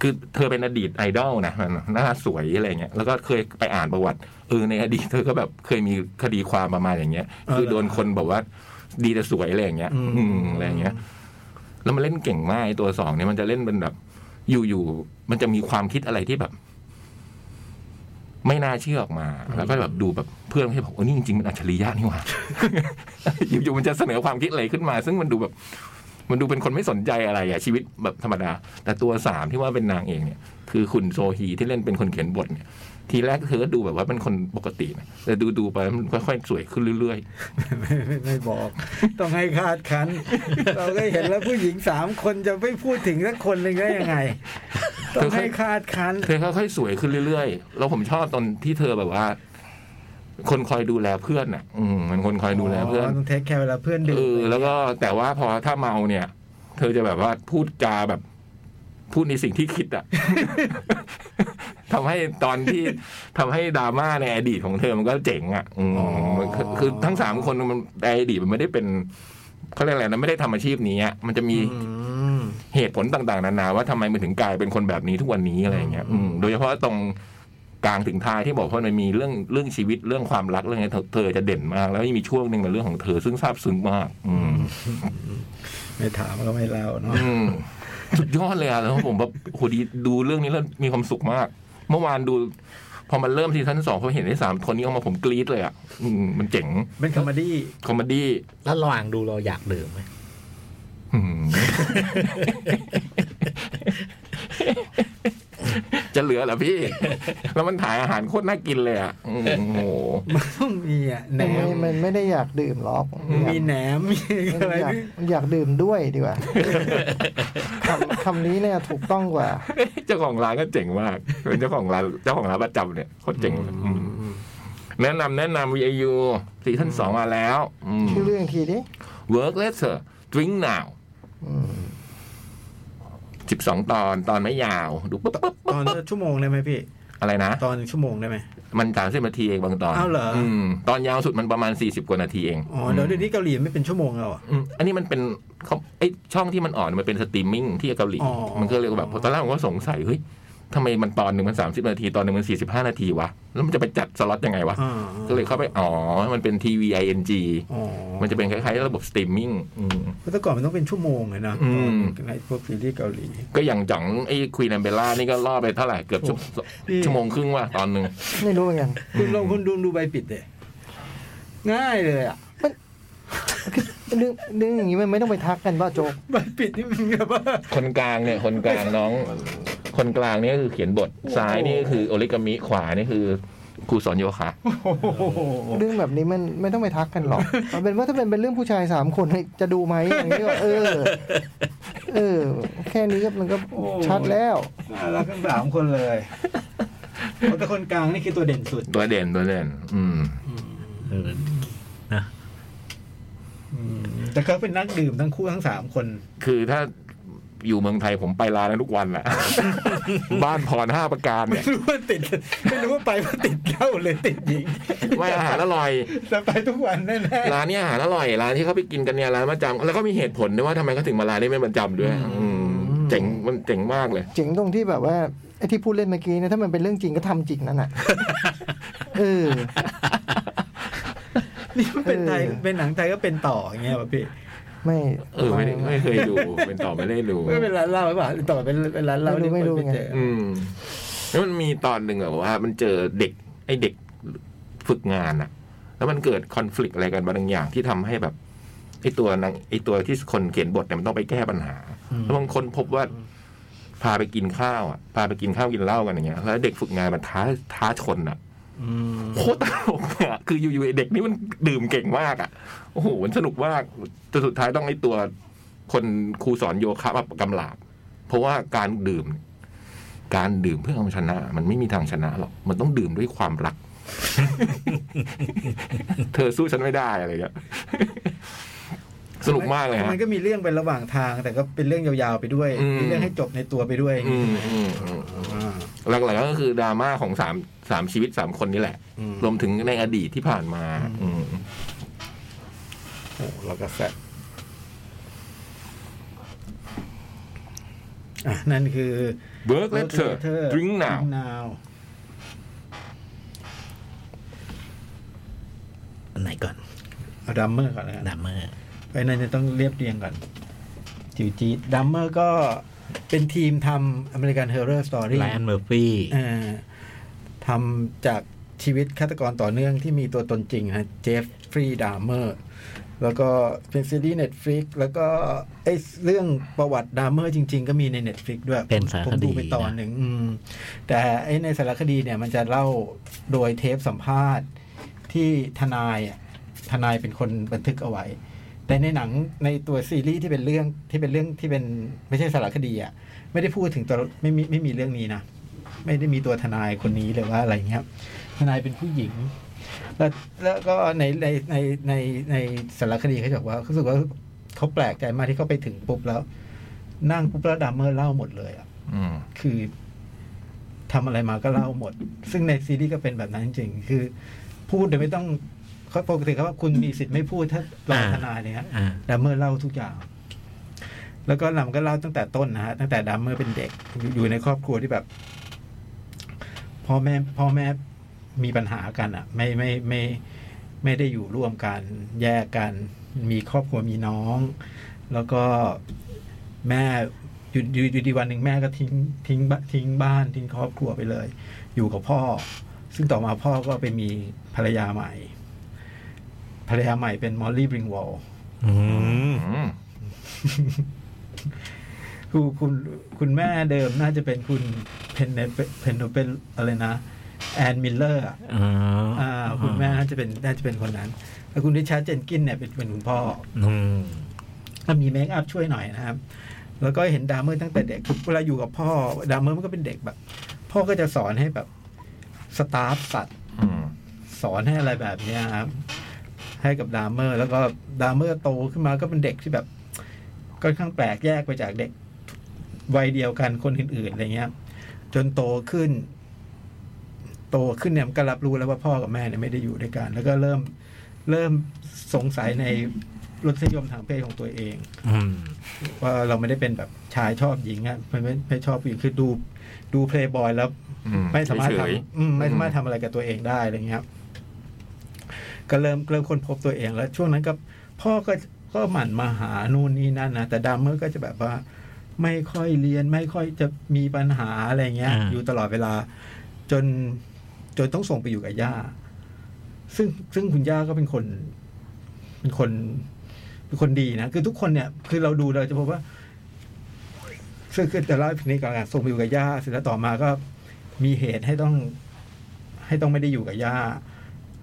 S3: คือเธอเป็นอดีตไอดอลนะมันหน้าสวยอะไรเงี้ยแล้วก็เคยไปอ่านประวัติเออในอดีตเธอก็แบบเคยมีคดีความประมาณอย่างเงี้ย คือโดนคนแบบว่า ดีแต่สวยอะไรอย่างเงี้ย อืมอะไรอย่างเงี้ย แล้วมันเล่นเก่งมากไอ้ตัวสองเนี่ยมันจะเล่นเป็นแบบ อยู่ๆมันจะมีความคิดอะไรที่แบบ ไม่น่าเชื่อออกมา แล้วก็แบบดูแบบเพื่อนให้บอกโอ้นี่จริงๆมันอัจฉริยะนี่ห ว่า อยู่ๆมันจะเสนอความคิดอะไรขึ้นมา ซึ่งมันดูแบบ มันดูเป็นคนไม่สนใจอะไรอะชีวิตแบบธรรมดา แต่ตัวสามที่ว่าเป็นนางเองเนี่ย คือคุณโซฮีที่เล่นเป็นคนเขียนบทเนี่ย ทีแรกเธอก็ดูแบบว่าเป็นคนปกตินะแต่ดูๆไปมันค่อยๆสวยขึ้นเรื่อยๆ
S5: ไม่ ไม่ไม่บอก ต้องให้คาดคัน เราก็เห็นแล้วผู้หญิงสามคนจะไม่พูดถึงสักคนหนึ่งได้ยังไง ต้องให้คาดคัน
S3: เธอค่อยๆสวยขึ้นเรื่อยๆ แล้วผมชอบตอนที่เธอแบบว่า คนคอยดูแลเพื่อนอ่ะ อืมมันคนคอยดูแลเพื่อน
S5: ต้องเทคแคร์เวลาเพื่อนดื่ม
S3: เออแล้วก็แต่ว่าพอถ้าเมาเนี่ย เธอจะแบบว่าพูดจาแบบ พูดในสิ่งที่คิดอ่ะ ทำให้ตอนที่ทำให้ดราม่าในอดีตของเธอมันก็เจ๋งอ่ะ อืมมันคือคือทั้งสามคนมันในอดีตมันไม่ได้เป็นเขาเรียกอะไรนะไม่ได้ทำอาชีพนี้อะมันจะมี
S5: อืม
S3: เหตุผลต่างๆนานาว่าทำไมมันถึงกลายเป็นคนแบบนี้ทุกวันนี้อะไรอย่างเงี้ยอืมโดยเฉพาะตรงกลางถึงท้ายที่บอกว่ามันมีเรื่องเรื่องชีวิตเรื่องความรักเรื่องอะไรเธอเธอจะเด่นมาก แล้วมีช่วงหนึ่งเป็นเรื่องของเธอซึ่งซาบซึ้งมาก อืม
S5: ไม่ ถามก็ไม่เล่าเนาะ
S3: อืมสุดยอดเลยอะแล้วผมแบบโหดีดูเรื่องนี้แล้วมีความสุขมาก เมื่อวานดู พอมันเริ่มซีซั่นสองพอเห็นได้สามคนนี้ออกมาผมกรี๊ดเลยอ่ะอืมมันเจ๋ง
S5: เป็นคอมเมดี้
S3: คอมเมดี้
S2: แล้วระหว่างดูเราอยากดื่มไหม
S3: อืม จะเหลือเหรอพี่ แล้วมันถ่ายอาหารโคตรน่ากินเลยอ่ะอืมโอ้โห
S5: มันต้องมีอ่ะแหน
S4: ไม่
S5: ม
S4: มันไม่ได้อยากดื่มหรอกอยาก
S5: มีแหนมมีอะไร
S4: อยาก
S5: ด้วย
S4: อยากดื่มด้วยดี กว่าคำคำนี้เนี่ยถูกต้องกว่า
S3: เจ้าของร้านก็เจ๋งมากเป็นเจ้าของร้านเจ้าของร้านประจำเนี่ยโคตรเจ๋งเลยอืมแนะนำแนะนำ VIU ซีซั่นสองมาแล้วอืม
S4: ชื่อเรื่องอีกทีดิ
S3: Work Later Drink Now สิบสองตอนตอนไม่ยาว ดูปุ๊บปุ๊บ
S5: ตอนละชั่วโมงได้ไหมพี่
S3: อะไรนะ
S5: ตอนหนึ่งชั่วโมงได้ไหม
S3: มันสามสิบนาทีเองบางตอน
S5: อ้าวเหรออื
S3: มตอนยาวสุดมันประมาณสี่สิบกว่านาทีเอง
S5: อ๋อเดี๋ยวเดี๋ยวนี้เกาหลีไม่เป็นชั่วโมงแล้วอ่ะ
S3: อืมอันนี้มันเป็นเขาไอยช่องที่มันอ่อนมันเป็นสตรีมมิ่งที่เกาหลี
S5: อ๋อ
S3: มันก็เลยแบบตอนแรกผมก็สงสัยเฮ้ยทำไมมันตอนหนึ่งมันสามสิบนาที ตอนหนึ่งมันสี่สิบห้านาทีวะ แล้วมันจะไปจัดสล็อตยังไงวะ
S5: อ่า
S3: ก็เลยเข้าไป อ๋อ มันเป็น TVING
S5: อ๋อ
S3: มันจะเป็นคล้ายๆ ระบบสตรีมมิ่งอืม
S5: เพราะแต่ก่อนมันต้องเป็นชั่วโมงเลยนะ
S3: อืม
S5: ในพวกซีรีส์เกาหลี
S3: ก็อย่างจ่องไอ้ควีนแอมเบล่านี่ก็ล่อไปเท่าไหร่ เกือบชั่ว
S5: พี่
S3: ชั่วโมงครึ่งว่ะตอนหนึ่ง
S4: ไม่รู้เหมือนกัน
S5: คุณลองคุณดูดูใบปิดเลยง่ายเลยอ่ะ
S4: เรื่องเรื่องอย่างนี้มันไม่ต้องไปทักกันว่าโจก
S5: ใบปิดนี่มันแบบว่า
S3: คนกลางเนี่ย คนกลางน้อง คนกลางนี่ก็คือเขียนบท ซ้ายนี่ก็คือโอริกามิ ขวานี่คือครูสอนโยคะ
S5: โอ้โห
S4: เรื่องแบบนี้มันไม่ต้องไปทักกันหรอกเอาเป็นว่าถ้าเป็นเป็นเรื่องผู้ชายสามคนจะดูไหมอย่างนี้ก็เออ เออ แค่นี้ก็มันก็ชัดแล้ว
S5: น่ารักทั้งสามคนเลยเพราะแต่คนกลางนี่คือตัวเด่นสุด
S3: ตัวเด่นตัวเด่น อืม
S2: เออ
S5: อืมแต่เขาเป็นนักดื่มทั้งคู่ทั้งสามคน
S3: คือถ้าอยู่เมืองไทยผมไปร้านนั้นทุกวันแหละ บ้านพรห้าประการ
S5: ไม่
S3: เนี่ย
S5: รู้ว่าติด ไม่รู้ว่าไปว่าติดเหล้าเลยติดหญิง
S3: ไม่อาหารอร่อย
S5: แต่ไปทุกวันแน่
S3: ร้านเนี้อาหารอร่อยร้านที่เขาไปกินกันเนี่ยร้านประจำแล้วก็มีเหตุผลด้วยว่าทำไมเขาถึงมาร้านนี้เป็นประจำด้วย อืมเจ๋งมันเจ๋งมากเลย
S4: เจ๋งตรงที่แบบว่า ไอ้ที่พูดเล่นเมื่อกี้เนี่ยถ้ามันเป็นเรื่องจริงก็ทำจริงนั่น น่ะ เออ
S5: นี่มันเป็นไทย
S4: เออ
S5: เป็นหนังไทยก็เป็นต่ออย่างเงี้ยป่ะพี่
S4: ไม่
S3: เออไม่ได้ไม่เคยดู เป็นต่อไม่ได้ดู
S5: ไม่เป็นร้านเหล้าหรือเปล่าต่อเป็นเป็นร้านเหล้าที่คนปเจอ
S3: อืมแล้วมันมีตอนหนึ่งอะว่า มันเจอเด็ก ไอ้เด็กฝึกงานอะแล้วมันเกิดคอน FLICT อะไรกันบางอย่างที่ทำให้แบบไอ้ตัวนางไอ้ตัวที่คนเขียนบทเนี่ยมันต้องไปแก้ปัญหาแล้วบางคนพบว่า พาไปกินข้าวอะพาไปกินข้าวกินเหล้ากันอย่างเงี้ยแล้วเด็กฝึกงานมันท้าท้าชนอะ
S5: อืม
S3: โคตรตลกอะคืออยู่ๆไอ้เด็กนี่มันดื่มเก่งมากอะโอ้โหมันสนุกมากจนสุดท้ายต้องไอ้ตัว คนครูสอนโยคะมากำลาบ เพราะว่าการดื่ม การดื่มเพื่อเอาชนะ มันไม่มีทางชนะหรอก มันต้องดื่มด้วยความรัก เธอสู้ฉันไม่ได้อะไรอย่างเงี้ยสนุกมากเลยฮะ
S5: มันก็มีเรื่องไประหว่างทาง แต่ก็เป็นเรื่องยาวๆไปด้วย
S3: อืม
S5: มีเรื่องให้จบในตัวไปด้วยอย่าง
S3: อื
S5: เงี้ย
S3: มอืมอืม
S5: อ่า
S3: หลักๆก็คือดราม่าของสามสามชีวิตสามคนนี่แหละ
S5: อืม
S3: รวมถึงในอดีตที่ผ่านมา อืม
S5: โอ้เรากาแฟอ่ะนั่นคือ
S3: เบิร์กเลเตอร์ดริงนาว
S5: Drink Now
S2: อันไหนก่อน
S5: เอาดัมเมอร์ก่อนแล้วกัน
S2: ดัมเมอร์
S5: เพราะฉะนั้นจะต้องเรียบเรียงก่อน จิวจีดัมเมอร์ก็เป็นทีมทำอเมริกันเฮอร์เรอร์สตอรี่
S2: ไลออนเมอร์ฟี่
S5: ทำจากชีวิตฆาตกรต่อเนื่องที่มีตัวตนจริงนะเจฟฟรีย์ดัมเมอร์ แล้วก็เป็นซีรีส์ Netflix แล้วก็ไอ้เรื่องประวัติดัมเมอร์จริง ๆ ก็มีใน Netflix ด้วย
S2: เป็นสาร
S5: ผม
S2: ค
S5: ดู
S2: ดี
S5: ไปตอน
S2: นะ
S5: หนึ่งอืมแต่ไอ้ในสารคดีเนี่ยมันจะเล่าโดยเทปสัมภาษณ์ที่ทนายอะทนายเป็นคนบันทึกเอาไว้ แต่ในหนังในตัวซีรีส์ที่เป็นเรื่องที่เป็นเรื่องที่เป็นไม่ใช่สารคดีอ่ะไม่ได้พูดถึงตัวไม่มีไม่มีเรื่องนี้นะไม่ได้มีตัวทนายคนนี้เลยว่าอะไรเงี้ยทนายเป็นผู้หญิง แล้วแล้วก็ในในในในในสารคดีเขาจะบอกว่ารู้สึกว่าเขาแปลกใจมากที่เขาไปถึงปุ๊บแล้ว นั่งปุ๊บแล้วดัมเมอร์เล่าหมดเลยอ่ะ
S3: อืม
S5: คือทำอะไรมาก็เล่าหมด ซึ่งในซีรีส์ก็เป็นแบบนั้นจริงๆ คือ พูดโดยไม่ต้องเขาปกติเขาว่าคุณมีสิทธิ์ไม่พูดถ้ารอทนายเนี่ยฮะ
S2: อ่า
S5: ดัมเมอร์เล่าทุกอย่าง แล้วก็ลำก็เล่าตั้งแต่ต้นนะฮะตั้งแต่ดัมเมอร์เป็นเด็กอยู่อยู่ในครอบครัวที่แบบพ่อแม่พ่อแม่มีปัญหากันอ่ะ ไม่ไม่ไม่ไม่ได้อยู่ร่วมกันแยกกัน มีครอบครัวมีน้อง แล้วก็แม่อยู่อยู่อยู่ดีวันหนึ่งแม่ก็ทิ้งทิ้งบ้านทิ้งบ้านทิ้งครอบครัวไปเลย อยู่กับพ่อ ซึ่งต่อมาพ่อก็ไปมีภรรยาใหม่ ภรรยาใหม่เป็นมอลลี่บริงวอล
S2: อืม
S3: อืม
S5: คือคุณคุณแม่เดิมน่าจะเป็นคุณเพนเนเพนโนเปนอะไรนะ แอนมิลเลอร์อะ
S2: อ๋ออ่า
S5: อ่าคุณแม่น่าจะเป็นน่าจะเป็นคนนั้นแล้วคุณริชาร์ดเจนกินเนี่ยเป็นเป็นคุณพ่อ
S2: อืม
S5: ถ้ามีเมคอัพช่วยหน่อยนะครับ แล้วก็เห็นดามเมอร์ตั้งแต่เด็กคือเวลาอยู่กับพ่อ ดามเมอร์มันก็เป็นเด็กแบบ พ่อก็จะสอนให้แบบสตาร์ฟสัตว์
S3: อืม
S5: สอนให้อะไรแบบเนี้ยครับให้กับดามเมอร์ แล้วก็ดามเมอร์โตขึ้นมาก็เป็นเด็กที่แบบค่อนข้างแปลกแยกไปจากเด็กวัยเดียวกันคนอื่นๆอะไรเงี้ย จนโตขึ้น โตขึ้นเนี่ยมันก็รับรู้แล้วว่าพ่อกับแม่เนี่ยไม่ได้อยู่ด้วยกัน แล้วก็เริ่มเริ่มสงสัยในรสนิยมทางเพศของตัวเอง
S2: อืม
S5: ว่าเราไม่ได้เป็นแบบชายชอบหญิงอะมันไม่ไม่ชอบผู้หญิงคือดูดูเพลย์บอยแล้ว
S3: อื
S5: ไม่สามารถ
S3: เฉ
S5: ท
S3: ย
S5: ำอืมไม่สามารถทำอะไรกับตัวเองได้อะไรเงี้ยก็เริ่มเริ่มค้นพบตัวเองแล้ว ช่วงนั้นก็พ่อก็ก็หมั่นมาหานู่นนี่นั่นนะแต่ดามเมอร์ก็จะแบบว่า ไม่ค่อยเรียนไม่ค่อยจะมีปัญหาอะไรเงี้ย อยู่ตลอดเวลา จนจนต้องส่งไปอยู่กับย่า ซึ่งซึ่งคุณย่าก็เป็นคน เป็นคน เป็นคนดีนะ คือทุกคนเนี่ย คือเราดูเราจะพบว่า ซึ่งคือแต่เล่าให้พินิจก่อนกันส่งไปอยู่กับย่าเสร็จแล้วต่อมาก็มีเหตุให้ต้อง ให้ต้องไม่ได้อยู่กับย่า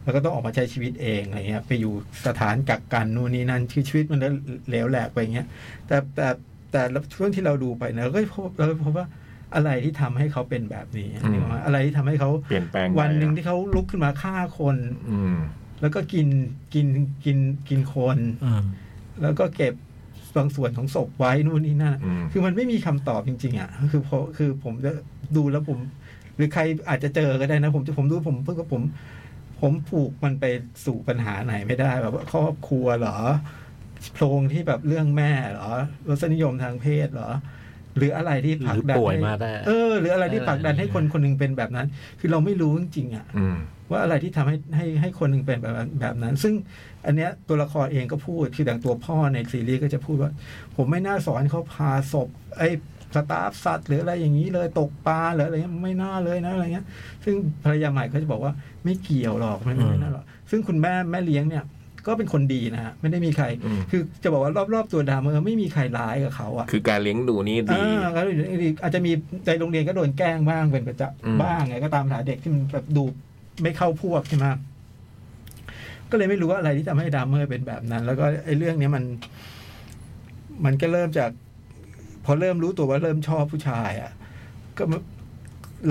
S5: แล้วก็ต้องออกมาใช้ชีวิตเองอะไรเงี้ย ไปอยู่สถานกักกันนู่นนี่นั่นคือชีวิตมันเหลวแหลกไปอย่างเงี้ย แต่แต่แต่ละช่วงที่เราดูไปเนี่ยเราก็พบเราก็พบว่าอะไรที่ทำให้เขาเป็นแบบนี้นึกออกไหมอะไรที่ทำให้เขา
S3: ๆเปลี่ยนแปลงไป
S5: วันหนึ่งที่เขาลุกขึ้นมาฆ่าคน
S3: อืม
S5: แล้วก็กินกินกินกินคน
S2: อืม
S5: แล้วก็เก็บบางส่วนของศพไว้นู่นนี่นั่น
S3: อืม
S5: คือมันไม่มีคำตอบจริง ๆ อ่ะคือพอคือผมจะดูแล้วผม หรือใครอาจจะเจอก็ได้นะ ผมจะผมดูผมเพิ่งกับผม ผมผูกมันไปสู่ปัญหาไหนไม่ได้ แบบว่าครอบครัวเหรอโพรงที่แบบเรื่องแม่เหรอรสนิยมทางเพศเหรอ หรืออะไรที่ผลั
S2: ห
S5: ก
S2: รือ
S5: ดัน
S2: ป่วย
S5: ให้
S2: มาได้
S5: เออ หรืออะไรที่ผลักดันให้คนคนหนึงเป็นแบบนั้น คือเราไม่รู้จริงๆอ่ะ
S3: อืม
S5: ว่าอะไรที่ทำให้ให้ให้คนหนึ่งเป็นแบบแบบนั้น ซึ่งอันเนี้ยตัวละครเองก็พูดคืออย่างตัวพ่อในซีรีส์ก็จะพูดว่า ผมไม่น่าสอนเขาพาศพไอ้สตาฟสัตว์หรืออะไรอย่างนี้เลยตกปลาหรืออะไรเงี้ยไม่น่าเลยนะอะไรเงี้ย ซึ่งภรรยาใหม่ก็จะบอกว่าไม่เกี่ยวหรอกไม่ไม่น่าหรอกซึ่งคุณแม่แม่เลี้ยงเนี่ยก็เป็นคนดีนะฮะไม่ได้มีใคร
S3: อืม
S5: คือจะบอกว่ารอบๆตัวดาเมอร์ไม่มีใครร้ายกับเขาอะ
S3: คือการเลี้ยงดูนี่ดี
S5: อ่าก็อยู่ในอาจจะมีในโรงเรียนก็โดนแกล้งบ้างเป็นประจ
S3: อืม
S5: ำบ้างไงก็ตามหาเด็กที่มันแบบดูไม่เข้าพวกใช่ไหมก็เลยไม่รู้ว่าอะไรที่ทำให้ดามเมอร์เป็นแบบนั้น แล้วก็ไอ้เรื่องเนี้ยมัน มันก็เริ่มจาก พอเริ่มรู้ตัวว่าเริ่มชอบผู้ชายอ่ะ ก็มา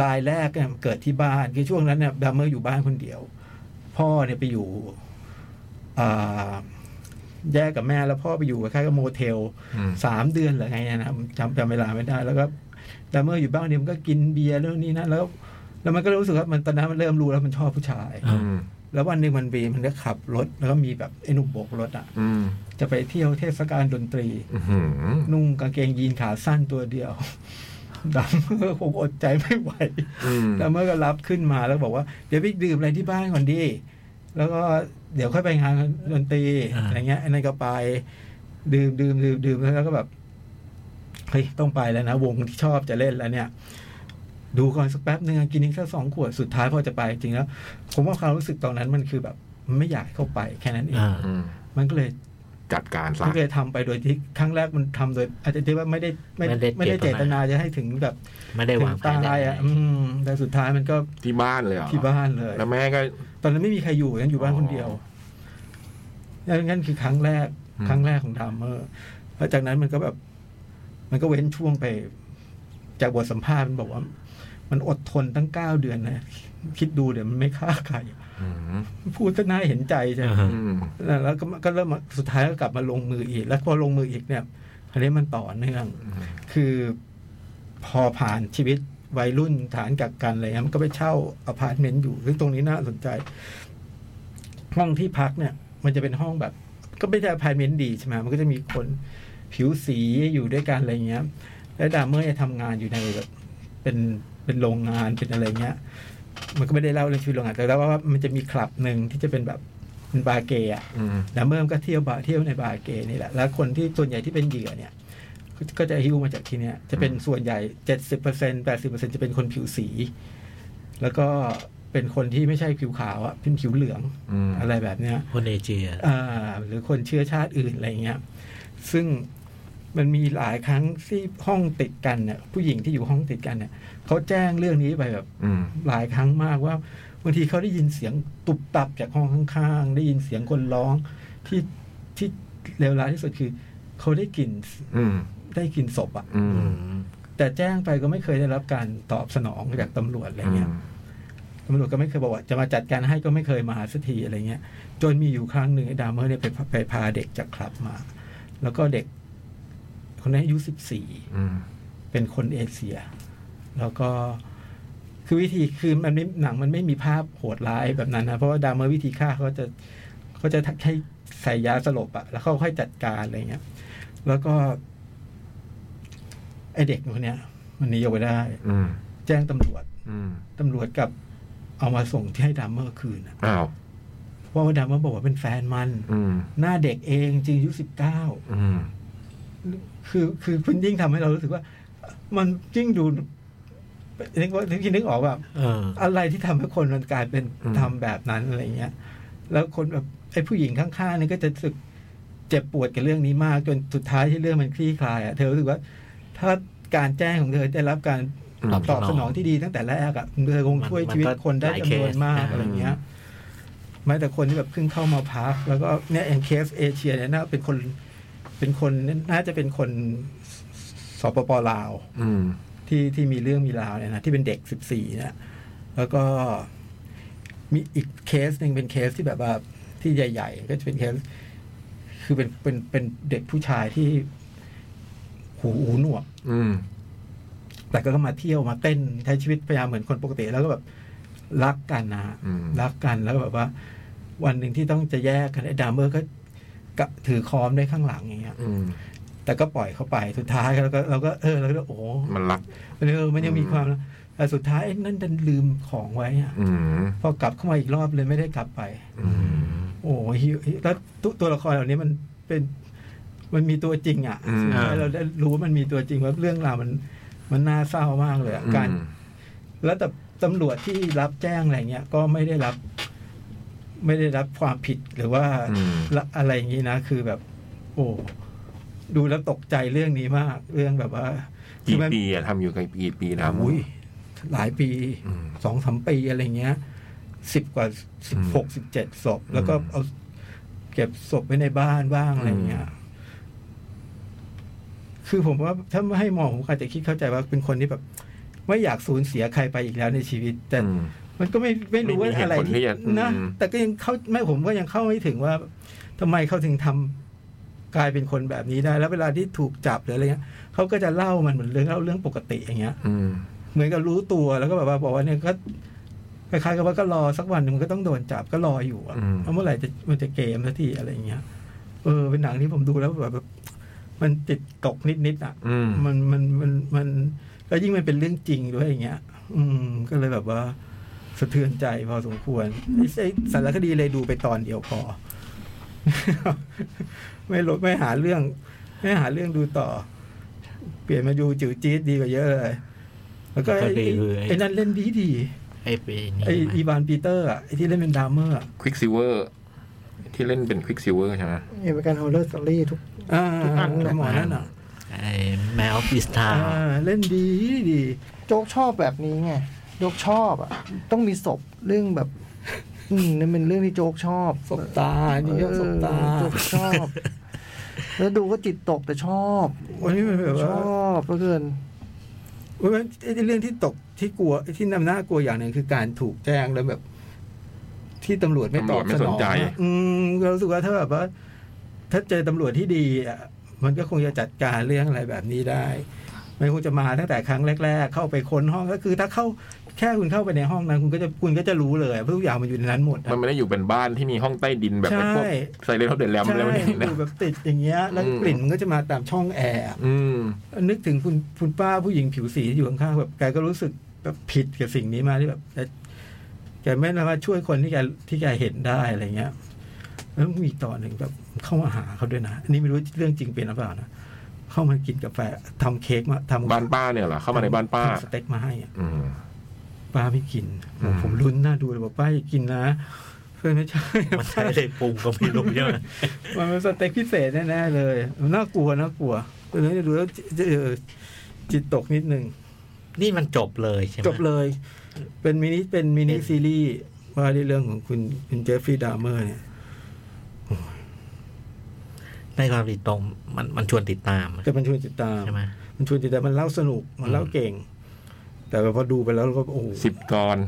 S5: ลายแรกเนี่ยเกิดที่บ้านคือช่วงนั้นเนี่ยดามเมอร์อยู่บ้านคนเดียว พ่อเนี่ยไปอยู่อ่าแยกกับแม่แล้วพ่อไปอยู่คล้ายๆกับโมเทล
S3: อืม
S5: สามเดือนหรือไงเนี่ยนะครับจำจำเวลาไม่ได้ แล้วก็ดัมเมอร์อยู่บ้านเดียวมันก็กินเบียร์เรื่องนี้นะแล้ว แล้วมันก็รู้สึกว่ามันตอนนั้นมันเริ่มรู้แล้วมันชอบผู้ชาย
S3: อืม
S5: แล้ววันหนึ่งมันบีมันก็ขับรถ แล้วก็มีแบบไอ้หนุ่มโบกรถอ่ะ
S3: อืม
S5: จะไปเที่ยวเทศกาลดนตรี
S3: อื้อหือ
S5: นุ่งกางเกงยีนขาสั้นตัวเดียว ดัมเมอร์คงอดใจไม่ไหว
S3: อืม
S5: ดัมเมอร์ก็รับขึ้นมาแล้วบอกว่าเดี๋ยวไปดื่มอะไรที่บ้านก่อนดี แล้วก็เดี๋ยวค่อยไปงานดนตรี
S2: อ่า
S5: อะไรเงี้ยไอ้นั่นก็ไป ดื่มดื่มดื่มดื่มแล้วก็แบบเฮ้ยต้องไปแล้วนะวงที่ชอบจะเล่นแล้วเนี่ย ดูก่อนสักแป๊บหนึ่งกินอีกสักสองขวดสุดท้ายพอจะไปจริงแล้ว ผมว่าความรู้สึกตอนนั้นมันคือแบบมันไม่อยากให้เข้าไปแค่นั้นเอง
S2: อ่า
S3: อืม
S5: มันก็เลย
S3: จัดการซะ
S5: ก็เลยทำไปโดยที่ครั้งแรกมันทำโดย อาจจะที่ว่าไม่ได้ไม่
S2: ไม่ได้
S5: ไม่ได้
S2: เจ
S5: เจ
S2: ต
S5: ต
S2: นา
S5: นาจะให้ถึงแบบ
S2: ไม่ได้
S5: ถึ
S2: วาง
S5: ง
S2: แผน
S5: ตาย
S2: ได้
S5: อ่ะ อืมแต่สุดท้ายมันก็
S3: ที่บ้านเลยเหรอ
S5: ที่บ้านเลย
S3: แล้วแม่ก็
S5: ตอนนั้นไม่มีใครอยู่นั้นอยู่บ้านคนเดียวนั่นนั่นคือครั้งแรก
S3: อืม
S5: ครั้งแรกของดามเมอร์แล้วจากนั้นมันก็แบบ มันก็เว้นช่วงไป จากบทสัมภาษณ์มันบอกว่า มันอดทนตั้งเก้าเดือนนะ คิดดูเดี๋ยวมันไม่ฆ่าใคร
S3: อืม
S5: พูดก็น่าเห็นใจใช่ไหม
S2: อ่า
S3: อืม
S5: แล้วก็ก็เริ่มมาสุดท้ายก็กลับมาลงมืออีก แล้วพอลงมืออีกเนี่ยคราวนี้มันต่อเนื่อง คือพอผ่านชีวิตวัยรุ่นฐานกักกันอะไรเงี้ยมันก็ไปเช่าอพาร์ตเมนต์อยู่ ซึ่งตรงนี้น่าสนใจ ห้องที่พักเนี่ย มันจะเป็นห้องแบบ ก็ไม่ใช่อพาร์ตเมนต์ดีใช่ไหมมันก็จะมีคนผิวสีอยู่ด้วยกันอะไรเงี้ย แล้วดามเมอร์จะทำงานอยู่ในแบบเป็นเป็นโรงงานเป็นอะไรเงี้ย มันก็ไม่ได้เล่าเรื่องชีวิตโรงงานแต่เล่าว่ามันจะมีคลับหนึ่งที่จะเป็นแบบเป็นบาร์เกย์อะ
S3: อืม
S5: แล้วเมื่อมนก็เที่ยวบาร์เที่ยวในบาร์เกย์นี่แหละ แล้วคนที่ส่วนใหญ่ที่เป็นเหยื่อเนี่ย ก็ก็จะฮิ้วมาจากที่เนี่ยจะเป็นส่วนใหญ่เจ็ดสิบเปอร์เซ็นแปดสิบเปอร์เซ็นจะเป็นคนผิวสี แล้วก็เป็นคนที่ไม่ใช่ผิวขาวอะเป็นผิวเหลือง
S3: อืม
S5: อะไรแบบเนี้ย
S2: คนเอเชีย
S5: อ่าหรือคนเชื้อชาติอื่นอะไรเงี้ย ซึ่งมันมีหลายครั้งที่ห้องติดกันเนี่ยผู้หญิงที่อยู่ห้องติดกันเนี่ยเขาแจ้งเรื่องนี้ไปแบบ
S3: อืม
S5: หลายครั้งมากว่าบางทีเขาได้ยินเสียงตุบตับจากห้องข้างๆ ได้ยินเสียงคนร้องที่ที่เลวร้ายที่สุดคือ เขาได้กลิ่น
S3: อืม
S5: ได้กลิ่นศพอะ
S3: อืม
S5: แต่แจ้งไปก็ไม่เคยได้รับการตอบสนองจากตำรวจอะไรเงี้ยตำรวจก็ไม่เคยบอกว่าจะมาจัดการให้ก็ไม่เคยมาสักทีอะไรเงี้ย จนมีอยู่ครั้งหนึ่งไอ้ดามเมอร์เนี่ยไปพาไปพาเด็กจากคลับมา แล้วก็เด็ก คนนั้นอายุสิบสี่
S3: อืม
S5: เป็นคนเอเชีย แล้วก็คือวิธีคือมันไม่หนังมันไม่มีภาพโหดร้ายแบบนั้นนะ เพราะว่าดามเมอร์วิธีฆ่าเขาจะเขาจะทักให้ใส่ยาสลบอะแล้วเขาค่อยจัดการอะไรเงี้ย แล้วก็ ไอเด็กคนเนี้ย มันหนีออกไปได้
S3: อืม
S5: แจ้งตำรวจ
S3: อืม
S5: ตำรวจกลับเอามาส่งที่ให้ดามเมอร์คืนอะ
S3: อ้าว
S5: เพราะว่าดามเมอร์บอกว่าเป็นแฟนมัน
S3: อืม
S5: หน้าเด็กเองจริงอายุสิบเก้า
S3: อืม
S5: คือคือมันยิ่งทำให้เรารู้สึกว่า มันยิ่งดูนึกว่านึกนึกออกแบบ
S2: เออ
S5: อะไรที่ทำให้คนมันกลายเป็น
S3: อืม
S5: ทำแบบนั้นอะไรเงี้ย แล้วคนแบบไอ้ผู้หญิงข้างๆนี่ก็จะรู้สึกเจ็บปวดกับเรื่องนี้มาก จนสุดท้ายที่เรื่องมันคลี่คลายอะเธอรู้สึกว่า ถ้าการแจ้งของเธอได้รับการ
S2: ตอบสนอง
S5: ตอบสนองที่ดีตั้งแต่แรกอะเธอคงช่วย
S2: มัน
S5: ชีวิต
S2: ก็
S5: คนได้
S2: หลาย
S5: จำนว
S2: เคส
S5: นมากอะไรเงี้ย แม้แต่คนที่แบบเพิ่งเข้ามาพัก แล้วก็เนี่ยอย่างเคสเอเชียเนี่ยน่าเป็นคนเป็นคนน่าจะเป็นคนสปปลาว
S3: อืม
S5: ที่ที่มีเรื่องมีราวเนี่ยนะที่เป็นเด็กสิบสี่เนี่ยแล้วก็มีอีกเคสหนึ่งเป็นเคสที่แบบว่าที่ใหญ่ ๆ ก็จะเป็นเคส คือเป็นเป็นเป็นเด็กผู้ชายที่หูหูหนวก
S3: อืม
S5: แต่ก็มาเที่ยวมาเต้นใช้ชีวิตพยายามเหมือนคนปกติ แล้วก็แบบรักกันนะฮะ
S3: อืม
S5: รักกันแล้วก็แบบว่า วันหนึ่งที่ต้องจะแยกกันไอ้ดามเมอร์ก็กะถือคอมได้ข้างหลังอย่างเงี้ย
S3: อืม
S5: แต่ก็ปล่อยเขาไปสุดท้ายเราก็เราก็เออเราก็โอ้โห
S3: มันรัก
S5: มันเออมันยังมีความแต่สุดท้ายไอ้นั่นดันลืมของไว้อะ
S3: อืม
S5: พอกลับเข้ามาอีกรอบเลยไม่ได้กลับไป
S3: อืม
S5: โอ้โหหิวแล้วตัวตัวละครเหล่านี้มันเป็นมันมีตัวจริงอ่ะ
S3: อืม
S5: สุดท้ายเราได้รู้ว่ามันมีตัวจริงว่าเรื่องราวมันมันน่าเศร้ามากเลยอะการ แล้วแต่ตำรวจที่รับแจ้งอะไรเงี้ยก็ไม่ได้รับ ไม่ได้รับความผิดหรือว่า
S3: อืม
S5: ละอะไรอย่างนี้นะ คือแบบ โอ้ดูแล้วตกใจเรื่องนี้มาก เรื่องแบบว่า
S3: กี่
S5: มัน
S3: ปีอะทำอยู่กี่ปีนะ
S5: อุ้ยหลายปี
S3: อืม
S5: สองสามปีอะไรเงี้ยสิบกว่าสิบหกสิบเจ็ดศพแล้วก็
S3: อืม
S5: เอาเก็บศพไว้ในบ้านบ้างอะไรเงี้ย คือผมว่าถ้าไม่ให้มองผมอาจจะคิดเข้าใจว่าเป็นคนที่แบบ ไม่อยากสูญเสียใครไปอีกแล้วในชีวิตแต่
S3: อืม
S5: มันก็ไม่ไม่รู้ว่า
S3: ไม่มีเหตุ
S5: อะไร
S3: ผลที่จะ
S5: นะ
S3: อืม
S5: แต่ก็ยังเข้าไม่ผมก็ยังเข้าไม่ถึงว่าทำไมเขาถึงทำกลายเป็นคนแบบนี้ได้ แล้วเวลาที่ถูกจับหรืออะไรเงี้ยเขาก็จะเล่ามันเหมือนเรื่องเล่าเรื่องปกติอย่างเงี้ย
S3: อืม
S5: เหมือนกับรู้ตัวแล้วก็แบบว่าบอกว่าเนี่ยก็คล้ายๆกับว่าก็รอสักวันหนึ่งมันก็ต้องโดนจับก็รออยู่อะ
S3: อืม
S5: ว่าเมื่อไหร่จะมันจะเกมสักทีอะไรอย่างเงี้ยเออเป็นหนังที่ผมดูแล้วแบบ มันติดตกนิดๆอ่ะ
S3: อืม
S5: มันมันมันมันแล้วยิ่งมันเป็นเรื่องจริงด้วยอย่างเงี้ย อืม ก็เลยแบบว่าสะเทือนใจพอสมควรไอ้ไอ้สารคดีเลยดูไปตอนเดียวพอ ไม่ลดไม่หาเรื่อง ไม่หาเรื่องดูต่อ เปลี่ยนมาดูจิ๋วจี๊ดดีกว่าเยอะเลย แล้วก็ไอ้
S2: ก็ดีเลย
S5: ไอ้นั่นเล่นดีดี
S2: ไอ้ปีนี้
S5: ไอ้อีวานปีเตอร์อ่ะไอ้ที่เล่นเป็นดามเมอร์อะ
S3: ควิกซิเวอร์ ที่เล่นเป็นควิกซิเวอร์ใช่ไหม
S4: เอเมริกันฮอลเลอร์สตอรี่ทุก
S5: อ่า
S4: ทุกอันเลย
S5: หมอนั่นอ่ะ
S2: ไอ้แมวปิสตา
S5: อ่า เล่นดีดี
S4: โจ๊กชอบแบบนี้ไงโจ๊กชอบอ่ะ ต้องมีศพเรื่องแบบ อืมนั่นเป็นเรื่องที่โจ๊กชอบ
S5: สบตาอันนี่ก็สบตา
S4: เออโจ๊กชอบ แล้วดูก็จิตตกแต่ชอบ
S5: วันนี้มันแบบ
S4: ช
S5: ว่า
S4: อบเหลือเกิน
S5: เพราะฉะนั้นไอ้เรื่องที่ตกที่กลัวที่นำหน้ากลัวอย่างหนึ่งคือการถูกแจ้งแล้วแบบ ที่ตำรวจไม่ตอบ
S3: ตำรวจไม่
S5: สน
S3: ส
S5: อง
S3: นใจ
S5: อะอืมเรารู้สึกว่าถ้าแบบว่า ถ้าเจอตำรวจที่ดีอ่ะมันก็คงจะจัดการเรื่องอะไรแบบนี้ได้ ไม่คงจะมาตั้งแต่ครั้งแรก ๆ เข้าไปค้นห้องก็คือ ถ้าเข้าแค่คุณเข้าไปในห้องนั้น คุณก็จะคุณก็จะรู้เลยเพราะทุกอย่างมันอยู่ในนั้นหมดอะ
S3: มันไม่ได้อยู่เป็นบ้านที่มีห้องใต้ดินแบบ
S5: ใช่
S3: พวกไซเรนเขาเดือดแลม
S5: ใช่
S3: อะไรแบบนี้
S5: อ
S3: นะ
S5: ยู่แบบติดอย่างเงี้ย แล้ว
S3: อืม
S5: กลิ่นมันก็จะมาตามช่องแอร์อะ
S3: อืม
S5: นึกถึงคุณคุณป้าผู้หญิงผิวสีที่อยู่ข้างๆแบบแกก็รู้สึกแบบผิดกับสิ่งนี้มากที่แบบแกแกไม่สามารถช่วยคนที่แกที่แกเห็นได้อะไรเงี้ยแล้วมีตอนหนึ่งแบบเข้ามาหาเขาด้วยนะอันนี้ไม่รู้เรื่องจริงเป็นหรือเปล่านะเข้ามากินกาแฟทำเค้กมาทำ
S3: บ้านป้าเนี่ยเหรอเข้ามาในบ้านป้า
S5: ทำสเต็กมาให้อะ
S3: อืม
S5: ป้าไม่กิน
S3: อืม
S5: ผมลุ้นหน้าดูเลยบอกป้าอย่ากินนะเพื่อนไม่ใช่
S2: มันใช้อะไรปรุงก็ไม่รู้ใช่ไหม
S5: มันเป็นสเต็กพิเศษแน่ๆเลยน่ากลัวน่ากลัวตอนนี้ดูแล้วจิเอ่อจิตตกนิดนึง
S2: นี่มันจบเลยใช่ไหม
S5: จบเลย เป็นมินิ เป็นมินิซีรีส์ว่าในเรื่องของคุณคุณเจฟฟี่ดามเมอร์เนี่ย
S2: ในความติดตรงมันมันชวนติดตาม
S5: ก็มันชวนติดตาม
S2: ใช่ไหม
S5: มันชวนติดตาม มันเล่าสนุก มันเล่าเก่ง แต่พอดูไปแล้วเราก็โอ้โห
S3: สิบตอน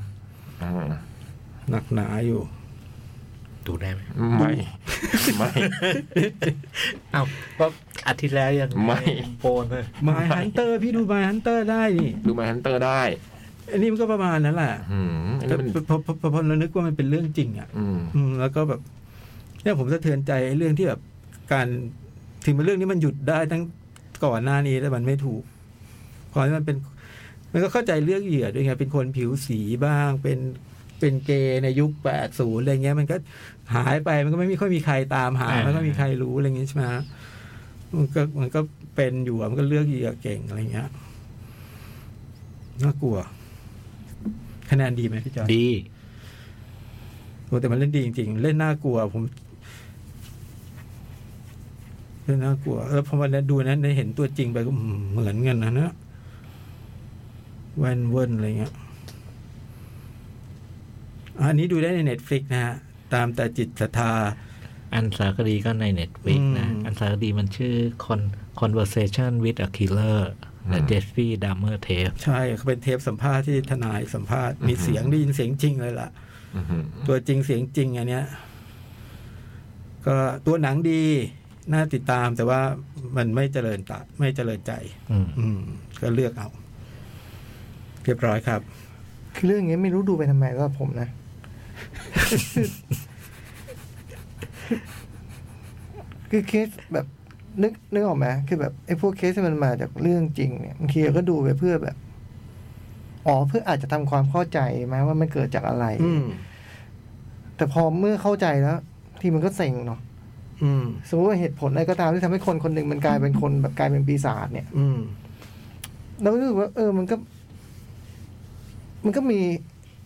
S3: อืม
S5: หนักหนาอยู่
S2: ดูได้ไหม
S3: ไม่ ไม่
S2: อ้าวก็อาทิตย์แล้วยัง
S3: ไม่
S2: โปนเลย
S5: มาฮันเตอร์พี่ดูมาฮันเตอร์ได้นี่
S3: ดูมาฮันเตอร์ได้
S5: อันนี้มันก็ประมาณนั้นแหละ
S3: อืมอันนี้มัน
S5: พอพอพอพอเรานึกว่ามันเป็นเรื่องจริงอ่ะ
S3: อืม
S5: อืมแล้วก็แบบเนี่ยผมสะเทือนใจไอ้เรื่องที่แบบการถึงเป็นเรื่องนี้มันหยุดได้ตั้งก่อนหน้านี้แต่มันไม่ถูกก่อนที่มันเป็น มันก็เข้าใจเรื่องเหยื่อด้วยไงเป็นคนผิวสีบ้าง เป็นเป็นเกย์ในยุคแปดศูนย์อะไรเงี้ย มันก็หายไปมันก็ไม่มีค่อยมีใครตามหาไม่ค่อยมีใครรู้อะไรเงี้ยใช่ไหมฮะมันก็มันก็เป็นอยู่อะมันก็เลือกเหยื่อเก่งอะไรเงี้ยน่ากลัว คะแนนดีไหมพี่จอย
S2: ดี
S5: โอ้แต่มันเล่นดีจริงๆ เล่นน่ากลัวผม เล่นน่ากลัวแล้วพอมาดูนั้นได้เห็นตัวจริงไปก็อืมเหมือนกันนะเนะแวนเวิร์นอะไรเงี้ยอันนี้ดูได้ในเน็ตฟลิกนะฮะ ตามแต่จิตศรัทธา
S2: อันสารคดีก็ในเน็ตวิกนะ
S5: อืม
S2: อันสารคดีมันชื่อ Con- Conversation with a Killer และ
S3: อืม
S2: เจฟฟี่ดัมเมอร์เทป
S5: ใช่เขาเป็นเทปสัมภาษณ์ที่ทนายสัมภาษณ์ มีเสียงได้ยินเสียงจริงเลยล่ะ
S3: อืม
S5: ตัวจริงเสียงจริงอันเนี้ย ก็ตัวหนังดี น่าติดตามแต่ว่ามันไม่เจริญตาไม่เจริญใจ อืมก็เลือกเอา เรียบร้อยครับ
S4: คือเรื่องนี้ไม่รู้ดูไปทำไมก็ผม นะ คือเคสแบบ นึกนึกออกไหมคือแบบไอ้พวกเคสที่มันมาจากเรื่องจริงเนี่ยบางทีเราก็ดูไปเพื่อแบบ อ๋อเพื่ออาจจะทำความเข้าใจไหมว่ามันเกิดจากอะไร
S5: อืม
S4: แต่พอเมื่อเข้าใจแล้ว ที่มันก็เซ็งเนาะ
S5: อืม
S4: สมมติว่าเหตุผลอะไรก็ตามที่ทำให้คนคนหนึ่งมันกลายเป็นคนแบบกลายเป็นปีศาจเนี่ย
S5: อืม
S4: เราก็รู้สึกว่าเออมันก็ มันก็มี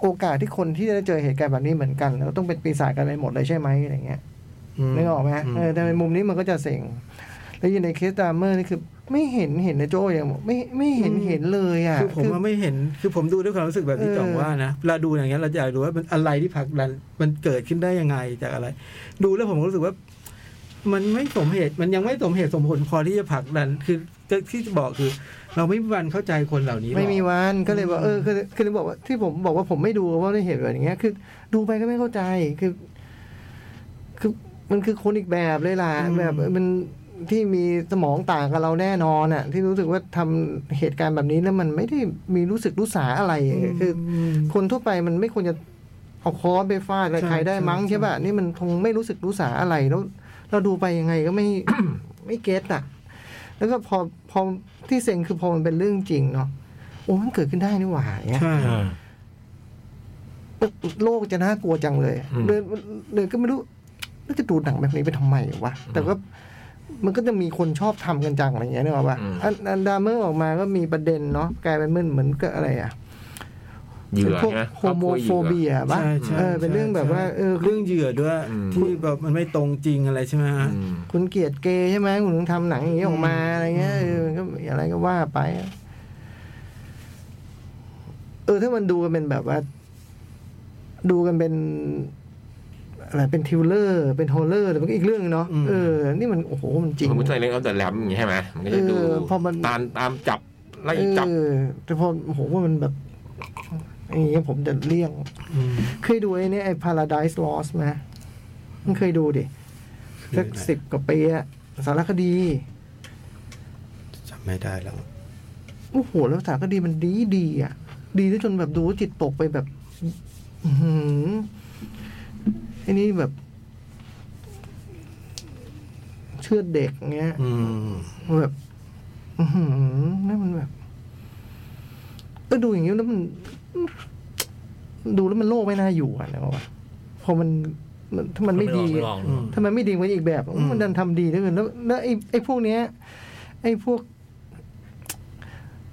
S4: โอกาสที่คนที่จะเจอเหตุการณ์แบบนี้เหมือนกันแล้วต้องเป็นปีศาจกันไปหมดเลยใช่ไหมอะไรเงี้ยนึกออกไหมเออแต่ในมุมนี้มันก็จะเสี่ยงแล้วอยินในเคสดราม่านี่คือ ไม่เห็นเห็นนะโจยังบอกไม่ไม่เห็น
S5: อืม
S4: เห็นเลยอ่ะ
S5: คือผมว่าไม่เห็น คือผมดูด้วยความรู้สึกแบบที่
S4: เออ
S5: จ่องว่านะเราดูอย่างเงี้ยเราอยากดูว่ามันอะไรที่ผลักดันมันเกิดขึ้นได้ยังไงจากอะไร ดูแล้วผมก็รู้สึกว่า มันไม่สมเหตุ มันยังไม่สมเหตุสมผลพอที่จะผลักดัน คือที่จะบอกคือ เราไม่มีวันเข้าใจคนเหล่านี้หรอก
S4: ไม่มีวันก็เลยว่าเออคือคือเลยบอกว่าที่ผมบอกว่าผมไม่ดูว่าได้เห็นแบบอย่างเงี้ย คือ ดูไปก็ไม่เข้าใจคือ คือมันคือคนอีกแบบเลยล่ะแบบมันที่มีสมองต่างกับเราแน่นอนอ่ะ ที่รู้สึกว่าทำเหตุการณ์แบบนี้แล้วมันไม่ได้มีรู้สึกรู้สาอะไรคือ
S5: ม
S4: คนทั่วไปมันไม่ควรจะเอาค้อนไปฟาดอะไร
S5: ใช่
S4: ใครได้
S5: ใช่
S4: มั้ง
S5: ใช่
S4: ใช่ป่ะนี่มันคงไม่รู้สึกรู้สาอะไรแล้ว เราดูไปยังไงก็ไม่ ไม่เก็ตอ่ะ แล้วก็พอพอที่เซ็งคือพอมันเป็นเรื่องจริงเนาะโอ้มันเกิดขึ้นได้นี่หว่าอย่างเงี้ย
S5: ใช่
S2: อ่า
S4: โลกจะน่ากลัวจังเลย
S2: อืม
S4: เลยเลยก็ไม่รู้แล้วจะดูหนังแบบนี้ไปทำไมวะแต่ก็มันก็จะมีคนชอบทำกันจังอะไรอย่างเงี้ยนึกออกปะ
S3: อืม
S4: อันอันดาเมอร์ออกมาก็มีประเด็นเนาะกลายเป็นเหมือนเหมือนกับอะไรอ่ะ
S3: เหยื่อ
S4: พวก
S3: ใช่ไหม
S4: โฮโมโฟเบียปะ
S5: ใช่ใช่
S4: เออเป็นเรื่องแบบว่าเออคุ
S5: เรื่
S4: ณ
S5: องเหยื่อด้วย ที่แบบมันไม่ตรงจริงอะไรใช่ไหม
S3: อื
S5: ฮะ
S3: ม
S4: คุณเกลียดเกย์ใช่ไหมคุณถึงทำหนังอย่างนี้ออกมาอะไรเงี้ยเออมันก็อะไรก็ว่าไป เออถ้ามันดูกันเป็นแบบว่า ดูกันเป็นอะไรเป็นทริวเลอร์ เป็นฮอลเลอร์แต่มันก็อีกเรื่องเนาะ
S5: อืม
S4: เออ นี่มันโอ้โหมันจริง
S3: สมมติในเรื่องเอาแต่แลมอย่างงี้ใช่ไหมมันก็จะดู
S4: เออพอมัน
S3: ตามตามจับไล่จับ
S4: เออแต่พอโอ้โหว่ามันแบบอย่างเงี้ยผมจะเลี่ยง
S5: อืม
S4: เคยดูไอ้เนี่ยไอ้ Paradise Lost ไหมมันเคยดูดิ
S5: เคย
S4: สัก
S5: นะ
S4: สิบกว่าปีอะสารคดี
S5: จำไม่ได้แล้ว
S4: โอ้โหแล้วสารคดีมันดีดีอะดีจนแบบดูแล้วจิตตกไปแบบ อื้อหือไอ้นี่แบบ เชื่อดเด็กเงี้ย
S5: อืม
S4: แบบ อื้อหือนั่นมันแบบก็ดูอย่างนี้แล้วมัน ดูแล้วมันโลกไม่น่าอยู่อ่ะนะว่าพอมันมันถ้ามันไม่ดี
S2: ไม่ลองไม่ลอง
S4: ถ้ามันไม่ดีมันอีกแบบ
S5: อืม
S4: มันดันทำดีด้วยกันแล้วแล้วไอ้ไอ้พวกเนี้ย ไอ้พวก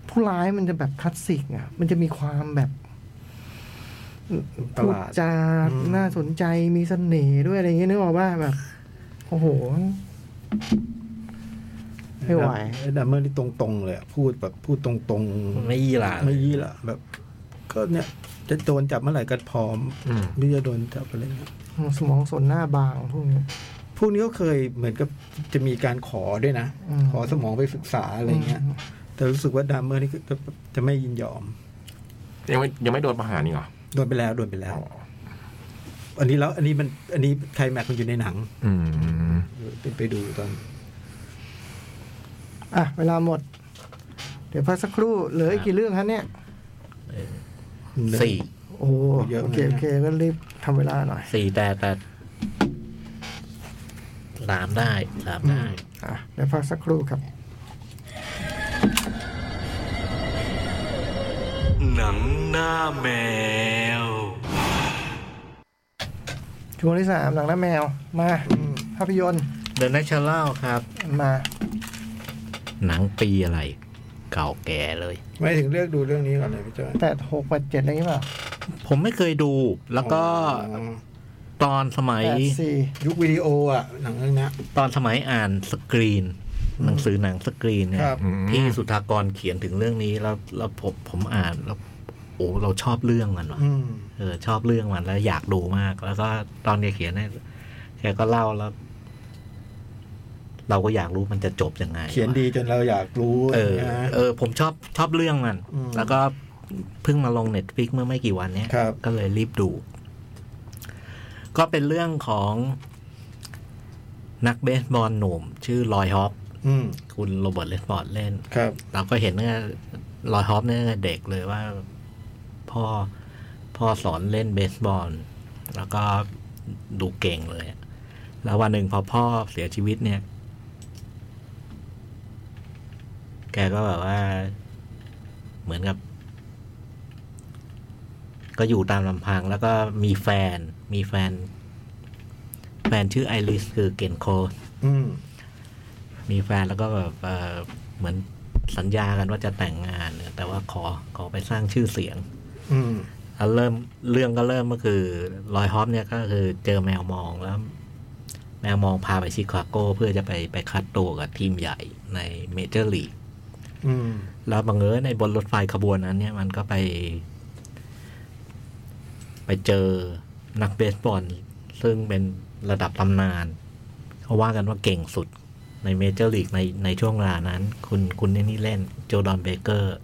S4: ผู้ร้ายมันจะแบบคลาสสิกอ่ะ มันจะมีความแบบ
S5: ต
S4: พูด
S5: ลาด
S4: จา
S5: อืม
S4: น่าสนใจมีเสน่ห์ด้วยอะไรอย่างเงี้ยนึกออกว่าแบบ โอ้โห ไม่ไหว
S5: ไอ้ดัมเมอร์นี่ตรงๆเลยอะพูดแบบพูดตรงๆ
S2: ไม่ยี่หลา
S5: ไม่ยี่ละแบบ ก็เนี่ยจะโดนจับเมื่อไหร่ก็พร้อม
S3: อืม
S5: ที่จะโดนจับอะไรเงี้ย
S4: สมองส่วนหน้าบางพวกเนี้ย
S5: พวกนี้ก็เคยเหมือนกับจะมีการขอด้วยนะ
S4: อืม
S5: ขอสมองไปศึกษาอะไรเงี้ย แต่รู้สึกว่าดัมเมอร์นี่ก็จะจะไม่ยินยอม
S3: ยังไม่ยังไม่โดนประหารนี่หรอ
S5: โดนไปแล้วโดนไปแล้ว อันนี้แล้วอันนี้มันอันนี้ไคลแม็กซ์มันอยู่ในหนัง
S3: อืม
S5: ไปไปดูตอน
S4: อ่ะ เวลาหมด เดี๋ยวพักสักครู่เหลืออีกกี่เรื่องฮะเนี่ย
S2: สี่
S4: โอ้โห
S5: เยอะ
S4: โอเค
S5: เลยนะ
S4: โอเคก็รีบทำเวลาหน่อย
S2: สี่แต่แต่สามได้สามได้
S4: อ่ะ เดี๋ยวพักสักครู่ครับ
S1: หนังหน้าแมว
S4: ช่วงที่สามหนังหน้าแมว มา ภาพยนตร์
S2: The Natural ครับ
S4: มา
S2: หนังปีอะไร เก่าแก่เลย
S5: ไม่ถึงเลือกดูเรื่องนี้ก่อนเลยพี่จ้อย
S4: แปดหกแปดเจ็ดอะไรอย่างเงี้ยเปล่า
S2: ผมไม่เคยดู แล้วก็
S5: อ๋อ
S2: ตอนสมัย
S4: แปดสี่
S5: ยุควิดีโออ่ะหนังเรื่องเนี้ย
S2: ตอนสมัยอ่านสกรีน หนังสือหนังสกรีนเนี่
S5: ค
S2: ย
S5: รับ
S3: อืม
S2: พี่สุธากรเขียนถึงเรื่องนี้แล้วแล้วผมผมอ่านแล้วโอ้เราชอบเรื่องมันว่ะ
S5: อืม
S2: เออชอบเรื่องมันแล้วอยากดูมาก แล้วก็ตอนแกเขียนเนี่ยแกก็เล่าแล้ว เราก็อยากรู้มันจะจบยังไง
S5: เขียน
S2: วะ
S5: ดีจนเราอยากรู้
S2: เออ
S5: นะ
S2: เออ ผมชอบชอบเรื่องมัน
S5: อืม
S2: แล้วก็เพิ่งมาลงเน็ตฟิกเมื่อไม่กี่วันเนี้ย
S5: ครับ
S2: ก็เลยรีบดู ก็เป็นเรื่องของนักเบสบอลหนุ่ม ชื่อลอยฮอป
S5: อืม
S2: คุณโรเบิร์ตเลสบอร์ดเล่น
S5: ครับ
S2: เราก็เห็นเนี่ยลอยฮอปเนี่ยตั้งแต่เด็กเลยว่า พ่อพ่อสอนเล่นเบสบอล แล้วก็ดูเก่งเลยอะแล้ววันหนึ่งพอพ่อเสียชีวิตเนี่ย แกก็แบบว่า เหมือนกับ ก็อยู่ตามลำพังแล้วก็มีแฟน มีแฟน แฟนชื่อไอริสคือเกนโคล
S5: อืม
S2: มีแฟนแล้วก็แบบเอ่อเหมือนสัญญากันว่าจะแต่งงานเนี่ยแต่ว่าขอขอไปสร้างชื่อเสียง
S5: อืม
S2: แล้วเริ่มเรื่องก็เริ่มก็คือลอยฮอปเนี่ยก็คือเจอแมวมองแล้ว แมวมองพาไปชิคาโกเพื่อจะไปไปคัดตัวกับทีมใหญ่ในเมเจอร์ลีก
S5: อืม
S2: แล้วบังเอิญในบนรถไฟขบวนนั้น เนี่ยมันก็ไป ไปเจอนักเบสบอลซึ่งเป็นระดับตำนานเขาว่ากันว่าเก่งสุดในเมเจอร์ลีกในในช่วงเวลานั้น คุณคุณไอ้นี่เล่นโจดอนเบเกอร์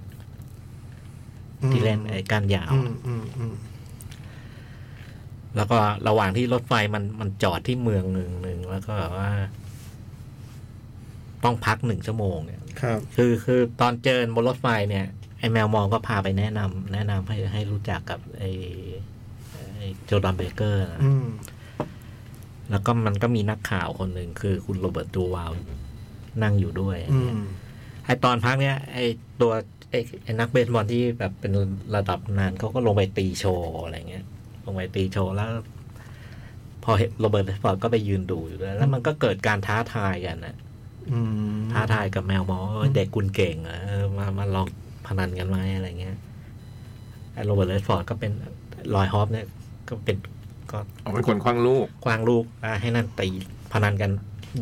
S2: ที่เล่นไอ้การยาว
S5: อืมอืมอืม
S2: แล้วก็ระหว่างที่รถไฟมันมันจอดที่เมืองหนึ่งหนึ่งแล้วก็แบบว่า ต้องพักหนึ่งชั่วโมงเนี่ย
S5: ครับ
S2: คือคือตอนเจอบนรถไฟเนี่ยไอ้แมวมองก็พาไปแนะนำแนะนำให้ให้รู้จักกับไอ้ไอ้โจดอนเบเกอร์นะ
S5: อืม
S2: แล้วก็มันก็มีนักข่าวคนหนึ่งคือคุณโรเบิร์ตดูวาวนั่งอยู่ด้วย
S5: อืม
S2: ไอตอนพักเนี้ยไอตัวไอไอนักเบสบอลที่แบบเป็นระดับนานเขาก็ลงไปตีโชว์อะไรเงี้ย ลงไปตีโชว์แล้ว พอเห็นโรเบิร์ตฟอร์ดก็ไปยืนดูอยู่ด้วยแล้วมันก็เกิดการท้าทายกันนะ
S5: อืม
S2: ท้าทายกับแมวมองว่าเออเด็กคุณเก่งเหรอเออมามาลองพนันกันไหมอะไรเงี้ยไอโรเบิร์ตฟอร์ดก็เป็นลอยฮอปเนี่ย ก็เป็นก็
S3: เอาเป็นคนคว้างลูก
S2: ควางลูกอ่าให้นั่นตีพนันกัน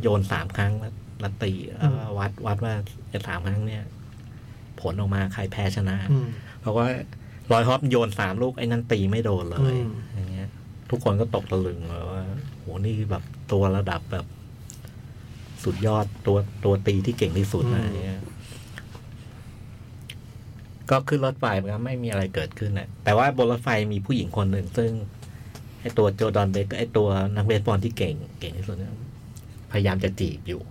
S2: โยนสามครั้งแล้วแล้วตีแล้วก็วัดวัดว่าจะสามครั้งเนี่ย ผลออกมาใครแพ้ชนะ
S5: อืม
S2: เพราะว่าลอยฮอปโยนสามลูกไอ้นั่นตีไม่โดนเลย
S5: อืม
S2: อย่างเงี้ย ทุกคนก็ตกตะลึงเลยว่าโหนี่แบบตัวระดับแบบ สุดยอดตัวตัวตีที่เก่งที่สุดอะไรเงี้ย ก็ขึ้นรถไฟมันก็ไม่มีอะไรเกิดขึ้นนะแต่ว่าบนรถไฟมีผู้หญิงคนหนึ่ง ซึ่งไอตัวโจดอนเบเกอร์ไอตัวนักเบสบอลที่เก่งเก่งที่สุดเนี่ยพยายามจะจีบอยู่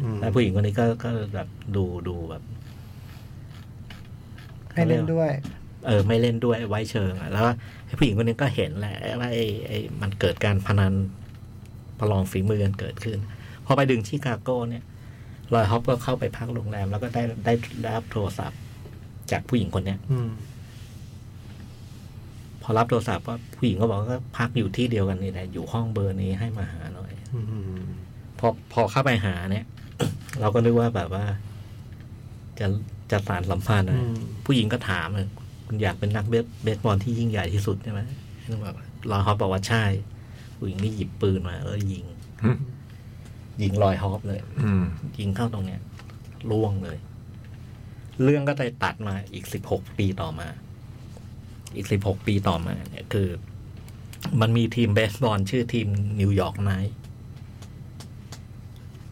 S5: อืม
S2: แล้วผู้หญิงคนนี้ก็ก็แบบดูดูแบบ
S4: ให้เล่นด้วย
S2: เออ ไม่เล่นด้วยไว้เชิงอะแล้วไอ้ผู้หญิงคนนี้ก็เห็นแหละว่าไอ้ไอ้มันเกิดการพนันประลองฝีมือกันเกิดขึ้น พอไปดึงชิคาโก้เนี่ยลอยฮอปก็เข้าไปพักโรงแรม แล้วก็ได้ได้ได้รับโทรศัพท์ จากผู้หญิงคนเนี้ย
S5: อืม
S2: พอรับโทรศัพท์ว่าผู้หญิงก็บอกว่าพักอยู่ที่เดียวกันนี่แหละอยู่ห้องเบอร์นี้ให้มาหาหน่อย
S5: อืม
S2: พอพอเข้าไปหาเนี่ย เราก็นึกว่าแบบว่า จะจะสารสัมพันธ์นะ
S5: อืม
S2: ผู้หญิงก็ถามเลยคุณอยากเป็นนักเบสเบสบอลที่ยิ่งใหญ่ที่สุดใช่ไหมนึกว่าลอยฮอปบอกว่าใช่ ผู้หญิงนี่หยิบปืนมาแล้วยิง
S3: อืม
S2: ยิงลอยฮอปเลย
S3: อืม
S2: ยิงเข้าตรงเนี้ยล่วงเลย เรื่องก็ได้ตัดมาอีกสิบหกปีต่อมา อีกสิบหกปีต่อมา เนี่ยคือ มันมีทีมเบสบอลชื่อทีมนิวยอร์กไนท์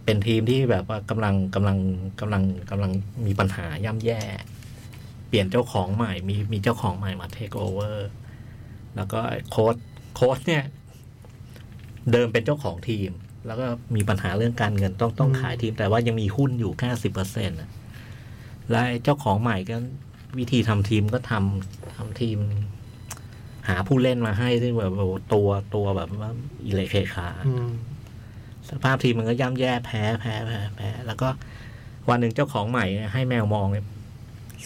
S2: เป็นทีมที่แบบว่ากำลังกำลังกำลังกำลังมีปัญหาย่ำแย่ เปลี่ยนเจ้าของใหม่ มีมีเจ้าของใหม่มาเทคโอเวอร์แล้วก็โค้ชโค้ชเนี่ย เดิมเป็นเจ้าของทีม แล้วก็มีปัญหาเรื่องการเงินต้องต้องขายทีม แต่ว่ายังมีหุ้นอยู่แค่สิบเปอร์เซ็นต์และไอ้เจ้าของใหม่ก็วิธีทำทีมก็ทำทำทีม หาผู้เล่นมาให้ที่แบบโอ้โหตัวตัวแบบว่าอิเละเคขา
S5: อืม
S2: สภาพทีมมันก็ย่ำแย่แพ้แพ้แพ้แพ้ แล้วก็วันหนึ่งเจ้าของใหม่เนี่ยให้แมวมองเนี่ย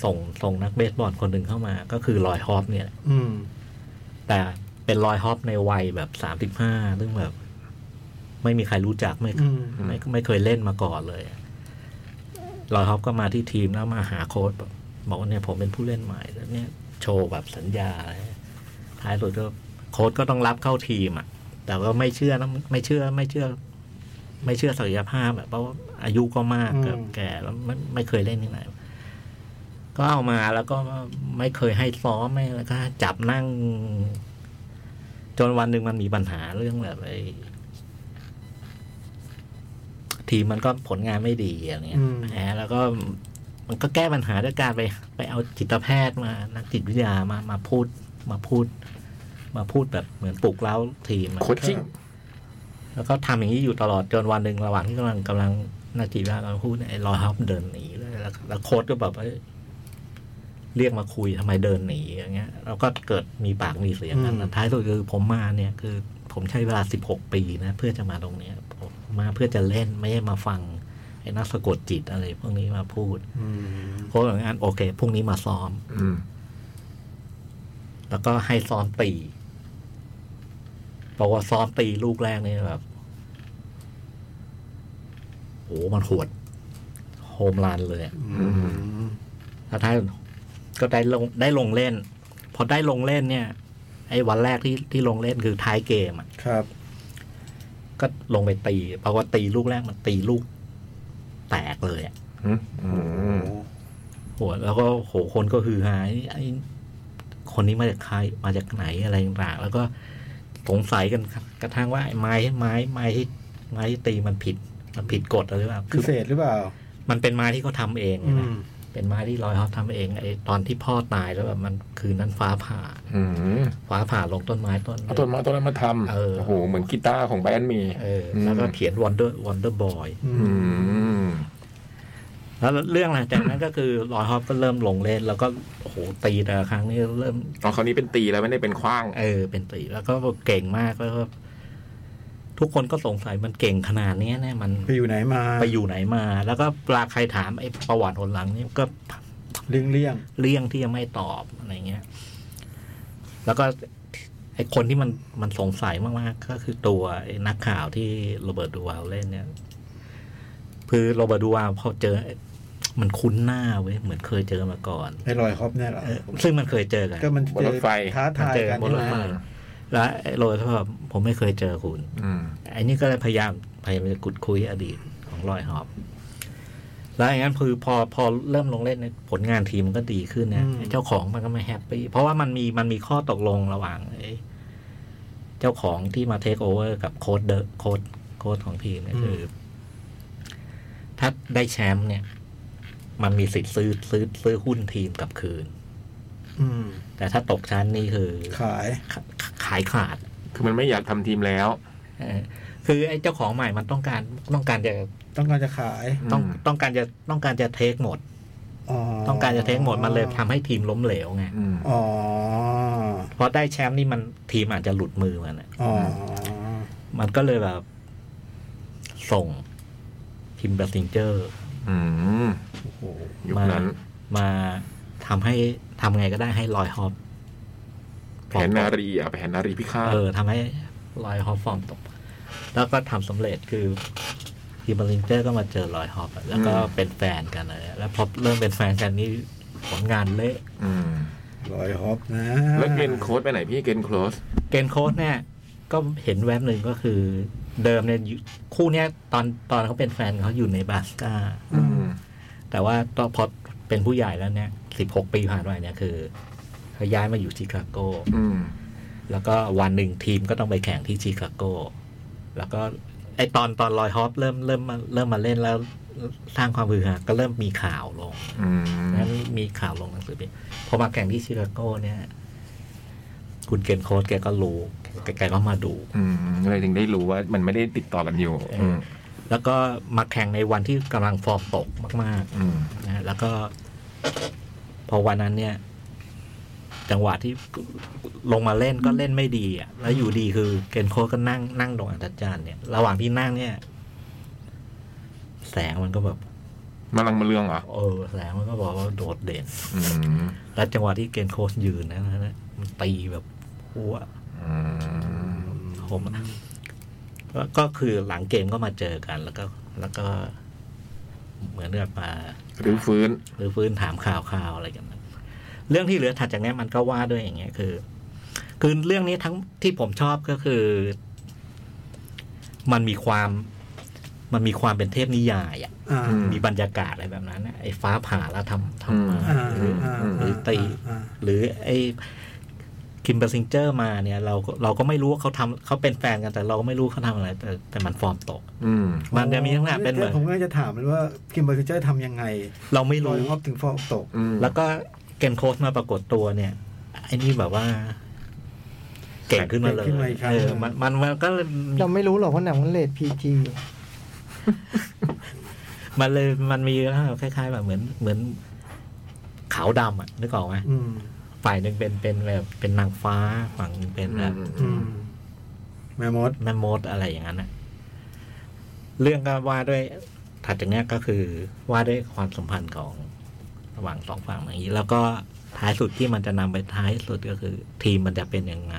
S2: ส่งส่งนักเบสบอลคนหนึ่งเข้ามา ก็คือลอยฮอปเนี่ยแหละ
S5: อืม
S2: แต่เป็นลอยฮอปในวัยแบบสามสิบห้าซึ่งแบบ ไม่มีใครรู้จักไม่
S5: อืม
S2: ไม่ไม่เคยเล่นมาก่อนเลยอะลอยฮอปก็มาที่ทีมแล้วมาหาโค้ชบอกบอกว่าเนี่ยผมเป็นผู้เล่นใหม่แล้วเนี่ยโชว์แบบสัญญาอะไรท้ายสุดก็โค้ชก็ต้องรับเข้าทีมอ่ะ แต่ก็ไม่เชื่อนะไม่เชื่อไม่เชื่อ ไม่เชื่อศักยภาพแบบเพราะว่าอายุก็มาก
S5: อืม
S2: เกือบแก่แล้วไม่ไม่เคยเล่นที่ไหน ก็เอามาแล้วก็ไม่เคยให้ซ้อมไม่แล้วก็จับนั่ง จนวันหนึ่งมันมีปัญหาเรื่องแบบไอ้ ทีมมันก็ผลงานไม่ดีอะไรเงี้
S5: อื
S2: ย
S5: ม
S2: แพ้แล้วก็มันก็แก้ปัญหาด้วยการไปไปเอาจิตแพทย์มา นักจิตวิทยามามาพูดมาพูด มาพูดแบบเหมือนปลุกเล้าทีมอะ
S3: โคชชิ่ง
S2: แล้วก็ทำอย่างนี้อยู่ตลอดจนวันหนึ่งระหว่างที่กำลังกำลังนักจิตวิทยากำลังพูดเนี่ยไอ้ลอยฮอปเดินหนีเลยแล้วแล้วโค้ชก็แบบว่าเรียกมาคุยทำไมเดินหนีอย่างเงี้ยแล้วก็เกิดมีปากมีเสียงกัน
S5: อืม
S2: ท้ายสุดคือผมมาเนี่ย คือ ผมใช้เวลาสิบหกปีนะเพื่อจะมาตรงเนี้ยผมมาเพื่อจะเล่นไม่ใช่มาฟัง ไอ้ นักสะกดจิตอะไรพวกนี้มาพูด
S5: อืม
S2: โค้ชของงานโอเคพรุ่งนี้มาซ้อม
S3: อืม
S2: แล้วก็ให้ซ้อมตีบอกว่าซ้อมตีลูกแรกนี่แบบโอ้มันโหดโฮมรันเลยอะ
S5: อืม
S2: แล้วท้ายก็ได้ลงได้ลงเล่น พอได้ลงเล่นเนี่ย ไอ้วันแรกที่ที่ลงเล่นคือท้ายเกมอะ
S5: ครับ
S2: ก็ลงไปตีปรากฏตีลูกแรกมันตีลูก แตกเลยอะ
S3: อืมอืม
S5: โอ้
S2: โหแล้วก็โหคนก็ฮือฮาไอ้ไอ้คนนี้มาจากใครมาจากไหนอะไรต่างๆแล้วก็สงสัยกันครับกระทั่งว่าไอ้ไม้ไม้ไม้ที่ไม้ที่ตีมันผิด มันผิดกฎอะไรหรือเปล่า
S5: พิ
S2: คือ
S5: เศษหรือเปล่า
S2: มันเป็นไม้ที่เขาทำเอง
S5: อื
S2: นะ
S5: ม
S2: เป็นไม้ที่ลอยเขาทำเองไอ้ตอนที่พ่อตายแล้วแบบมันคืนนั้นฟ้าผ่า
S3: อืม
S2: ฟ้าผ่าลงต้นไม้ต้นหนึ่ง
S3: เอาต้นไมาต้นนั้นมาท
S2: เออ
S3: ำโอ้โห เหมือนกีตาร์ของไบรอันเมี
S2: เออแล้วก็เขียนวันเดอร์วันเดอร์บอย
S5: อื
S3: อื
S5: ม
S3: ม
S2: แล้วเรื่องหลังจากนั้นก็คือลอยฮอปก็เริ่มลงเล่น แล้วก็โอ้โหตีแต่ละครั้งนี่เริ่ม
S3: ตอนคราวนี้เป็นตีแล้วไม่ได้เป็นคว้าง
S2: เออ เป็นตีแล้วก็เก่งมากแล้วก็ทุกคนก็สงสัยมันเก่งขนาดเนี้ยเนี่ยมัน
S5: ไปอยู่ไหนมา
S2: ไปอยู่ไหนมา แล้วก็ปลาใครถามไอ้ประวัติคนหลังนี่ก็
S5: เลี่ยงเลี่ยง
S2: เลี่ยงที่จะไม่ตอบอะไรเงี้ย แล้วก็ไอ้คนที่มันมันสงสัยมากๆก็คือตัวไอ้นักข่าวที่โรเบิร์ตดูวาลเล่นเนี่ยคือโรเบิร์ตดูวาลพอเจอ มันคุ้นหน้าเว้ยเหมือนเคยเจอมาก่อน
S5: ไอ้ลอยฮอปเนี่ยเหรอ
S2: เออซึ่งมันเคยเจอกัน
S5: ก็มัน
S3: บนรถไฟ
S5: ท้าทายกัน
S2: มันเจอบนรถไฟ
S5: ใช่ไหม
S2: แล้วไอ้โรเบิร์ตก็แบบผมไม่เคยเจอคุณ
S3: อืม
S2: ไอ้นี่ก็เลยพยายามพยายามจะกุดคุยอดีตของลอยหอบ แล้วอย่างนั้นคือพอพอเริ่มลงเล่นเนี่ยผลงานทีมมันก็ดีขึ้นนะไอ้เจ้าของมันก็ไม่แฮปปี้เพราะว่ามันมีมันมีข้อตกลงระหว่างไอ้เจ้าของที่มาเทคโอเวอร์กับโค้ดเดอะโค้ดโค้ดของทีมเนี่ยคืออถ้าได้แชมป์เนี่ย มันมีสิทธิ์ซื้อซื้อซื้อหุ้นทีมกลับคืน
S5: อืม
S2: แต่ถ้าตกชั้นนี่คือ
S5: ขาย
S2: ขาขายขาด
S3: คือมันไม่อยากทำทีมแล้ว
S2: เออคือไอ้เจ้าของใหม่มันต้องการต้องการจะ
S5: ต้องการจะขาย
S2: ต้อง
S3: อืม
S2: ต้องการจะต้องการจะเทคหมด ต้องการจะเทคหมดมันเลยทำให้ทีมล้มเหลวไง
S3: อืม
S5: อ๋อ
S2: เพราะได้แชมป์นี่มันทีมอาจจะหลุดมือมันอะ
S5: อ๋อ
S2: มันก็เลยแบบส่งทีมเบลซิงเจอร์
S3: อืม
S5: โอ้โห
S3: ยุค
S2: มา
S3: นั้น
S2: มาทำให้ทำไงก็ได้ให้ลอยฮอป
S3: แผนนารีอ่ะแผนนารีพิฆาต
S2: เออทำให้ลอยฮอปฟอร์มตก แล้วก็ทำสำเร็จคือทีมเบลซิงเจอร์ก็มาเจอลอยฮอปอะแล้วก็เป็นแฟนกันอะไรแล้วพอเริ่มเป็นแฟนกันนี่ผลงานเละ
S3: อืม
S5: ลอยฮอปนะ
S3: แล้วเกนโค้ดไปไหนพี่เกนโคลส
S2: เกนโค้ดเนี่ยก็เห็นแวบหนึ่งก็คือ เดิมเนี่ยอยู่คู่เนี้ยตอนตอนเขาเป็นแฟนเขาอยู่ในบาสกา
S3: อืม
S2: แต่ว่าตอนพอเป็นผู้ใหญ่แล้วเนี่ยสิบหกปีผ่านไปเนี่ยคือเขาย้ายมาอยู่ชิคาโก
S3: อืม
S2: แล้วก็วันหนึ่งทีมก็ต้องไปแข่งที่ชิคาโก แล้วก็ไอตอนตอนลอยฮอปเริ่มเริ่มมาเริ่มมาเล่นแล้วสร้างความฮือฮาก็เริ่มมีข่าวลง
S3: อืม
S2: นั้นมีข่าวลงหนังสือพิมพ์พอมาแข่งที่ชิคาโกเนี่ย คุณเกนโค้ดแกก็รู้แกแกก็มาดู
S3: อืมเลยถึงได้รู้ว่ามันไม่ได้ติดต่อกันอยู่ อืม
S2: แล้วก็มาแข่งในวันที่กำลังฟอร์มตกมาก
S3: อืม
S2: ๆนะแล้วก็ พอวันนั้นเนี่ย จังหวะที่ลงมาเล่นก็เล่นไม่ดีอ่ะแล้วอยู่ดีคือเกนโคชก็นั่งนั่งตรงอันตจารย์เนี่ย ระหว่างที่นั่งเนี่ย แสงมันก็แบบ
S3: มาลังมาเรืองเหรอ
S2: เออ แสงมันก็บอกว่าโดดเด่น
S3: อืม
S2: แล้วจังหวะที่เกนโคชยืนนะนะมันตีแบบหัว
S3: อืม
S2: ผมอะก็ก็คือหลังเกมก็มาเจอกัน แล้วก็ แล้วก็ เหมือนแบบมา
S3: หรือฟื้น
S2: หรือฟื้นถามข่าวข่าวอะไรกันนะเรื่องที่เหลือถัดจากนี้มันก็ว่าด้วยอย่างเงี้ยคือ คือเรื่องนี้ทั้งที่ผมชอบก็คือ มันมีความ มันมีความเป็นเทพนิยายอะ
S5: อ่า
S3: อืม
S2: มีบรรยากาศอะไรแบบนั้นนะไอ้ฟ้าผ่าแล้วทำทำมา
S5: อ่า
S3: อืม
S5: อ่า
S2: หรือตี
S5: อ่า
S2: หรือไอ้คิมเบอร์ซิงเจอร์มาเนี่ย เราก็เราก็ไม่รู้ว่าเขาทำเขาเป็นแฟนกันแต่เราก็ไม่รู้เขาทำอะไร แต่แต่มันฟอร์มตก
S3: อืม
S2: มันจะมีลักษณะเป็นเหมือน
S5: ผมก็จะถามมันว่าคิมเบอร์ซิเจอร์ทำยังไง
S2: เราไม่
S5: ลอ
S2: รู้
S5: ยฮอปถึงฟอกตก
S3: อืม
S2: แล้วก็เกมโค้ชมาปรากฏตัวเนี่ยไอ้นี่แบบว่า เก่งขึ้นมาเลย
S5: เก่งขึ้นมาอีกครั้ง
S2: เออมันมันมันก็เลย
S4: เราไม่รู้หรอกว่าหนังมันเลทพีจี
S2: มันเลยมันมีลักษณะคล้ายๆแบบเหมือนเหมือนขาวดำอ่ะนึกออกไหม
S5: อืม
S2: ฝ่ายหนึ่งเป็นเป็นแบบเป็นนางฟ้าฝั่งหนึ่งเป็นแบบ
S5: อืมแม่มด
S2: แม่มดอะไรอย่างนั้นนะเรื่องก็ว่าด้วย ถัดจากเนี้ยก็คือว่าด้วยความสัมพันธ์ของระหว่างสองฝั่งอย่างนี้ แล้วก็ท้ายสุดที่มันจะนำไปท้ายสุดก็คือ ทีมมันจะเป็นยังไง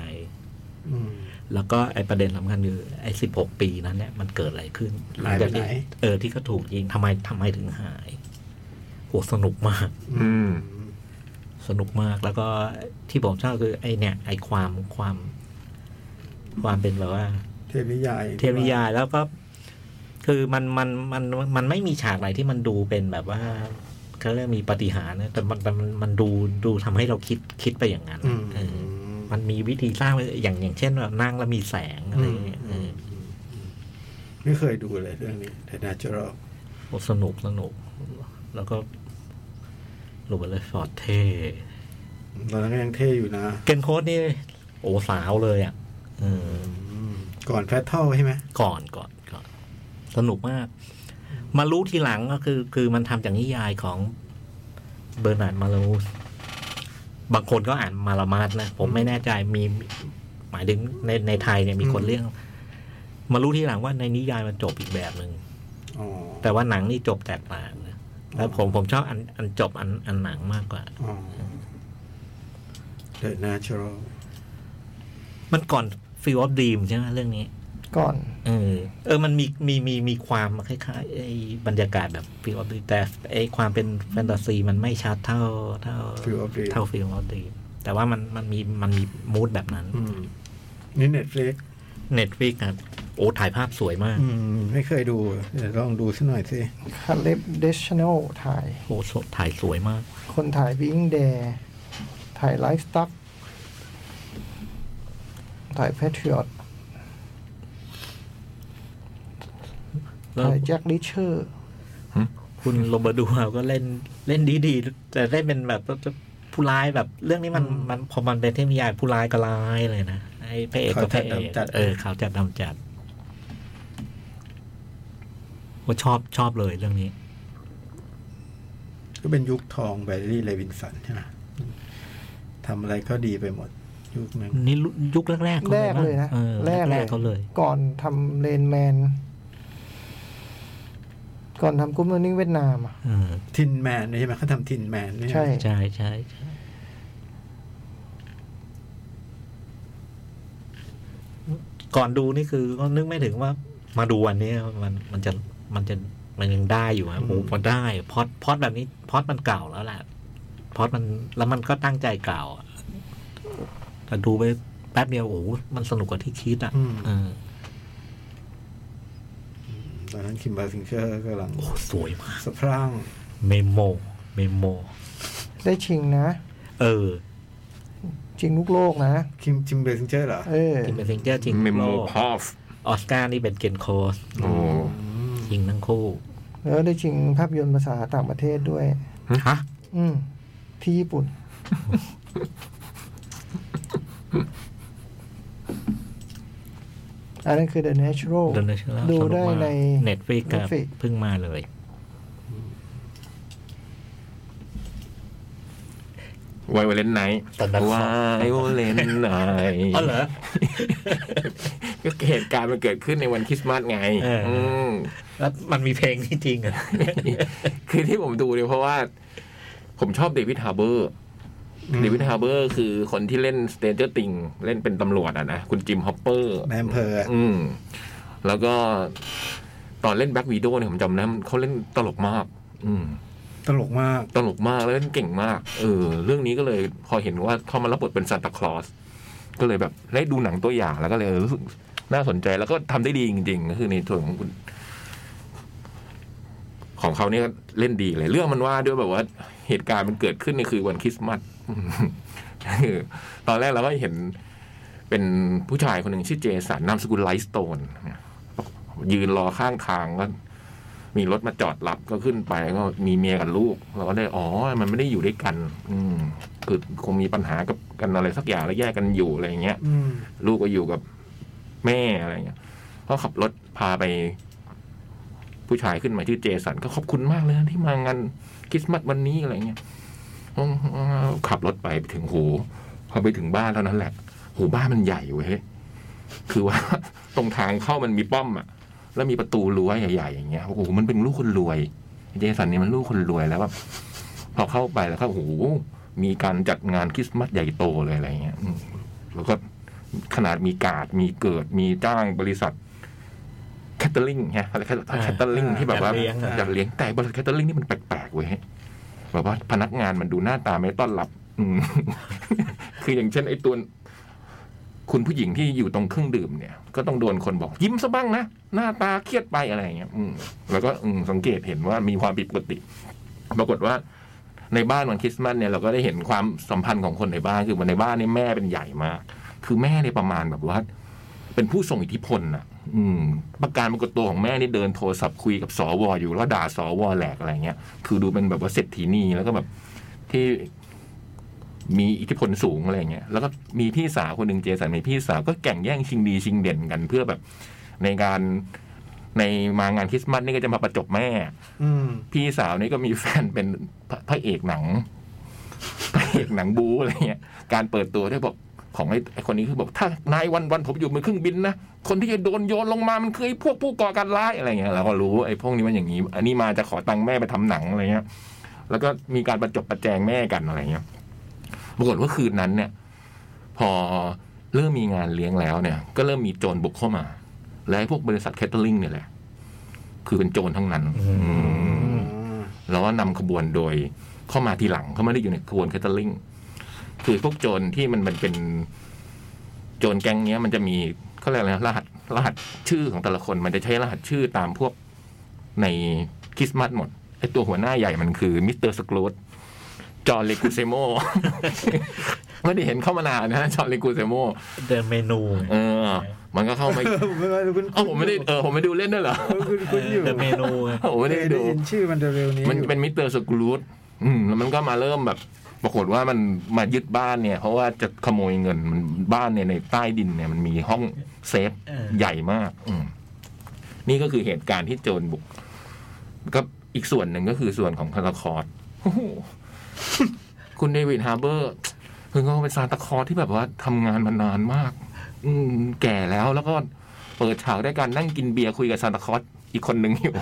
S5: อืม
S2: แล้วก็ไอประเด็นสำคัญคือไอสิบหกปีนั้นเนี่ยมันเกิดอะไรขึ้น
S5: หายไปไหน
S2: เออที่เขาถูกยิงทำไมทำไมถึงหายโหสนุกมาก
S3: อืม
S2: สนุกมากแล้วก็ที่ผมชอบคือไอเนี่ย ไอความความ ความเป็นแบบว่า
S5: เทพนิยาย
S2: เทพนิยายแล้วก็ คือมันมันมันมันไม่มีฉากไหนที่มันดูเป็นแบบว่าเขาเรียกมีปาฏิหารย์นะแต่มันแต่มันมันดูดูทำให้เราคิดคิดไปอย่างนั้น
S5: อืม
S2: เออมันมีวิธีสร้างไว้อย่างอย่างเช่นแบบนั่งแล้วมีแสงอะไรอย่างเงี้ยเออ
S5: ไม่เคยดูเลยเรื่องนี้แต่น่าจะรอ
S2: โอ้สนุกสนุก แล้วก็โรเบิร์ตเลยฟอร์ดเท่
S5: ตอนนั้นก็ยังเท่อยู่นะ
S2: เกนโค้ดนี่ โอ้สาวเลยอ่ะเออ
S5: อืมก่อนแพทเทิลใช่ไหม
S2: ก่อนก่อนก่อนสนุกมาก มารู้ทีหลังก็คือ คือมันทำจากนิยายของเบอร์นาร์ดมาลามูสบางคนก็อ่านมาลามาสนะ ผมไม่แน่ใจมี หมายถึงในในไทยเนี่ยมีคนเรียกมารู้ทีหลังว่าในนิยายมันจบอีกแบบหนึ่ง
S5: อ๋อ
S2: แต่ว่าหนังนี่จบแตกต่างนะแล้วผมผมชอบอันอันจบอันอันหนังมากกว่า
S5: อ๋อ The Natural
S2: มันก่อนฟิวออฟดีมใช่ไหมเรื่องนี้
S4: ก่อน
S2: เออเออ มันมีมีมีมีความคล้ายๆไอ้บรรยากาศแบบฟิลออฟดีแต่ไอ้ความเป็นแฟนตาซีมันไม่ชัดเท่าเท่า
S5: Feel of Dream
S2: เท่าฟิลออฟดีแต่ว่ามันมันมีมันมีมูดแบบนั้น
S5: อืมนี่ Netflix
S2: เน็ตฟิกอ่ะโอ้ถ่ายภาพสวยมาก
S5: อืม ไม่เคยดูเดี๋ยวลองดูสักหน่อยสิ
S4: c a l i b d e s i o n a l ถ่าย
S2: โอ้สดถ่ายสวยมาก
S4: คนถ่าย Being There ถ่าย Live Stuff ถ่าย Patriot
S2: แล้ว
S4: ถ่าย Jack Reacher
S2: คุณโรเบร์ตดูเอาก็เล่นเล่นดีดีๆแต่เล่นเป็นแบบผู้ร้ายแบบเรื่องนี้มันมันพอมันเป็นเทพนิยายผู้ร้ายก็ร้ายเลยนะไอ้พระเอกก็พระเอก
S5: ขาวจัดดำจัด
S2: เออขาวจัดดำจัดว่าชอบชอบเลยเรื่องนี้
S5: ก็เป็นยุคทองแบรรี่เลวินสันใช่ไหมทำอะไรก็ดีไปหมด ยุคนั้น
S2: นี่ยุคแรกๆเขา
S4: แร
S2: เลยป
S4: กเลยนะ
S2: เออ
S4: แรก
S2: แรกๆเขาเลย
S4: ก่อนทำเลนแมน ก่อนทำกุ๊มเมอร์นิ่งเวียดนามอะ
S2: เออ
S5: ทินแมนใช่ไหมเขาทำทินแมนไหม
S4: ใช่
S2: ใช่ใช่ใช่ก่อนดูนี่คือก็นึกไม่ถึงว่า มาดูวันนี้มันมันจะมันจะมันยังได้อยู่อะโอ้พอได้พอดพอดแบบนี้พอดมันเก่าแล้วแหละพอดมันแล้วมันก็ตั้งใจเก่าอะแต่ดูไปแป๊บเดียวโอ้โหมันสนุกกว่าที่คิดอ่ะเออ
S5: ตอนนั้นคิมบาร์ซิงเชอร์กำลัง
S2: โอ้โหสวยมาก
S5: สะพรั่ง
S2: เมโมเมโม
S4: ได้ชิงนะ
S2: เออ
S4: ชิงลูกโลกนะ
S5: คิมจิมเบอร์ซิงเชอร์เหรอ
S4: เออ
S2: จิมเป็นซิงเกิลจริง
S3: เมม
S2: โล
S3: โม
S2: ก
S3: พอฟ
S2: ออสการ์นี่เป็นเกนโคส
S3: โอ้
S2: ยิงทั้งคู่
S4: แล้วได้ชิงภาพยนตร์ภาษาต่างประเทศด้วย
S2: ฮะ
S4: อืม ที่ญี่ปุ่น อันนั้นคือ The Natural
S2: เดนเนชั่น
S4: ดูได้ใน
S2: เน็ตฟลิกครับ
S4: Netflix
S2: เพิ่งมาเลย
S3: ไวโอเลนไนท์ไวโอเลนไนท์
S2: อ๋อเหรอ
S3: ก็เหตุการณ์มันเกิดขึ้นในวันคริสต์มาสไง
S2: เอออื
S3: ม
S2: แล้วมันมีเพลงที่จริงเหรอ่ะ
S3: คือที่ผมดูเนี่ยเพราะว่า ผมชอบเดวิดฮาร์เบอร์ เดวิดฮาร์เบอร์คือคนที่เล่นสเตนเจอร์ติงเล่นเป็นตำรวจอ่ะนะ คุณจิมฮอปเปอร์
S5: แมมเพอร์
S3: อืม แล้วก็ตอนเล่นแบ็กวีโดเนี่ยผมจำได้เขาเล่นตลกมาก อืม
S5: ตลกมาก
S3: ตลกมากแล้วเล่นเก่งมาก เออ เรื่องนี้ก็เลยพอเห็นว่าเขามารับบทเป็นซานตาคลอส ก็เลยแบบได้ดูหนังตัวอย่างแล้วก็เลยรู้สึกน่าสนใจแล้วก็ทำได้ดีจริงๆ ก็คือในส่วนของคุณ ของเขาเนี่ยเล่นดีเลย เรื่องมันว่าด้วยแบบว่าเหตุการณ์มันเกิดขึ้นในคือวันคริสต์มาส อืมคือตอนแรกเราก็เห็นเป็นผู้ชายคนหนึ่งชื่อเจสันนามสกุลไลท์สโตนยืนรอข้างทางก็ มีรถมาจอดรับก็ขึ้นไปก็มีเมียกับลูก เราก็ได้อ๋อ มันไม่ได้อยู่ด้วยกัน อืมคือคงมีปัญหากับกันอะไรสักอย่างแล้วแยกกันอยู่อะไรอย่างเงี้ย
S5: อืม
S3: ลูกก็อยู่กับแม่อะไรเงี้ยก็ขับรถพาไป ผู้ชายขึ้นมาชื่อเจสันก็ขอบคุณมากเลยนะที่มางานคริสต์มาสวันนี้อะไรเงี้ยอืมขับรถไปถึงโหพอไปถึงบ้านเท่านั้น แหละโหบ้านมันใหญ่เว้ยคือว่า ตรงทางเข้ามันมีป้อมอะ แล้วมีประตูรั้วใหญ่ๆอย่างเงี้ยโอ้โหมันเป็นลูกคนรวยเจสันนี่มันลูกคนรวยแล้วแบบพอเข้าไปแล้วก็โอ้โหมีการจัดงานคริสต์มาสใหญ่โตเลยอะไรเงี้ยอืมแล้วก็ขนาดมีการ์ดมีเกิดมีจ้างบริษัทแคตเตอร์ลิงฮะอะไรแคตเตอร์ลิงที่แบบว่า
S2: จัดเลี้ยงอะ
S3: จัดเลี้ยงแต่บริษัทแคตเตอร์ลิงนี่มันแปลกๆเว้ย แบบว่าพนักงานมันดูหน้าตาไม่ต้อนรับ อืม คืออย่างเช่นไอ้ตัวคุณผู้หญิงที่อยู่ตรงเครื่องดื่มเนี่ย ก็ต้องโดนคนบอกยิ้มซะบ้างนะ หน้าตาเครียดไปอะไรอย่างเงี้ยอืมแล้วก็อืมสังเกตเห็นว่ามีความผิดปกติ ปรากฏว่า ในบ้านวันคริสต์มาสเนี่ยเราก็ได้เห็นความสัมพันธ์ของคนในบ้านคือในบ้านเนี่ยแม่เป็นใหญ่มาก คือแม่เนี่ยประมาณแบบว่า เป็นผู้ส่งอิทธิพลน่ะ อืม ประการปรากฏตัวของแม่นี่เดินโทรศัพท์คุยกับสวอยู่แล้วด่าสวแหลกอะไรเงี้ย คือดูเป็นแบบว่าเศรษฐีนีแล้วก็แบบที่มีอิทธิพลสูงอะไรเงี้ย แล้วก็มีพี่สาวคนหนึ่งเจสันมีพี่สาวก็แข่งแย่งชิงดีชิงเด่นกัน เพื่อแบบในการในมางานคริสต์มาสนี่ก็จะมาประจบแม่
S5: อืม
S3: พี่สาวนี่ก็มีแฟนเป็นพระพระเอกหนัง พระเอกหนังบูอะไรเงี้ย การเปิดตัวด้วยบอกของไอ้ไอ้คนนี้คือบอกถ้านายวันวันผมอยู่บนเครื่องบินนะคนที่จะโดนโยนลงมามันคือไอ้พวกผู้ก่อการร้ายอะไรเงี้ยเราก็รู้ไอ้พวกนี้มันอย่างนี้ อันนี้มาจะขอตังค์แม่ไปทำหนังอะไรเงี้ย แล้วก็มีการประจบประแจงแม่กันอะไรเงี้ยปรากฏว่าคืนนั้นเนี่ย พอเริ่มมีงานเลี้ยงแล้วเนี่ย ก็เริ่มมีโจรบุกเข้ามา และไอ้พวกบริษัทแคทเทอริงเนี่ยแหละ คือเป็นโจรทั้งนั้น อืม แล้วก็นำขบวนโดยเข้ามาทีหลังเขาไม่ได้อยู่ในขบวนแคทเตอร์ลิงคือพวกโจรที่มันมันเป็นโจรแก๊งเนี้ย มันจะมีเขาเรียกอะไรนะรหัสรหัสชื่อของแต่ละคน มันจะใช้รหัสชื่อตามพวกในคริสต์มาสหมดไอตัวหัวหน้าใหญ่มันคือมิสเตอร์สกรูตจอร์เลกูเซโม ไม่ได้เห็นเข้ามานานนะ จอร์เลกูเซโม
S2: เดินเมนูไง
S3: เออ มันก็เข้ามา
S5: ผมไม่ว่าคุณ
S3: เอ้าผมไม่ได้เออผมไม่ดูเล่นด้วยเหรอ
S5: คุณคุณอยู่
S2: เดินเมนูไง
S3: ผมไม่
S5: ได้
S3: ได้
S5: ได้
S3: ดู
S5: ยินชื่อมันเร็วๆนี้
S3: มัน
S5: อยู่
S3: เป็นมิสเตอร์สกรูตอืมแล้วมันก็มาเริ่มแบบ ปรากฏว่ามันมายึดบ้านเนี่ย เพราะว่าจะขโมยเงินมันบ้านเนี่ยในใต้ดินเนี่ยมันมีห้องเซฟ
S2: เออ
S3: ใหญ่มาก อืมนี่ก็คือเหตุการณ์ที่โจรบุกก็อีกส่วนหนึ่งก็คือส่วนของคาราคอร์ดโอ้โหคุณเดวิดฮาร์เบอร์ คือเขาเป็นซานตาคลอร์สที่แบบว่าทำงานมานานมาก อืม แก่แล้วแล้วก็เปิดฉากด้วยการนั่งกินเบียร์คุยกับซานตาคลอร์สอีกคนหนึ่งอยู่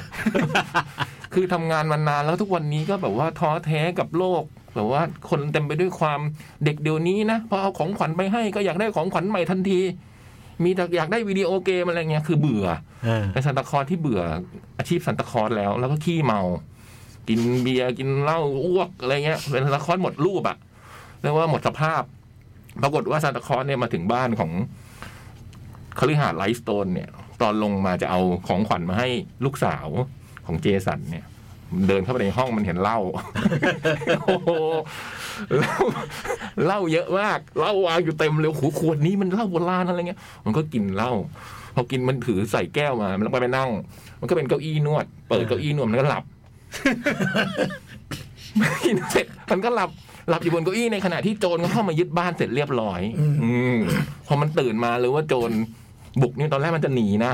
S3: คือทำงานมานานแล้วทุกวันนี้ก็แบบว่าท้อแท้กับโลก แบบว่าคนเต็มไปด้วยความเด็กเดี๋ยวนี้นะพอเอาของขวัญไปให้ก็อยากได้ของขวัญใหม่ทันที มีแต่อยากได้วิดีโอเกมอะไรเงี้ยคือเบื่อ
S2: เออ
S3: เป็นซันตาคลอร์สที่เบื่ออาชีพซันตาคลอร์สแล้ว แล้วก็ขี้เมา กินเบียร์กินเหล้าอ้วกอะไรเงี้ยเป็นซันตาคลอร์สหมดรูปอะเรียกว่าหมดสภาพ ปรากฏว่าซันตาคลอร์สเนี่ยมาถึงบ้านของคฤหาสน์ไลฟ์สโตนเนี่ย ตอนลงมาจะเอาของขวัญมาให้ลูกสาวของเจสันเนี่ย เดินเข้าไปในห้องมันเห็นเหล้า โอ้โหเหล้าเหล้าเยอะมากเหล้าวางอยู่เต็มเลยโอ้โหขวดนี้มันเหล้าโบราณอะไรเงี้ย มันก็กินเหล้า พอกินมันถือใส่แก้วมา มันก็ไปนั่ง มันก็เป็นเก้าอี้นวด เปิดเก้าอี้นวดมันก็หลับ กินเสร็จมันก็หลับหลับอยู่บนเก้าอี้ในขณะที่โจรก็เข้ามายึดบ้านเสร็จเรียบร้อย อืมพอมันตื่นมาเลยว่าโจรบุกนี่ตอนแรกมันจะหนีนะ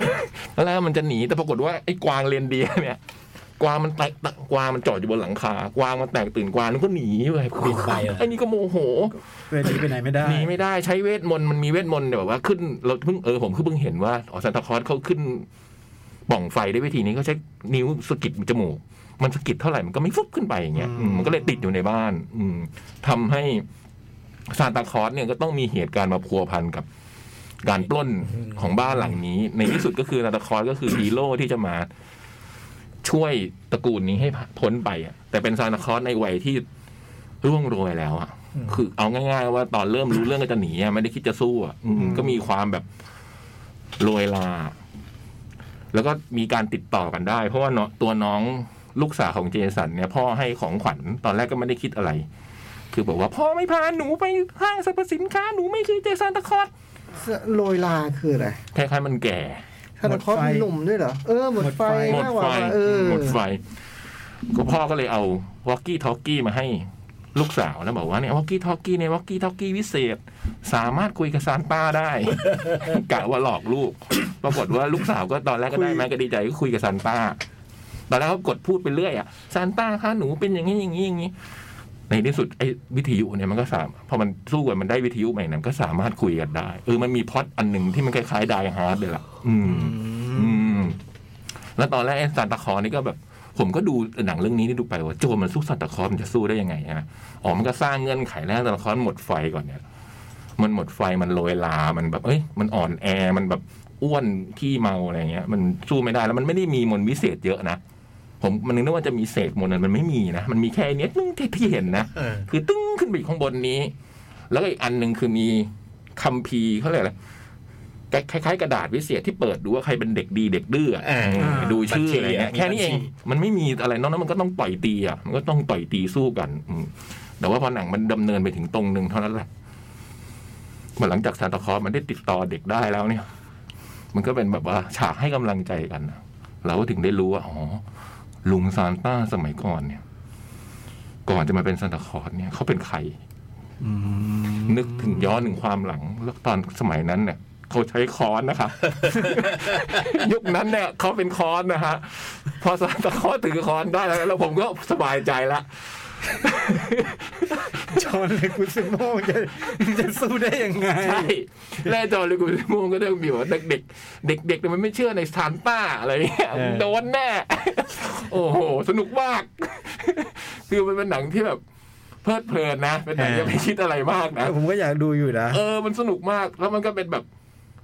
S3: ตอนแรกมันจะหนีแต่ปรากฏว่าไอ้กวางเรนเดียร์เนี่ย กวางมันแตกตะกวางมันจอดอยู่บนหลังคากวางมันแตกตื่นกวางมันก็หนีไป
S2: ปีนไปเหรอ
S3: ไอ้นี่ก็โมโห
S5: เลยหนีไปไหนไม่ได้
S3: หนีไม่ได้ใช้เวทมนต์มันมีเวทมนต์แบบว่าขึ้นเราเพิ่งเออผมเพิ่งเห็นว่าอ๋อซานตาคลอสเขาขึ้นป่องไฟได้วิธีนี้เขาใช้นิ้วสะกิดจมูก มันสะกิดเท่าไหร่มันก็ไม่ฟุบขึ้นไปอย่างเงี้ย
S5: อืม
S3: อืมมันก็เลยติดอยู่ในบ้าน อืมทำให้ซานตาคลอสเนี่ยก็ต้องมีเหตุการณ์มาพัวพันกับ การปล้นของบ้านหลังนี้ ในที่สุดก็คือซานตาคลอสก็คือฮีโร่ที่จะมา ช่วยตระกูลนี้ให้พ้นไปอ่ะแต่เป็นซานตาคลอสในวัยที่ร่วงโรยแล้วอ่ะ คือเอาง่าย ๆ ว่าตอนเริ่มรู้เรื่องก็จะหนีอะไม่ได้คิดจะสู้อ่ะอืม
S5: อืม
S3: ก็มีความแบบโรยลา แล้วก็มีการติดต่อกันได้ เพราะว่าเนาะตัวน้องลูกสาวของเจสันเนี่ย พ่อให้ของขวัญตอนแรกก็ไม่ได้คิดอะไร คือบอกว่าพ่อไม่พาหนูไปห้างสรรพสินค้าหนูไม่คือเจสันตะคอด
S4: โรยลาคืออะไร
S3: คล้ายๆมันแก่
S4: ธนาคารมีหลุมด้วยเหรอ เออ หมดไฟ
S3: หมด
S4: มากกว่า
S3: ไฟ
S4: เออ
S3: หมดไฟ ก็พ่อก็เลยเอาวอกกี้ทอกกี้มาให้ลูกสาวแล้วบอกว่าเนี่ยวอกกี้ทอกกี้เนี่ยวอกกี้ทอกกี้วิเศษ สามารถคุยกับซานต้าได้ กะว่าหลอกลูก ปรากฏว่าลูกสาวก็ตอนแรกก็ได้มาก็ดีใจก็คุยกับซานต้าตอนแรกก็กดพูดไปเรื่อยอ่ะซานต้าคะหนูเป็นอย่างนี้อย่างนี้อย่างนี้ ในที่สุดไอ้วิทยุเนี่ยมันก็สามพอมันสู้กันมันได้วิทยุใหม่นั้นก็สามารถคุยกันได้เออมันมีพล็อดอันหนึ่งที่มันคล้ายๆไดฮาร์ดเลยล่ะอืม อืม แล้วตอนแรกไอ้ซานตาคลอสนี่ก็แบบ ผมก็ดูหนังเรื่องนี้นี่ดูไปว่าโจรมันสู้ซานตาคลอสมันจะสู้ได้ยังไงใช่ไหมอ๋อมันก็สร้างเงื่อนไขแล้วซานตาคลอสหมดไฟก่อนเนี่ย มันหมดไฟมันโรยลา มันแบบ เอ้ย มันอ่อนแอ มันแบบอ้วนขี้เมาอะไรเงี้ย มันสู้ไม่ได้แล้วมันไม่ได้มีมนต์วิเศษเยอะนะ ผมมันนึกว่าจะมีเศษมนต์นั้นมันไม่มีนะ มันมีแค่เนี้ยตึ้งที่ที่เห็นนะ
S2: เออ
S3: คือตึ้งขึ้นไปอยู่ข้างบนนี้ แล้วก็อีกอันหนึ่งคือมีคัมภีร์เขาเรียกอะไรคล้ายๆกระดาษวิเศษที่เปิดดูว่าใครเป็นเด็กดีเด็กดื้ออะ
S2: อ่า
S3: เออดูชื่ออะไรเงี้ย
S6: บัญชี
S3: แค่นี้เอง
S6: บัญชี
S3: มันไม่มีอะไรนอกนั้นมันก็ต้องต่อยตีอ่ะมันก็ต้องต่อยตีสู้กันอืมแต่ว่าพอหนังมันดำเนินไปถึงตรงหนึ่งเท่านั้นแหละเหมือนหลังจากซานตาคลอสมันได้ติดต่อเด็กได้แล้วเนี่ย มันก็เป็นแบบว่าฉากให้กำลังใจกันนะเราก็ถึงได้รู้ว่าอ๋อลุงซานต้าสมัยก่อนเนี่ย ก่อนจะมาเป็นซานตาคลอสเนี่ยเขาเป็นใคร นึกถึงย้อนถึงความหลังแล้วตอนสมัยนั้นเนี่ยเขาใช้ค้อนนะคะ ยุคนั้นเนี่ยเขาเป็นค้อนนะฮะพอซานตาคลอสถือค้อนได้แล้วแล้วผมก็สบายใจละ
S5: จอห์นเลกุซิโมจะจะสู้ได้ยังไง
S3: ใช่แล่จอริกุลิมงก็เรื่องบิวเด็กๆเด็กๆเนี่ยมันไม่เชื่อในซานต้าอะไรเงี้ย
S2: เออ
S3: โดนแน่ โอ้โห สนุกมาก คือมันเป็นหนังที่แบบ เพลิดเพลินนะ เป็นหนังที่ไม่คิดอะไรมากนะ
S5: ผมก็อยากดูอยู่นะ
S3: เออ มันสนุกมาก แล้วมันก็เป็นแบบ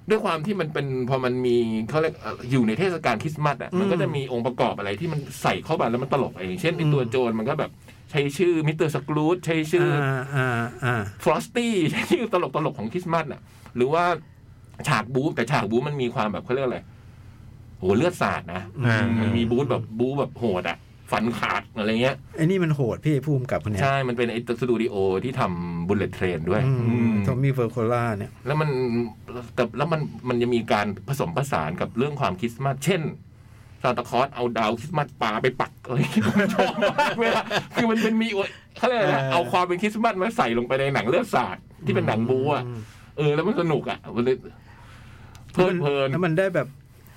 S3: ด้วยความที่มันเป็นพอมันมีเขาเรียกเอ่ออยู่ในเทศกาลคริสต์มาสอ่ะ มันก็จะมีองค์ประกอบอะไรที่มันใส่เข้าไปแล้วมันตลกเอย่างเช่นไอตัวโจรมันก็แบบใช้ชื่อมิสเตอร์สกรูดใช้ชื่ออ
S5: อ่าอ่าอ่า
S3: ฟรอสตี้ที่ตลกตลกๆของคริสต์มาสน่ะ หรือว่าฉากบู๊แต่ฉากบู๊มันมีความแบบเขาเรียกอะไรโหเลือดสาดนะ
S2: อ่ามั
S3: นมีบู๊แบบบู๊แบบโหดอ่ะ ฟันขาดอะไรเงี้ย
S5: ไอ้นี่มันโหดพี่ภูมิกับคนเนี้ย
S3: ใช่ มันเป็นไอ้สตูดิโอที่ทำบุลเลตเทรนด้วยอืม
S5: ทอมมี่เฟอร์โคล่าเนี่ย
S3: แล้วมันแต่แล้วมันมันจะมีการผสมผสานกับเรื่องความคริสต์มาสเช่นซานตาคลอสเอาดาวคริสต์มาสปาไปปักอะไรที่ผม ชอบมากเวลาคือมันเป็นมีเขาเรียกอะไรนะเอาความเป็นคริสต์มาสมาใส่ลงไปในหนังเลือดสาดที่เป็นหนังบู๊อะ เออแล้วมันสนุกอ่ะมันเลยเพลินเพลิน
S5: แล้วมันได้แบบ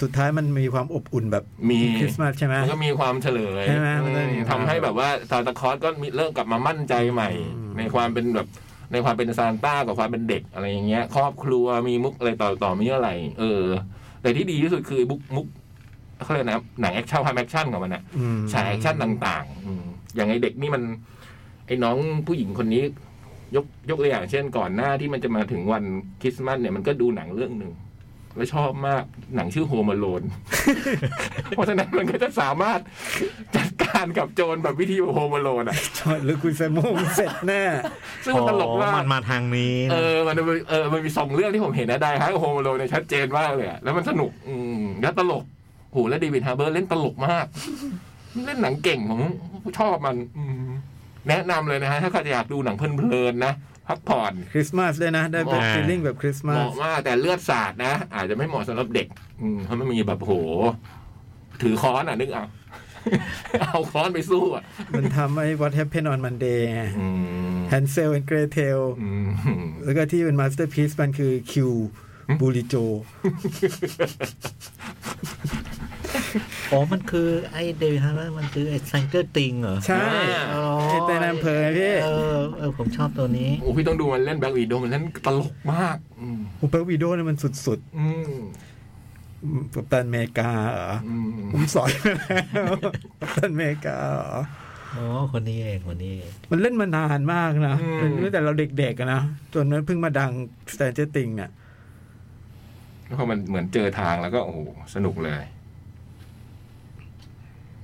S5: สุดท้ายมันมีความอบอุ่นแบบ
S3: มี
S5: คริสต์มาสใช่ไหม
S3: มันก็มีความเฉลย
S5: ใช่ไหมมันก็มี
S3: ทำให้แบบว่าซานตาคลอสก็มีเริ่มกลับมามั่นใจใหม่
S5: อืม
S3: ในความเป็นแบบ ในความเป็นซานต้ากับความเป็นเด็กอะไรอย่างเงี้ย ครอบครัวมีมุกอะไรต่อต่อมีอะไร เออ แต่ที่ดีที่สุดคือมุกมุกเขาเรียกนะหนังแอคชั่นพายแอคชั่นของมันอ่ะ
S5: อืม
S3: ฉากแอคชั่นต่างๆอืมอย่างไอเด็กนี่มัน ไอ้น้องผู้หญิงคนนี้ ยกยกตัวอย่างเช่นก่อนหน้าที่มันจะมาถึงวันคริสต์มาสเนี่ยมันก็ดูหนังเรื่องหนึ่งแล้วชอบมากหนังชื่อโฮม l o น เพราะฉะนั้นมันก็จะสามารถจัดการกับโจรแบบวิธีโฮม l o นอ่ะ
S5: จอห์นเลกุซิโมเสร็จแน่
S3: ซึ่งมันตลก
S2: อ๋อ
S3: มาก
S2: มันมาทางนี้
S3: เออ มันเออ มันมีสองเรื่องที่ผมเห็นนะได้ฮะโฮมโลเนี่ยชัดเจนมากเลยอะแล้วมันสนุก อืมแล้วตลกโหแล้วเดวิดฮาร์เบอร์เล่นตลกมาก เล่นหนังเก่งผมชอบมัน อืมแนะนำเลยนะฮะ ถ้าใครอยากดูหนังเพลินๆนะพักผ่อน
S5: คริสต์มาสด้วยนะ ได้แบบ
S3: อ่า
S5: ฟีลลิ่งแบบคริสต์
S3: เห
S5: มาส
S3: มาะมากแต่เลือดสาดนะ อาจจะไม่เหมาะสำหรับเด็ก อืมเพราะมันมีแบบโห ถือค้อนอ่ะนึก เอา เอาค้อนไปสู้อ่ะ
S5: มันทำไอ้ What Happened on Monday ไง
S3: อืม
S5: Hansel and Gretel
S3: อืม
S5: แล้วก็ที่เป็น masterpiece มันคือ Q บูริโจ
S2: อ๋อมันคือไอ้เดวิดฮาร์เบอร์มันคือไอ้ไซเกอร์ติงเหรอ
S5: ใช่
S2: อ๋อ
S5: ไอ้แต่นอำเภอไงพี่
S2: เออเออผมชอบตัวนี้
S3: โอ้พี่ต้องดูมันเล่นแบ็กวีโดมันเล่นตลกมาก อืม
S5: อุปวิโดเนี่ยมันสุด
S3: อืม
S5: ๆกับตันอเมริกาเหรอ
S3: อืม
S5: ผมสอนมาแล้ว กัปตันอเมริกาเหรอ
S2: อ๋อ คนนี้เอง คนนี้เอง
S5: มันเล่นมานานมากนะ
S3: อืม
S5: เป็นตั้งแต่เราเด็กๆอะนะ จนมันเพิ่งมาดังสแตนเจอร์ติงเนี่ย
S3: แล้วพอมันเหมือนเจอทางแล้วก็โอ้โหสนุกเลย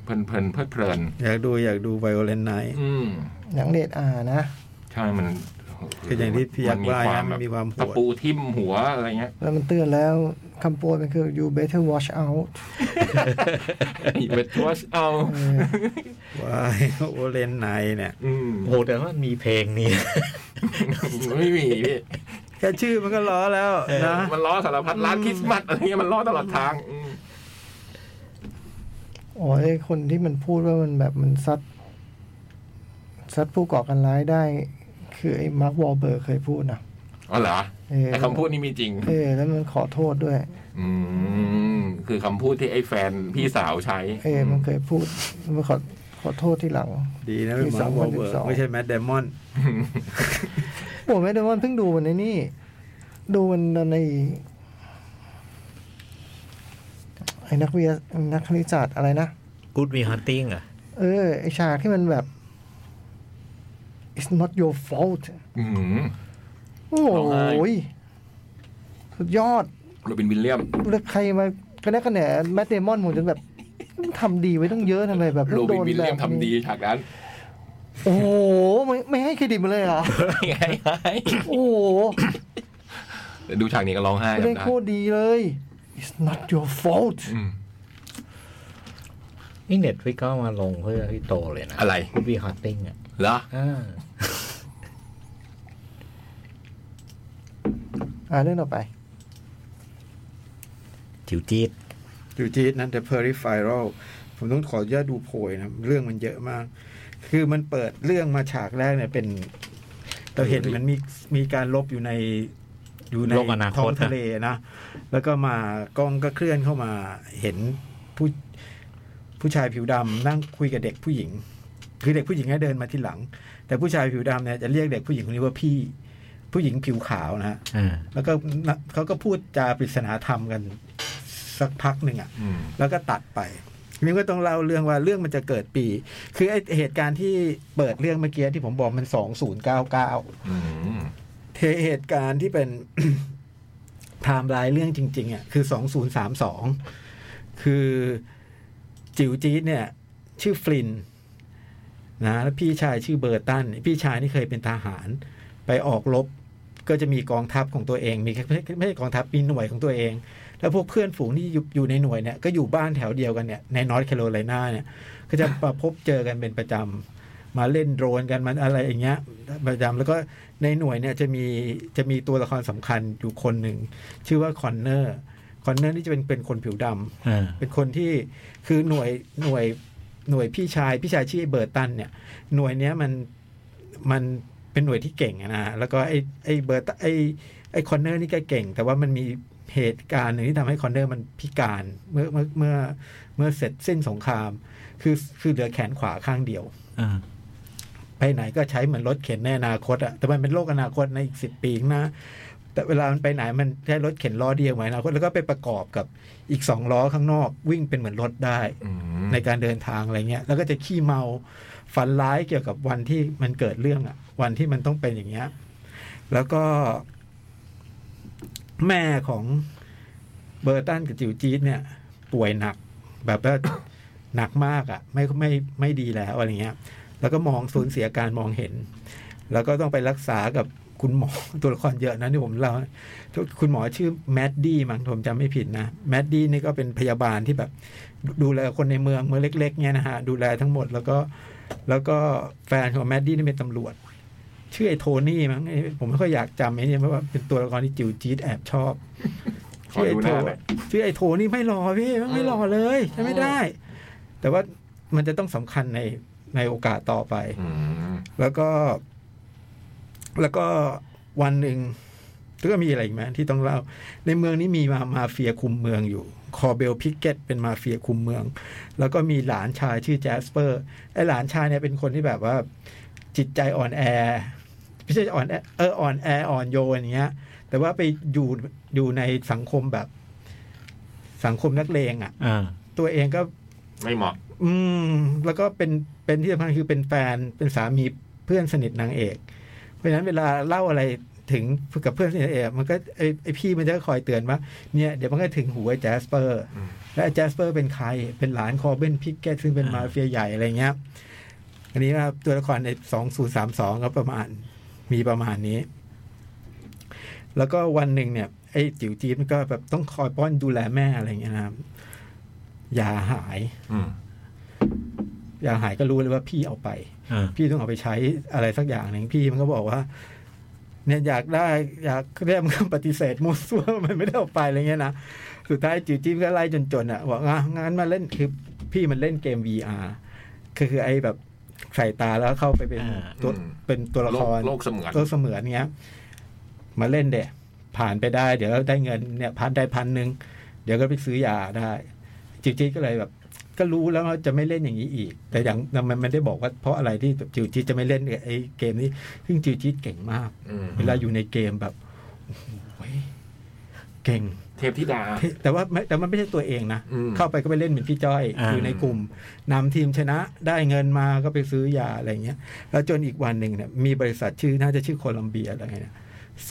S3: เพลินเพลินเพลิดเพลิน
S5: อยากดูอยากดูไวโอเลนไนท์
S3: อืม
S4: หนังเดทอานะ
S3: ใช่มัน
S5: คืออย่างที่พี่ยักษ์ว่านะมันมีความโหด
S3: ตะปูทิ่มหัวอะไรเงี้ย
S4: แล้วมันเตือนแล้วคำโปรยมันคือ you better watch out
S3: เวทวชเอา
S4: เออ
S5: ไวโอเลนไนท์เนี่ย
S3: อืม
S2: โหแต่ว่ามีเพลงนี้
S3: ไม่มีพี่
S5: แค่ชื่อมันก็ล้อแล้วนะ
S3: มันล้อสารพัดร้านคริสต์มาสอะไรเงี้ยมันล้อตลอดทางอืม
S4: อ๋อไอ้คนที่มันพูดว่ามันแบบมันซัด ซัดผู้ก่อการร้ายได้ คือไอ้มาร์ควอลเบิร์กเคยพูดนะ
S3: อ๋อเหรอ
S4: เออ
S3: ไอคำพูดนี้มีจริง
S4: เออ แล้วมันขอโทษด้วย
S3: อืมคือคำพูดที่ไอ้แฟนพี่สาวใช้
S4: เออ มันเคยพูด มันขอขอโทษที่หลัง
S5: ดีนะเป็นหมา
S4: ปี
S5: วอลเบิร์ก
S4: 2012
S5: ไม่ใช่แมดเดมอน
S4: ผมแม่เดมอนเพิ่งดูวันในนี่ ดูวันใน ไอ้นักวิทยานักคณิตศาสตร์อะไรนะ
S2: กูดมีฮันติ้งอ่ะ
S4: เออ ไอฉากที่มันแบบ it's not your fault
S3: อืม
S4: โอ้โห
S3: ร้องไห้
S4: สุดยอด
S3: โรบินวิลเลียม
S4: แล้วใครมากระแนกกระแหนแมตเดมอนหมดจนแบบทำดีไว้ตั้งเยอะทำไมแบบ
S3: โรบิน
S4: โด
S3: วิล
S4: แบ
S3: เลียม
S4: บ
S3: ทำดีฉากนั้น
S4: โอ้โหไม่ไม่ให้เครดิตมันเลยเหรอ
S3: ไง
S4: โอ้โห
S3: ดูฉากนี้ก็ร้องไห้
S4: เล่น
S3: จำได้
S4: โคตรดีเลย it's not your fault
S3: อืม
S2: นี่เน็ตฟิกก็มาลงเพื่อพี่โตเลยนะ
S3: อะไร
S2: กูดมีฮันติ้งอ่ะ
S3: เหรอ
S2: อ่า
S4: อ่าเรื่องต่อไป
S2: จิ๋วจี๊ด
S5: อยู่จีดนะ The Peripheral ผมต้องขออนุญาตดูโพยนะ เรื่องมันเยอะมาก คือมันเปิดเรื่องมาฉากแรกเนี่ยเป็นเราเห็นมันมีมีการลบอยู่ในอยู่ในท้องทะเลนะ แล้วก็มากล้องก็เคลื่อนเข้ามาเห็นผู้ผู้ชายผิวดำนั่งคุยกับเด็กผู้หญิง คือเด็กผู้หญิงเนี่ยเดินมาที่หลัง แต่ผู้ชายผิวดำเนี่ยจะเรียกเด็กผู้หญิงคนนี้ว่าพี่ ผู้หญิงผิวขาวนะฮะ
S2: อ่า
S5: แล้วก็นะเขาก็พูดจาปริศนาธรรมกันสักพักหนึ่งอะ่ะ
S3: อืม
S5: แล้วก็ตัดไปทีนี่ก็ต้องเล่าเรื่องว่าเรื่องมันจะเกิดปี คือไอเหตุการณ์ที่เปิดเรื่องเมื่อกี้ที่ผมบอกมันสองศูนย์เก้าเก้า
S3: อืม
S5: เหตุการณ์ที่เป็น ไทม์ไลน์เรื่องจริงๆอะ่ะคือสองศูนย์สามสองคือจิ๋วจี๊ดเนี่ย ชื่อฟลินนะแล้วพี่ชายชื่อเบอร์ตันพี่ชายนี่เคยเป็นทหาร ไปออกรบก็จะมีกองทัพของตัวเอง มีไม่ใช่ไม่ใช่กองทัพมีหน่วยของตัวเอง แล้วพวกเพื่อนฝูงที่อยู่อยู่ในหน่วยเนี่ยก็อยู่บ้านแถวเดียวกันเนี่ยในนอร์ทแคโรไลนาเนี่ย ก็จะมาพบเจอกันเป็นประจำมาเล่นโดรนกันมันอะไรอย่างเงี้ยประจำแล้วก็ในหน่วยเนี่ยจะมีจะมีตัวละครสำคัญอยู่คนหนึ่ง ชื่อว่าคอนเนอร์คอนเนอร์นี่จะเป็นเป็นคนผิวดำ
S2: อ่า
S5: เป็นคนที่คือหน่วยหน่วยหน่วยพี่ชายพี่ชายชื่อเบิร์ตตันเนี่ย หน่วยเนี้ยมันมันเป็นหน่วยที่เก่งอะนะแล้วก็ไอไอเบิร์ตไอไอคอนเนอร์นี่ก็เก่ง แต่ว่ามันมีเหตุการณ์หนึ่งที่ทำให้คอนเนอร์มันพิการเมื่อเมื่อเมื่อเมื่อเสร็จสิ้นสงคราม คือคือเหลือแขนขวาข้างเดียว
S2: อ่า
S5: ไปไหนก็ใช้เหมือนรถเข็นในอนาคตอะแต่มันเป็นโลกอนาคตในอีกสิบปีข้างหน้า แต่เวลามันไปไหนมันใช้รถเข็นล้อเดียวเหมือนอนาคตแล้วก็ไปประกอบกับอีกสองล้อข้างนอก วิ่งเป็นเหมือนรถได้
S3: อืม
S5: ในการเดินทางอะไรเงี้ย แล้วก็จะขี้เมาฝันร้ายเกี่ยวกับวันที่มันเกิดเรื่องอะวันที่มันต้องเป็นอย่างเงี้ย แล้วก็ แม่ของเบอร์ตันกับจิวจีดเนี่ย ป่วยหนัก แบบว่า หนักมากอะไม่ไม่ไม่ดีแล้วอะไรเงี้ย แล้วก็มองสูญเสียการมองเห็น แล้วก็ต้องไปรักษากับคุณหมอ ตัวละครเยอะนะที่ผมเล่าคุณหมอชื่อแมดดี้มั้งผมจำไม่ผิดนะแมดดี้นี่ก็เป็นพยาบาลที่แบบ ดูแลคนในเมืองเมืองเล็ก ๆ เนี่ยนะฮะ ดูแลทั้งหมดแล้วก็ แล้วก็แฟนของแมดดี้นี่เป็นตำรวจ ชื่อไอ้โทนี่มั้งไอ้ผมไม่ค่อยอยากจำไอ้เนี่ยเพราะว่าเป็นตัวละครที่จิ๋วจี๊ดแอบชอบ
S3: ขอ
S5: ชื่อไอ้
S3: ดูห
S5: โท
S3: น้าหน่อย
S5: ชื่อไอ้โทนี่ไม่รอพี่ไม่รอเลยใช่ไม่ได้ แต่ว่ามันจะต้องสำคัญในในโอกาสต่อไป
S3: อืม
S5: แล้วก็ แล้วก็วันหนึ่งก็มีอะไรอีกไหมที่ต้องเล่า ในเมืองนี้มีมามาเฟียคุมเมืองอยู่ คอเบลพิกเก็ตเป็นมาเฟียคุมเมือง แล้วก็มีหลานชายชื่อแจสเปอร์ไอหลานชายเนี่ยเป็นคนที่แบบว่า จิตใจอ่อนแอไม่ใช่อ่อนแอเอออ่อนแออ่อนโยนอย่างเงี้ย แต่ว่าไปอยู่อยู่ในสังคมแบบสังคมนักเลงอะ่ะ
S2: อ่า
S5: ตัวเองก็
S3: ไม่เหมาะ
S5: อืมแล้วก็เป็นเป็นที่สำคัญคือเป็นแฟนเป็นสามีเพื่อนสนิทนางเอก เพราะฉะนั้นเวลาเล่าอะไรถึงกับเพื่อนสนิทนางเอกมันก็ไอไอพี่มันจะคอยเตือนว่าเนี่ยเดี๋ยวมันก็ถึงหูไอ้แจสเปอร์
S3: อืม
S5: และไอ้แจสเปอร์เป็นใคร เป็นหลานคอเบนพิกเกตซึ่งเป็นมาเฟียใหญ่อะไรเงี้ยอันนี้ว่าตัวละครในสองศูนย์สามสองก็ประมาณมีประมาณนี้ แล้วก็วันหนึ่งเนี่ยไอ้จิ๋วจี๊ดมันก็แบบต้องคอยป้อนดูแลแม่อะไรเงี้ยนะครับยาหาย
S3: อืม
S5: ยาหายก็รู้เลยว่าพี่เอาไป
S2: อ่า
S5: พี่ต้องเอาไปใช้อะไรสักอย่างหนึ่งพี่มันก็บอกว่า เนี่ยอยากได้อยากเรียกมันก็ปฏิเสธมุสว่ามันไม่ได้เอาไปอะไรเงี้ยนะสุดท้ายจิวจิ้มก็ไล่จนจนๆอ่ะบอกงางานมาเล่นคือพี่มันเล่นเกม VR คือคือไอ้แบบใส่ตาแล้วเข้าไปเป็นตัวเป็นตัวละ
S3: โล
S5: ค
S3: ก
S5: ร
S3: โลกเสมือน
S5: ก็เสมือนเงี้ย มาเล่นเดะผ่านไปได้ เดี๋ยวได้เงินเนี่ยพันได้พันหนึ่งเดี๋ยวก็ไปซื้อยาได้จิวจีก็เลยแบบ ก็รู้แล้วว่าจะไม่เล่นอย่างนี้อีก แต่อย่างมันไม่ได้บอกว่าเพราะอะไรที่จิวจีจะไม่เล่นไอ้เกมนี้ซึ่งจิวจีเก่งมาก
S3: อืม
S5: เวลาอยู่ในเกมแบบโอ้โหเก่ง
S3: เทพธิดา
S5: แต่ว่าไม่แต่มันไม่ใช่ตัวเองนะ
S3: อืม
S5: เข้าไปก็ไปเล่นเหมือนพี่จ้อย
S2: อ่า
S5: อยู่ในกลุ่มนำทีมชนะได้เงินมาก็ไปซื้อยาอะไรเงี้ย แล้วจนอีกวันหนึ่งเนี่ยมีบริษัทชื่อน่าจะชื่อโคลัมเบียอะไรเงี้ย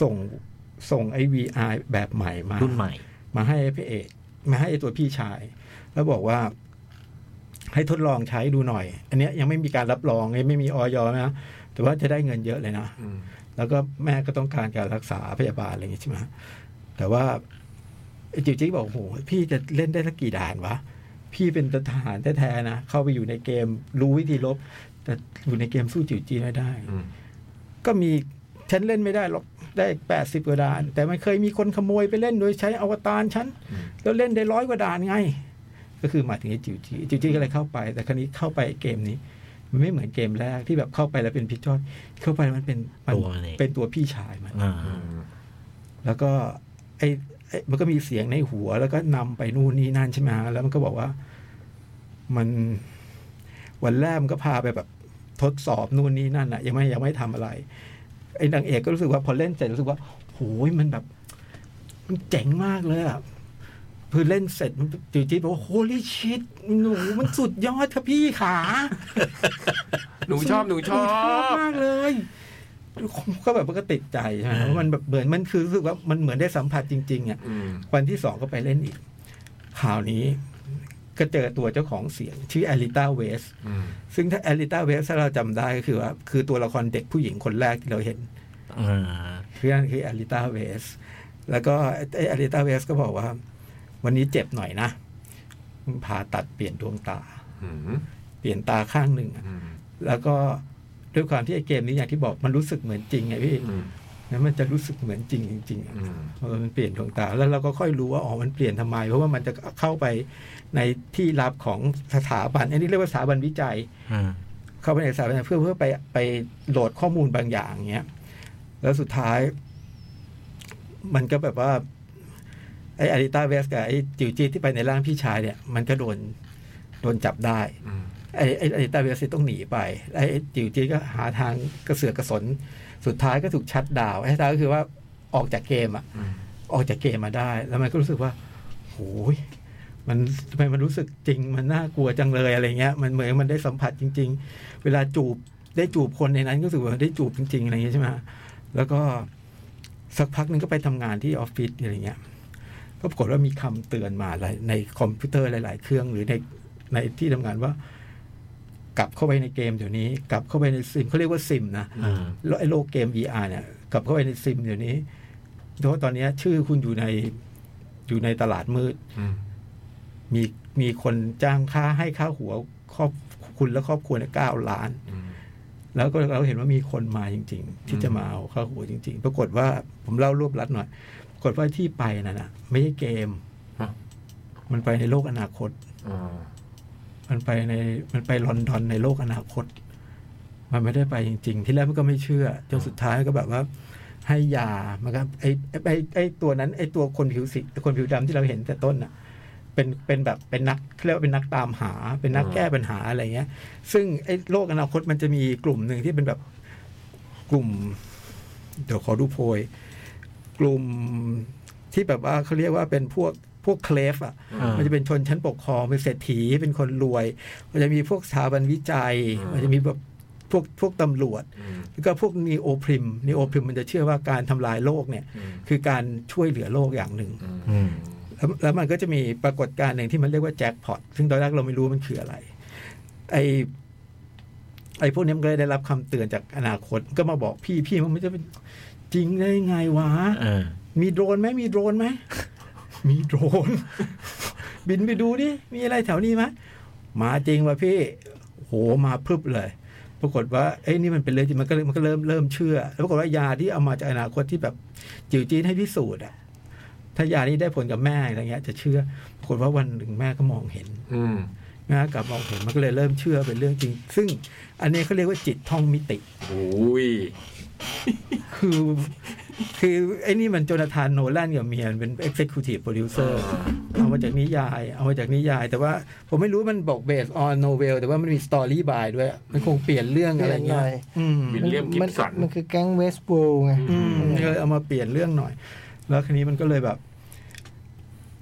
S5: ส่งส่งไอวีไอแบบใหม่มา
S2: รุ่นใหม่
S5: มาให้พระเอกมาให้ไอ้ตัวพี่ชาย แล้วบอกว่า ให้ทดลองใช้ดูหน่อย อันเนี้ยยังไม่มีการรับรองยังไม่มีออยนะแต่ว่าจะได้เงินเยอะเลยนะ
S3: อืม
S5: แล้วก็แม่ก็ต้องการการรักษาพยาบาลอะไรอย่างงี้ใช่ไหมแต่ว่าไอ้จิ๋วจิ๊กบอกโอ้โหพี่จะเล่นได้สักกี่ด่านวะ พี่เป็นทหารแท้ๆนะ เข้าไปอยู่ในเกมรู้วิธีลบ แต่อยู่ในเกมสู้จิ๋วจี้ไม่ได้
S3: อืม
S5: ก็มีฉันเล่นไม่ได้หรอกได้แปดสิบกว่าด่าน แต่มันเคยมีคนขโมยไปเล่นโดยใช้อวตารฉัน
S3: อืม
S5: แล้วเล่นได้ร้อยกว่าด่านไง ก็คือหมายถึงไอ้จิ๋วจีจิ๋วจีก็เลยเข้าไป แต่ครั้นี้เข้าไปเกมนี้ มันไม่เหมือนเกมแรกที่แบบเข้าไปแล้วเป็นพี่จอยเข้าไปมันเป็นมั
S2: ตัวมันเอง
S5: เป็นตัวพี่ชายมัน
S2: อ่า
S3: อืม
S5: แล้วก็ไอ้ไอ้มันก็มีเสียงในหัว แล้วก็นำไปนู่นนี่นั่นใช่ไหมฮะแล้วมันก็บอกว่า มันวันแรกมันก็พาไปแบบทดสอบนู่นนี่นั่นอะยังไม่ยังไม่ทำอะไร ไอ้นางเอกก็รู้สึกว่าพอเล่นเสร็จรู้สึกว่าโหยมันแบบ มันเจ๋งมากเลยอะคือเล่นเสร็จมันจิวจีบอกว่าโฮลี่ชิตหนูมันสุดยอดค่ะพี่ขา
S3: หนูชอบหนูชอบ
S5: มากเลยก็แบบมันก็ติดใจใช่ไหม
S2: อ่า
S5: ว่ามันแบบเหมือนมันคือรู้สึกว่ามันเหมือนได้สัมผัสจริง ๆอ่ะ
S3: อืม
S5: วันที่สองก็ไปเล่นอีกข่าวนี้ ก็เจอตัวเจ้าของเสียง ชื่อแอลิต้าเวส
S3: อืม
S5: ซึ่งถ้าแอลิต้าเวสถ้าเราจำได้ก็คือว่าคือตัวละครเด็กผู้หญิงคนแรกที่เราเห็น
S2: อ่า
S5: เพื่อนคือแอลิต้าเวส แล้วก็ไอแอลิต้าเวสก็บอกว่า วันนี้เจ็บหน่อยนะมึงผ่าตัดเปลี่ยนดวงตา
S3: อืม
S5: เปลี่ยนตาข้างหนึ่งอะ
S3: อืม
S5: แล้วก็ด้วยความที่ไอเกมนี้อย่างที่บอกมันรู้สึกเหมือนจริงไงพี่
S3: อืม
S5: แล้วมันจะรู้สึกเหมือนจริงจริงๆอะ
S3: อืม
S5: เออมันเปลี่ยนดวงตา แล้วเราก็ค่อยรู้ว่าอ๋อมันเปลี่ยนทำไม เพราะว่ามันจะเข้าไปในที่ลับของสถาบัน อันนี้เรียกว่าสถาบันวิจัย
S2: อ่า
S5: เข้าไปในสถาบันเพื่อเพื่อไปไปโหลดข้อมูลบางอย่างเงี้ย แล้วสุดท้าย มันก็แบบว่าไออาริต้าเวสกับไอจิวจีที่ไปในร่างพี่ชายเนี่ย มันก็โดนโดนจับได้
S3: อืม
S5: ไอ้ไอ้ไอ้ตาเวลสิต้องหนีไปไอ้ไอ้จิ๋วจีก็หาทางกระเสือกกระสน สุดท้ายก็ถูกชัดดาวน์ไอ้ตาก็คือว่าออกจากเกมอะ
S3: อืม
S5: ออกจากเกมมาได้ แล้วมันก็รู้สึกว่าโหยมันทำไมมันรู้สึกจริงมันน่ากลัวจังเลยอะไรเงี้ย มันเหมือนมันได้สัมผัสจริง ๆ เวลาจูบได้จูบคนในนั้นก็รู้สึกว่าได้จูบจริงๆอะไรเงี้ยใช่ไหมแล้วก็สักพักหนึงก็ไปทำงานที่ออฟฟิศอะไรเงี้ยก็ปรากฏว่ามีคำเตือนมาหลายในคอมพิวเตอร์หลาย ๆ เครื่องหรือในในที่ทำงานว่า กลับเข้าไปในเกมเดี๋ยวนี้ กลับเข้าไปในซิมเขาเรียกว่าซิมนะ
S2: อ่า
S5: แล้วไอ้โลกเกม VR เนี่ยกลับเข้าไปในซิมเดี๋ยวนี้เพราะว่าตอนเนี้ยชื่อคุณอยู่ในอยู่ในตลาดมืด
S3: อืม
S5: มีมีคนจ้างค่าให้ค่าหัวครอบคุณและครอบครัวเนี่ยเก้าล้าน
S3: อืม
S5: แล้วก็เราเห็นว่ามีคนมาจริง ๆ ที่จะมาเอาค่าหัวจริง ๆ ปรากฏว่าผมเล่ารวบรัดหน่อย ปรากฏว่าที่ไปนั่นนะไม่ใช่เกม มันไปในโลกอนาคต
S3: อ่า
S5: มันไปในมันไปลอนดอนในโลกอนาคต มันไม่ได้ไปจริง ๆ ที่แรกมันก็ไม่เชื่อ จนสุดท้ายก็แบบว่า ให้ยามันก็ไอ้ไอ้ไอ้ไอ้ตัวนั้น ไอ้ตัวคนผิวสีคนผิวดำที่เราเห็นแต่ต้นน่ะ เป็นเป็นแบบเป็นนักเขาเรียกว่าเป็นนักตามหา เป็นนักแก้ปัญหาอะไรเงี้ย ซึ่งไอ้โลกอนาคตมันจะมีกลุ่มหนึ่งที่เป็นแบบกลุ่ม เดี๋ยวขอดูโพย กลุ่มที่แบบว่าเขาเรียกว่าเป็นพวกพวกเคลฟอ่ะ
S2: อ่ามั
S5: มันจะเป็นชนชั้นปกครองเป็นเศรษฐีเป็นคนรวย มันจะมีพวกสถาบันวิจัย มันจะมีแบบพวกพวกตำรวจ
S3: อืม
S5: แล้วก็พวกนีโอพริมนีโอพริมมันจะเชื่อว่าการทำลายโลกเนี่ย
S3: อืม
S5: คือการช่วยเหลือโลกอย่างหนึ่ง
S3: อืม
S2: อืม
S5: แล้วแล้วมันก็จะมีปรากฏการณ์หนึ่งที่มันเรียกว่าแจ็คพอตซึ่งตอนแรกเราไม่รู้มันคืออะไร ไอไอพวกนี้มันก็เลยได้รับคำเตือนจากอนาคตก็มาบอกพี่พี่มันไม่จะเป็นจริงได้ไงวะ
S2: อ่า
S5: มีโดรนไหมมีโดรนไหม มีโดรน บินไปดูดิ มีอะไรแถวนี้ไหมมาจริงว่ะพี่ โหมาพรึบเลย ปรากฏว่าเอ้ยนี่มันเป็นเรื่องจริงมันก็เลยมันก็เริ่มเริ่มเชื่อ แล้วปรากฏว่ายาที่เอามาจากอนาคตที่แบบจิ๋วจีนให้พิสูจน์อะถ้ายานี้ได้ผลกับแม่อะไรเงี้ย จะเชื่อปรากฏว่าวันหนึ่งแม่ก็มองเห็น
S3: อืม
S5: แม่กลับมองเห็นมันก็เลยเริ่มเชื่อเป็นเรื่องจริง ซึ่งอันนี้เขาเรียกว่าจิตท่องมิติ
S3: โอ้ย
S5: คือคือไอ้นี่มันโจนาธานโนแลนกับเมียมันเป็น Executive Producer เอามาจากนิยาย เอามาจากนิยาย แต่ว่าผมไม่รู้มันบอก based on novel แต่ว่ามันมี story by ด้วย มันคงเปลี่ยนเรื่องอะไรเงี้ย
S4: เปลี่ยน
S3: วิล
S4: หน่อย
S5: อืม
S3: เลียมกิบสัน
S4: มันคือแก๊งเวสต์เวิลด์ไง
S5: อืมก็เลยเอามาเปลี่ยนเรื่องหน่อย แล้วคันนี้มันก็เลยแบบ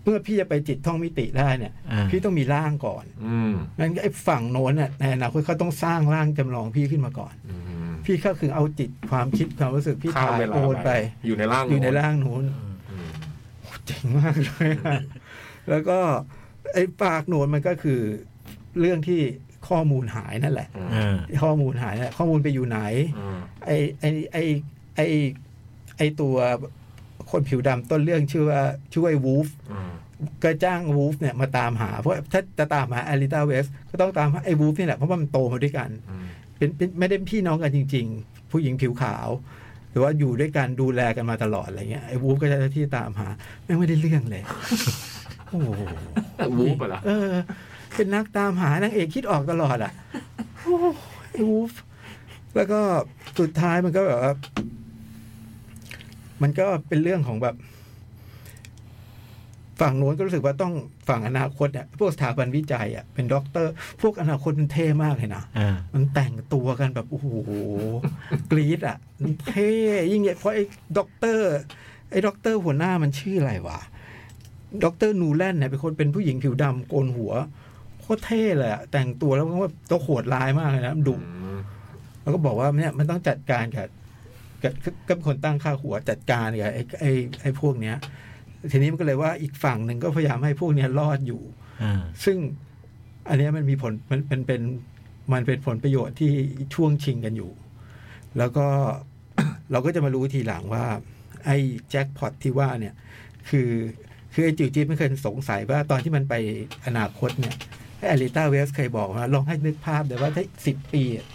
S5: มื่อพี่จะไปจิตท่องมิติได้เนี่ย
S2: อ่า
S5: พี่ต้องมีร่างก่อน
S3: อืม
S5: งั้นไอ้ฝั่งโน้นเนี่ยในอนาคตเขาต้องสร้างร่างจำลองพี่ขึ้นมาก่อน
S3: อืม
S5: พี่ก็คือเอาจิตความคิดความรู้สึกพี่
S3: ข้าม
S5: ถ่าย
S3: เวลา
S5: โอนไป
S3: อยู่ในร่าง
S5: อยู่ในร่างโน้น
S3: อืม
S5: เจ๋งมากเลยอะ แล้วก็ไอ้ปากโหนวนมันก็คือเรื่องที่ข้อมูลหายนั่นแหละ
S3: อืม
S2: เออ
S5: ข้อมูลหายนั่นแหละข้อมูลไปอยู่ไหน
S3: อืม
S5: ไอ้ไอ้ไอ้ไอ้ไอ้ตัวคนผิวดำต้นเรื่องชื่อว่าชื่อว่าวูฟ
S3: อืม
S5: ก็จ้างวูฟเนี่ยมาตามหา เพราะถ้าจะตามหาอลิตาเวฟก็ต้องตามหาไอ้วูฟนี่แหละเพราะว่ามันโตมาด้วยกัน
S3: อืม
S5: เป็นเป็นไม่ได้เป็นพี่น้องกันจริง ๆ ผู้หญิงผิวขาวหรือว่าอยู่ด้วยกันดูแลกันมาตลอดอะไรเงี้ยไอ้วูฟก็จะหน้าที่ตามหาแม่งไม่ได้เรื่อง เลย โอ้โห
S3: วูบไปละ
S5: เออ เป็นนักตามหานางเอกคิดออกตลอดอ่ะโอ้ไอ้วูฟแล้วก็สุดท้ายมันก็แบบว่ามันก็เป็นเรื่องของแบบ ฝั่งโน้นก็รู้สึกว่าต้องฝั่งอนาคตเนี่ยพวกสถาบันวิจัยอ่ะเป็นด็อกเตอร์ พวกอนาคตมันเท่มากเลยนะ
S2: อ่า
S5: มันแต่งตัวกันแบบ โอ้โห กรี๊ดอ่ะมันเท่ยิ่งเนี่ยเพราะไอ้ด็อกเตอร์ ไอ้ด็อกเตอร์หัวหน้ามันชื่ออะไรวะด็อกเตอร์นูแลนเนี่ยเป็นคนเป็นผู้หญิงผิวดำโกนหัวโคตรเท่เลยอะแต่งตัวแล้วมันว่าตัวโหดร้ายมากเลยนะดุ
S3: อืม
S5: แล้วก็บอกว่าเนี่ยมันต้องจัดการกับกับกับคนตั้งค่าหัวจัดการกับไอ้ไอ้ไอ้พวกเนี้ย ทีนี้มันก็เลยว่าอีกฝั่งหนึ่งก็พยายามให้พวกเนี้ยรอดอยู่
S2: อ่า
S5: ซึ่งอันเนี้ยมันมีผลมันมันเป็นมันเป็นผลประโยชน์ที่ช่วงชิงกันอยู่ แล้วก็ เราก็จะมารู้ทีหลังว่า ไอ้แจ็คพอตที่ว่าเนี่ย คือคือไอ้จิวจิ๊บไม่เคยสงสัยว่าตอนที่มันไปอนาคตเนี่ยไอ้อลิต้าเวสเคยบอกว่าลองให้นึกภาพเดี๋ยวว่าถ้าสิบปีอะ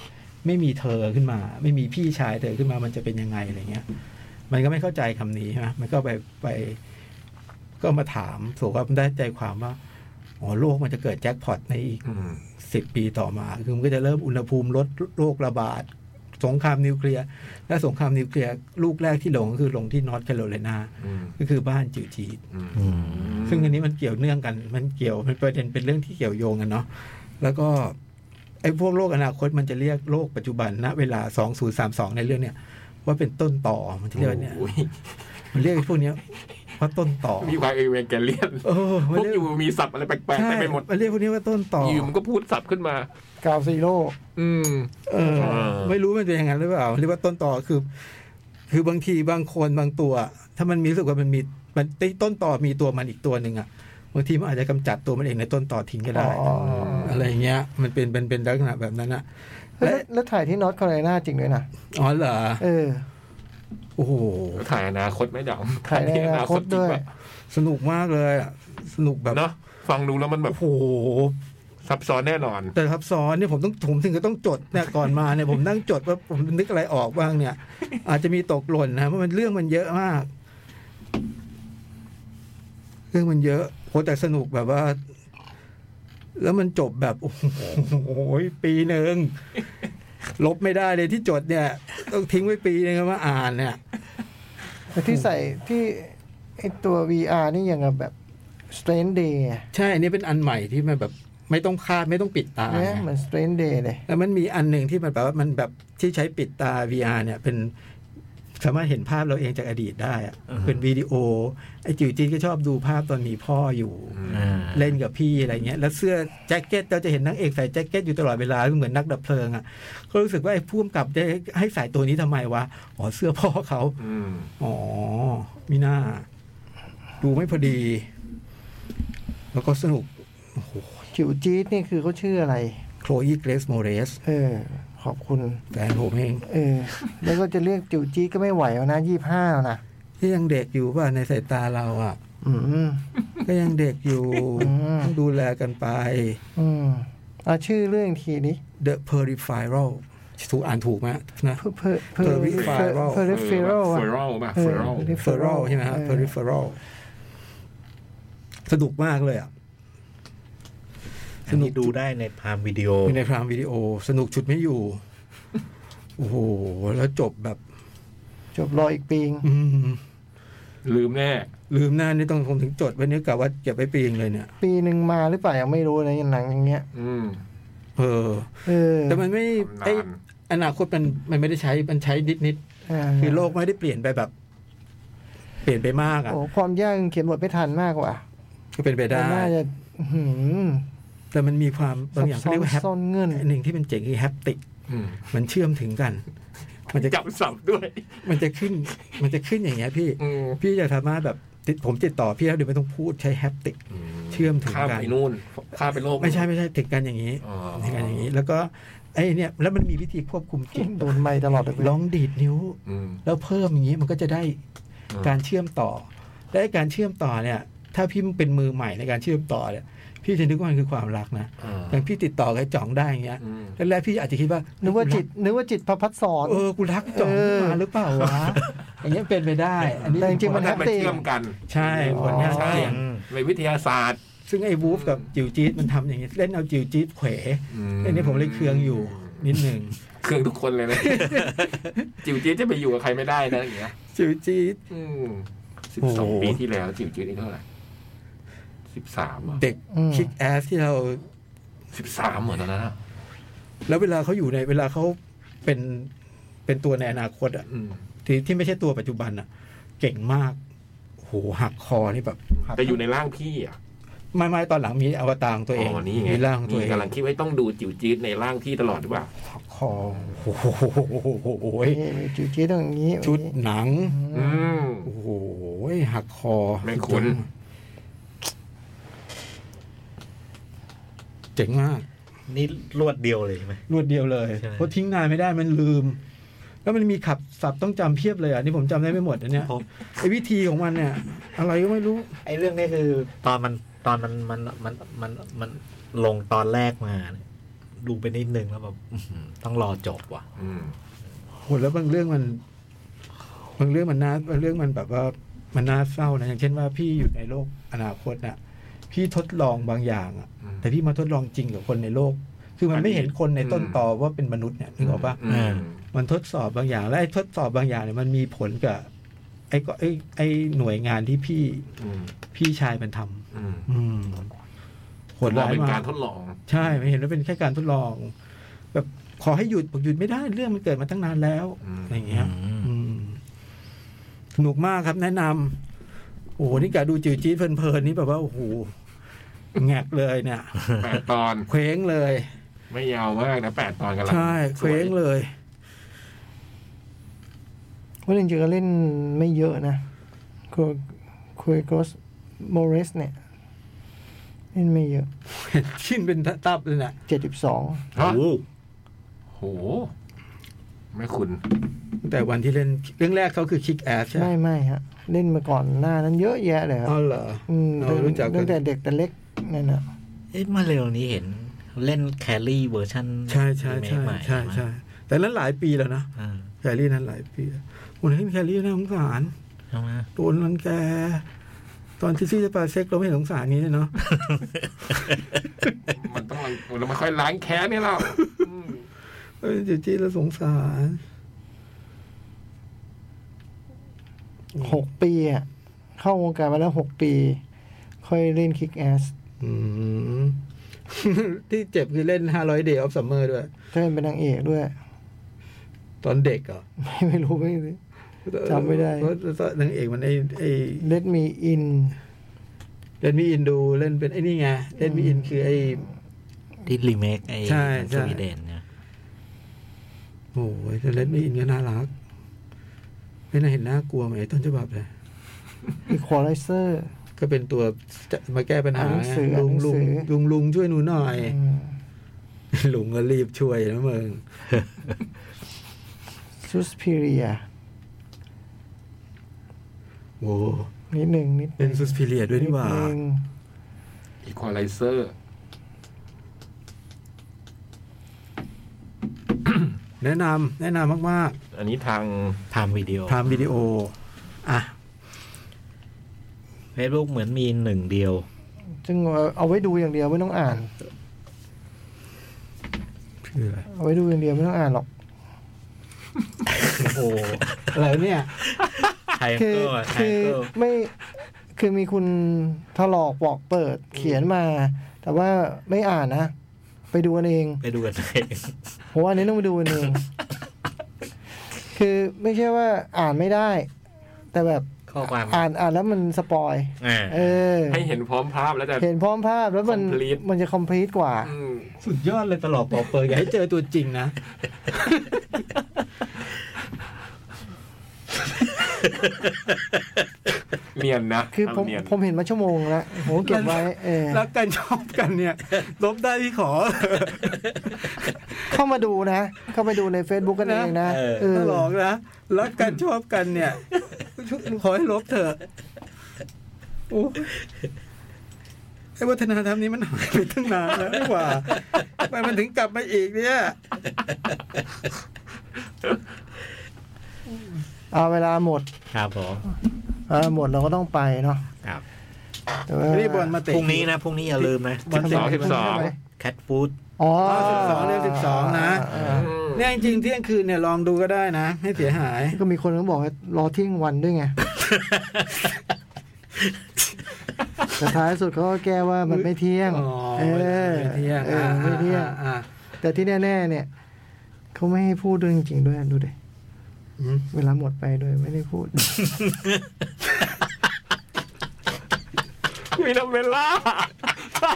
S5: ไม่มีเธอขึ้นมา ไม่มีพี่ชายเธอขึ้นมามันจะเป็นยังไงอะไรเงี้ย มันก็ไม่เข้าใจคำนี้ใช่ไหมมันก็ไปไป ก็มาถามสุว่ามันได้ใจความว่าอ๋อโลกมันจะเกิดแจ็คพอตในอีก
S3: อืม
S5: สิบปีต่อมาคือมันก็จะเริ่มอุณหภูมิลดโรคระบาด สงครามนิวเคลียร์ และสงครามนิวเคลียร์ลูกแรกที่ลงก็คือลงที่นอร์ทแคโรไลนา
S3: อืม
S5: ก็คือบ้านจิวจีด
S3: อืม
S2: อืม
S5: ซึ่งอันนี้มันเกี่ยวเนื่องกัน มันเกี่ยวมันประเด็นเป็นเรื่องที่เกี่ยวโยงกันเนาะแล้วก็ไอ้พวกโรคอนาคตมันจะเรียกโรคปัจจุบันณเวลา 2032 ในเรื่องเนี่ย ว่าเป็นต้นต่อมันจะเรียกว่าเนี่ย
S3: โอ้ย
S5: มันเรียกไอ้พวกเนี้ยว่าต้นต่อ
S3: มีความเอเวเกเลียน
S5: เออ
S3: พ
S5: มัน
S3: วก
S5: เรียก
S3: อยู่มีศัพท์อะไรแปลกๆ
S5: ใช่
S3: เต็มไปหมด
S5: มันเรียกพวกนี้ว่าต้นต่อ
S3: อยู่มันก็พูดศัพท์ขึ้นมา
S4: กาวซีโร่
S3: อืม
S5: เออ
S3: เออ
S5: ไม่รู้มันเป็นอย่างนั้นหรือเปล่าหรือว่าต้นต่อคือ คือบางทีบางคนบางตัว ถ้ามันมีรู้สึกว่ามันมีมันต้นต่อมีตัวมันอีกตัวหนึ่งอ่ะบางทีมันอาจจะกำจัดตัวมันเองในต้นต่อทิ้งก็ได้
S4: อ๋อ
S5: อะไรอย่างเงี้ย มันเป็นเป็นเป็นลักษณะแบบนั้นอ่ะ
S4: เฮ้ย
S5: และ
S4: แล้วแล้วถ่ายที่นอตแคโรไลนาจริงด้วยนะ
S5: อ๋อเหรอ
S4: เออ
S5: โอ้โห
S3: ถ่ายอนาคตไหมเดี๋ยว
S4: ถ่ายในอนาคตด้วย
S3: ถ่า
S5: สนุกมากเลยอะสนุกแบ
S3: ในอนาคตจริงปะ
S5: บ
S3: เนาะฟังดูแล้วมันแบบ
S5: โอ้โห
S3: ซับซ้อนแน่นอน
S5: แต่ทับซ้อนเนี่ยผมต้องผมถึงก็ต้องจดเนี่ยก่อนมาเนี่ยผมนั่งจดว่าผมนึกอะไรออกบ้างเนี่ย อาจจะมีตกหล่นนะเพราะมันเรื่องมันเยอะมาก เรื่องมันเยอะโหแต่สนุกแบบว่า แล้วมันจบแบบ โอ้โหปีหนึ่งลบไม่ได้เลยที่จดเนี่ย ต้องทิ้งไว้ปีหนึงเอามาอ่านเนี่ย
S4: แต่ที่ใส่ที่ไอตัว VR นี่ยังกับแบบ Strange Day อะ
S5: ใช่อันนี้เป็นอันใหม่ที่มันแบบ ไม่ต้องคาดไม่ต้องปิดตา
S4: เนี่ยเหมือน Strange Day เลย
S5: แล้วมันมีอันหนึ่งที่มันแบบว่ามันแบบที่ใช้ปิดตา VR เนี่ย เป็นสามารถเห็นภาพเราเองจากอดีตได้อะ
S2: อือฮะ
S5: เป็นวิดีโอไอ้จิ๋วจีนก็ชอบดูภาพตอนมีพ่ออยู่
S2: อ่า
S5: เล่นกับพี่อะไรเงี้ย แล้วเสื้อแจ็คเก็ตเราจะเห็นนางเอกใส่แจ็คเก็ตอยู่ตลอดเวลาเหมือนนักดับเพลิงอ่ะก็รู้สึกว่าไอ้พุ่มกับได้ให้ใส่ตัวนี้ทำไมวะ อ๋อเสื้อพ่อเขา
S3: อืม
S5: อ๋อมีหน้า ดูไม่พอดี แล้วก็สนุก
S4: จิ๋วจี๊ดนี่คือเขาชื่ออะไร
S5: โคลอีเกรสโมเรส
S4: เออ ขอบคุณ
S5: แฟนผมเอง
S4: เออ แล้วก็จะเรียกจิ๋วจี๊ดก็ไม่ไหวแล้วนะยี่ห้าแล้วนะ
S5: ที่ยังเด็กอยู่ป่ะในสายตาเราอ่ะ
S4: อืม
S5: ก็ยังเด็กอยู่
S4: อืม
S5: ต้องดูแลกันไป
S4: อืมเอาชื่อเรื่องอีกทีนี้
S5: The Peripheral ถูกอ่านถูกไหมนะ
S4: เพอเพอเพอ
S5: Peripheral
S4: เพอริเฟอรัล
S3: เฟอรัลป่ะเฟอรัล
S5: Peripheral ใช่ไหมฮะ Peripheral สนุกมากเลยอ่ะ
S2: อันนี้ดูได้ในพามวิดีโอ
S5: มีในพรามวิดีโอ สนุกชุดไม่อยู่ โอ้โห แล้วจบแบบ
S4: จบรออีกปีง
S5: อืม
S3: ลืมแน่
S5: ลืมหน้านี่ต้องผมถึงจดไว้นึกกะว่าเก็บไว้ปีนึงเลยเนี่ย
S4: ปีหนึ่งมาหรือเปล่ายังไม่รู้เลยหนังอย่างเงี้ย
S3: อืม
S5: เออ
S4: เออ
S5: แต่มันไม่
S3: นาน
S5: ไออนาคตมันมันไม่ได้ใช้มันใช้นิดนิดๆคือโลกไม่ได้เปลี่ยนไปแบบ เปลี่ยนไปมากอ่ะ
S4: โอ้ความยากเขียนบทไม่ทันมากกว่า
S5: ก็เป็นไปได้
S4: น่าจะอื้อหือ
S5: แต่มันมีความบางอย่าง
S4: ซับซ้อน
S5: เขาเรียกว่าแฮป
S4: ซ่อนเงื่อน
S5: หนึ่งที่เป็นเจ๋งคือแฮปติก
S3: อืม
S5: มันเชื่อมถึงกัน มันจะ
S3: จับสับด้วย
S5: มันจะขึ้น มันจะขึ้นอย่างเงี้ยพี่
S3: อืม
S5: พี่จะสามารถแบบติดผมติดต่อพี่แล้วเดี๋ยวไม่ต้องพูดใช้แฮปติก เชื่อมถึงกัน
S3: ข้ามไปนู่นข้ามไปโลก
S5: ไม่ใช่ไม่ใช่ถึงกันอย่างนี้
S3: อ๋อ
S5: ถึงกันอย่างนี้ แล้วก็ไอ้เนี่ยแล้วมันมีวิธีควบคุมจิต
S4: โดนไม่ตลอดเลยเว้ย
S5: ลองดีดนิ้ว
S3: อืม
S5: แล้วเพิ่มอย่างนี้มันก็จะได้
S3: อืม
S5: การเชื่อมต่อและไอ้การเชื่อมต่อเนี่ย ถ้าพี่เป็นมือใหม่ในการเชื่อมต่อเนี่ยพี่จะนึกว่ามันคือความรักนะ
S3: อ่า
S5: อย่างพี่ติดต่อกับไอ้จ่องได้อย่างเงี้ย
S3: อืม
S5: แรกๆพี่อาจจะคิดว่า
S4: นึ
S5: นึ
S4: กว่าจิตนึกว่าจิตประพัดสอน
S5: เออกูรักจ่อง
S4: เออ
S5: มาหรือเปล่าวะอย่างเงี้ยเป็นไปได้ อันนี้
S4: แต่จริงๆ
S5: ผล
S3: มัน
S5: งา
S3: ให้มันเชื่อมกัน
S5: ใช่ผลงาน
S3: ใช่
S5: อืม
S3: เป็นวิทยาศาสตร์
S5: ซึ่งไอ้วูฟกับจิวจี๊ดมันทำอย่างนี้เล่นเอาจิวจี๊ดเขว
S3: อืม
S5: ไอันนี้ผมเลยเคืองอยู่นิดหนึ่ง
S3: เครื่องทุกคนเลย นะ จิ๋วจี๊ดจะไปอยู่กับใครไม่ได้นะอย่างเงี้ย
S5: จิวจี๊ด
S3: อืมสิบ
S5: โอ้
S3: สอง
S5: โห
S3: ปีที่แล้วจิ๋วจี๊ดนี่เท่าไหร่สิบสามเหรอ
S5: เด็ก
S4: อืม
S5: คิกแอสที่เรา
S3: สิบสามเหรอตอนนั้นอะ
S5: แล้วเวลาเขาอยู่ในเวลาเขาเป็นเป็นตัวในอนาคตอ่ะ
S3: อืม
S5: ที่ที่ไม่ใช่ตัวปัจจุบันอ่ะ เก่งมากโหหักคอนี่แบบหัก
S3: แต่อยู่ในร่างพี่อ่ะ
S5: ไม่ไม่ตอนหลังมีอวตารของตัวเอง
S3: นี่ไง
S5: มีร่างของตัวเอ
S3: นี่
S5: ง
S3: กำลังคิดว่าต้องดูจิ๋วจี๊ดในร่างพี่ตลอดหรือเปล่า
S5: หักคอโอ้โหย
S4: นี่นี่จิ๋วจี๊ดต้องอย่างนี้
S5: ชุดหนัง
S3: อืม
S5: โอ้โหยหักคอ
S3: ไม่คุ้น
S5: เจ๋งมาก
S2: นี่รวดเดียวเลยใช่ไหม
S5: รวดเดียวเลย
S2: ใช่
S5: เพราะทิ้งนานไม่ได้มันลืม แล้วมันมีขับศัพท์ต้องจำเพียบเลยอ่ะนี่ผมจำได้ไม่หมดอันเนี้ย
S2: ผม
S5: ไอ้วิธีของมันเนี่ย อะไรก็ไม่รู้
S2: ไอ้เรื่องนี้คือ ตอนมันตอนมันมันมันมันมันลงตอนแรกมาเนี่ยดูไปนิดนึงแล้วแบบอื้อหือต้องรอจบว่ะ
S3: อืม
S5: โหแล้วบางเรื่องมัน บางเรื่องมันน่าบางเรื่องมันแบบว่ามันน่าเศร้านะอย่างเช่นว่าพี่อยู่ในโลกอนาคตน่ะ พี่ทดลองบางอย่างอ่ะ
S3: อืม
S5: แต่พี่มาทดลองจริงกับคนในโลก คือมันไม่เห็นคนในต้นตอว่าเป็นมนุษย์เนี่ยนึกออกปะ
S2: อ่า
S5: มันทดสอบบางอย่าง และไอ้ทดสอบบางอย่างเนี่ยมันมีผลกับไอ้ก็ไอ้ไอ้หน่วยงานที่พี่
S3: อืม
S5: พี่ชายมันทำ
S3: อืม
S5: อืมโหด
S3: มอง
S5: ร้าย
S3: เป็น
S5: มาก
S3: การทดลอง
S5: ใช่ไม่เห็นว่าเป็นแค่การทดลอง แบบขอให้หยุดบอกหยุดไม่ได้เรื่องมันเกิดมาตั้งนานแล้ว
S3: อืม
S5: อะไรอย่างเงี้ย อืมสนุกมากครับแนะนำโอ้โหนี่กะดูจิ๋วจี๊ดเพลินๆนี่แบบว่าโอ้โหแงกเลยเนี่ย
S3: แปดตอน
S5: เคว้งเลย
S3: ไม่ยาวมากนะแปดตอนกันละ
S5: ใช่เคว้งเลย
S4: เพราะจริงๆก็เล่นไม่เยอะนะคุยคุยกสโมเรสเนี่ย เล่นไม่เยอะ
S5: ชิ้นเป็นตับเลยเนี่ย
S4: เจ็ดสิบสอง
S3: ฮะ
S2: โอ้
S3: โอ้โห ไม่คุณ
S5: ตั้งแต่วันที่เล่นเรื่องแรกเขาคือคิกแอสใช่ไหม
S4: ไม่ไม่ฮะ เล่นมาก่อนหน้านั้นเยอะแยะเลยครับ
S5: อ๋อเหรอ
S4: อืม
S5: เรารู้จักกั
S4: ตั้งแต่
S5: น
S4: เด็กแต่เล็กนั่นน่ะ
S2: เอ๊ะมาเร็วนี้เห็นเล่นแครี่เวอร์ชัน
S5: ใช่ใช่ใช่
S2: รีเมค
S5: ใช่
S2: ไหม
S5: ใช่แต่นั้นหลายปีแล้วนะ
S2: อ่า
S5: แคลรี่นั้นหลายปีแล้วโอ้โหแคลรี่น่าสงสาร
S2: ใช่ไหม
S5: โดนรังแก ตอนที่ซี่จะปาเซ็กเราไม่สงสารนี้เลยเนาะ
S3: มันต้องเราไม่ค่อยล้างแค้นนี่เราอืม
S5: เออจิ๋วจี้เราสงสาร
S4: หกปีอ่ะ เข้าวงการมาแล้วหกปี ค่อยเล่นคิกแอส
S5: อืม ที่เจ็บคือเล่น 500 Day of Summer ด้วย
S4: เล่นเป็นนางเอกด้วย
S5: ตอนเด็กเหรอ่ะ
S4: ไม่ไม่รู้ไม่รู้ จำไม่ได้
S5: เพราะเพราะนางเอกมันไอ้ไอ้
S4: เลดมีอิน
S5: เล่นมีอินดูเล่นเป็นไอ้นี่ไงเล่นมีอินคือไอ้
S2: ที่รีเมคไอ้
S5: ใช่
S2: ของ
S5: ใช่
S2: สวีเดนเนี่ย
S5: โอ้ยเล่นมีอินก็น่ารัก ไม่น่าเห็นน่ากลัวเหมือนไอ้ต้นฉบับเลย
S4: อีควอไลเซอร์
S5: ก็เป็นตัวจะมาแก้ปัญหา
S4: อ่านหนังสือ
S5: ลุง
S4: อ่านหนัง
S5: ลุง
S4: สือ
S5: ลุงลุงช่วยหนูหน่อย ลุงก็รีบช่วยนะมึง
S4: ซูสพีเรีย
S5: โอ้
S4: นิดหนึ่งนิดห
S5: เป็นสุสพิเลียด้วย
S4: นิ
S5: นี่หว่า
S4: หนึ่ง
S3: อีควอไลเซอร์
S5: แนะนำแนะนำมาก
S3: อันนี้ทาง
S2: ทำวิดีโอ
S5: ๆทำวิดีโอ อ่ะ
S2: เฟซบุ๊กเหมือนมีหนึ่งเดียว
S4: ซึ่งเอาเอาไว้ดูอย่างเดียวไม่ต้องอ่าน
S5: คืออะไร
S4: เอาไว้ดูอย่างเดียวไม่ต้องอ่านหรอก
S5: โอ้โหอะไรเนี่ย
S2: ไทย
S4: คือ
S2: ก็ไท
S4: คื
S2: ย
S4: อ
S2: ก็
S4: ไม่คือมีคุณถลอกบอกเปิดเขียนมา แต่ว่าไม่อ่านนะ ไปดูกันเอง
S2: ไปดูกันเลย
S4: ผมว่าอันนี้ต้องไปดูกันเอง คือไม่ใช่ว่าอ่านไม่ได้ แต่แบบ
S2: ข้อความ
S4: อ่านอ่านแล้วมันสปอย
S2: อ่า
S4: เออ
S3: ให้เห็นพร้อมภาพแล้วจะ
S4: เห็นพร้อมภาพแล้วมัน
S3: complete
S4: มันจะคอมพลีทกว่า
S3: อืม
S5: สุดยอดเลยตลอดปอเปิดอยากให้เจอตัวจริง นะ
S3: เนียนนะ
S4: คือผม
S3: เนียน
S4: ผมเห็นมาชั่วโมงแล้วผมเก็บไว้เออ
S5: รักกันชอบกันเนี่ยลบได้ที่ขอ
S4: เข้ามาดูนะ เข้าไปดูใน Facebook กันเองนะเออ
S5: ตลองนะรักกันชอบกันเนี่ย ชุดขอให้ลบเถอะโอ้ไอ้วัฒนธรรมนี้มันหายไปตั้งนานแล้วนี่หว่าทำไมมันถึงกลับมาอีกเนี่ย
S4: เอาเวลาหมด
S2: ครับผม
S4: เออหมดเราก็ต้องไปเนาะ
S2: ครับ
S4: แต่ว่า
S5: นี่บอลมาเตะ
S2: พรุ่งนี้นะพรุ่งนี้อย่าลืมนะ
S5: วัน
S3: สองสิบสอง
S2: แคทฟู้ด
S4: อ๋อ
S5: 12เดือน12นะ
S4: เออ
S5: เนี่ยจริงๆเที่ยงคืนเนี่ยลองดูก็ได้นะไม่เสียหาย
S4: ก็มีคนเขาบอกว่ารอเที่ยงวันด้วยไง แต่ท้ายสุดเขาก็แก้ว่ามันไม่เที่ยง
S5: อ๋อ
S4: เออ
S5: ไม่เที่ยง
S4: เออไม่เที่ยง
S5: อ่า
S4: แต่ที่แน่ๆเนี่ยเขาไม่ให้พูดด้วยจริงๆด้วยดูดิ
S5: อืม
S4: เวลาหมดไปด้วยไม่ได้พู ด
S3: มีนาเวลาใช่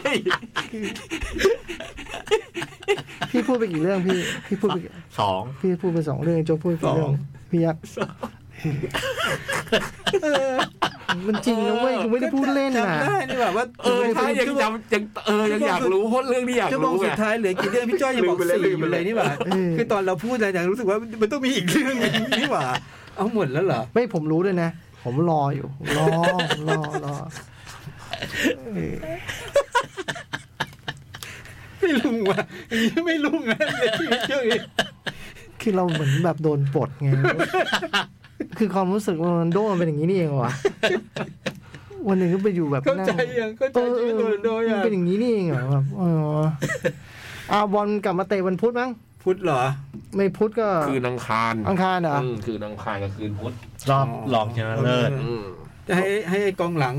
S4: พี่พูดไปกี่เรื่องพี่พี่พูดไปกี่
S2: สอง
S4: พี่พูดไปสองเรื่องโจกพูดไปกี่เรื่องพี่ยักษ์เออมันจริงนะเว้ยกูไม่ได้พูดเล่นนะ
S5: จำได้นี่หว่าว่า
S3: เออใช่ยังจำยังเออยังอยากรู้เพราะเรื่องนี้อยาก
S5: ชั่วโมง
S3: รู้ไง
S5: สุดท้ายเหลือกี่เรื่องพี่จ้อยยังบอก
S3: ลืมไปแล้ว
S5: สี่
S3: ลืม
S5: อ
S3: ไปแล้ว
S5: ยู่เลยนี่หว่า
S4: เออ
S5: คือตอนเราพูดอะไรอย่างรู้สึกว่ามันต้องมีอีกเรื่องหนึงนี่หว่า เอาหมดแล้วเหรอ
S4: ไม่ผมรู้ด้วยนะ ผมรออยู่ผมรอผมรอรอเออ
S5: ไม่ลุงว่ะอย่างนี้ไม่ลุงนะในชีวิตช่วงนี้
S4: คือเราเหมือนแบบโดนปลดไง คือความรู้สึกว่ามันโดมันเป็นอย่างนี้นี่เองวะวันหนึ่งก็ไปอยู่แบบ
S5: เข้า
S4: นั่ง
S5: ใจยังเข้าใจชีวิตโรนลโด
S4: เออมั
S5: ยัง
S4: นเป็นอย่างนี้นี่เองเหรอแบบเออเอาบอลกลับมาเตะวันพุธมั้ง
S5: พุทธเหรอ
S4: ไม่พุธก็
S3: คืนอังคาร
S4: อังคารเหรอ
S3: มคืนอังคารกับคืนพุธ
S2: รอบรองชนะเลิศ
S3: อืม
S5: จะให้ให้กองหลัง